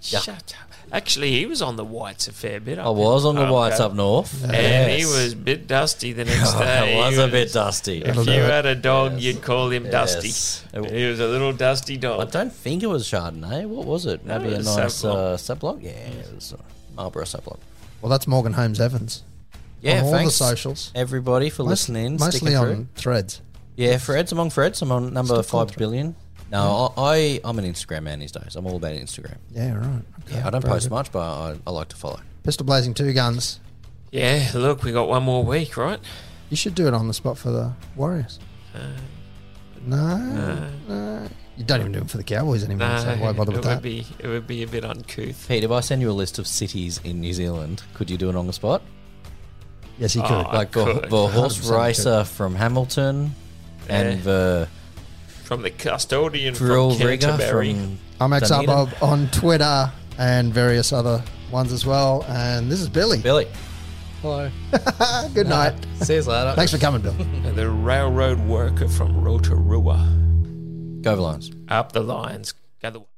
Speaker 2: shut up. Actually, he was on the whites a fair bit.
Speaker 3: I was on the whites
Speaker 2: up.
Speaker 3: up north,
Speaker 2: Um, And
Speaker 3: Yes.
Speaker 2: he was a bit dusty the next day.
Speaker 3: it was
Speaker 2: He
Speaker 3: a bit dusty.
Speaker 2: If you had a dog, you'd call him
Speaker 3: Yes.
Speaker 2: Dusty. He was a little dusty
Speaker 3: I
Speaker 2: dog.
Speaker 3: don't think it was Chardonnay. What was it? Maybe
Speaker 2: it
Speaker 3: a
Speaker 2: was
Speaker 3: nice
Speaker 2: Sauv
Speaker 3: uh, Sauv Blanc? Yeah, it was a Marlborough Sauv Blanc.
Speaker 1: Well, that's Morgan Holmes Evans.
Speaker 3: Yeah,
Speaker 1: on all
Speaker 3: thanks
Speaker 1: the socials.
Speaker 3: everybody for
Speaker 1: Most-
Speaker 3: listening.
Speaker 1: mostly
Speaker 3: sticking
Speaker 1: on
Speaker 3: through.
Speaker 1: threads.
Speaker 3: Yeah, Fred's among Fred's. I'm on number
Speaker 1: Still on
Speaker 3: five
Speaker 1: thread.
Speaker 3: billion. No, I, I I'm an Instagram man these days. I'm all about Instagram.
Speaker 1: Yeah, right. Okay.
Speaker 3: Yeah, I don't
Speaker 1: Very
Speaker 3: post
Speaker 1: good.
Speaker 3: much, but I, I like to follow.
Speaker 1: Pistol blazing two guns.
Speaker 2: Yeah, look, we got one more week, right?
Speaker 1: You should do it on the spot for the Warriors. no, no. You don't even do it for the Cowboys anymore, so why bother
Speaker 2: it
Speaker 1: with
Speaker 2: would
Speaker 1: that?
Speaker 2: be it would be a bit uncouth.
Speaker 3: Pete, if I send you a list of cities in New Zealand, could you do it on the spot?
Speaker 1: Yes, he could.
Speaker 2: Oh, I
Speaker 3: Like the,
Speaker 2: could.
Speaker 3: the horse
Speaker 1: 100%
Speaker 3: racer from Hamilton, and
Speaker 2: Yeah.
Speaker 3: the
Speaker 2: From the custodian
Speaker 3: drill
Speaker 2: from
Speaker 3: rigger
Speaker 2: Canterbury.
Speaker 3: from.
Speaker 1: I'm
Speaker 3: Dunedin.
Speaker 1: XRBob on Twitter and various other ones as well. And this is Billy.
Speaker 3: Billy.
Speaker 4: Hello.
Speaker 1: Good night.
Speaker 4: See you later.
Speaker 1: Thanks for coming, Bill.
Speaker 2: and the railroad worker from Rotorua.
Speaker 3: Go the Lions.
Speaker 2: Up the lines. Go the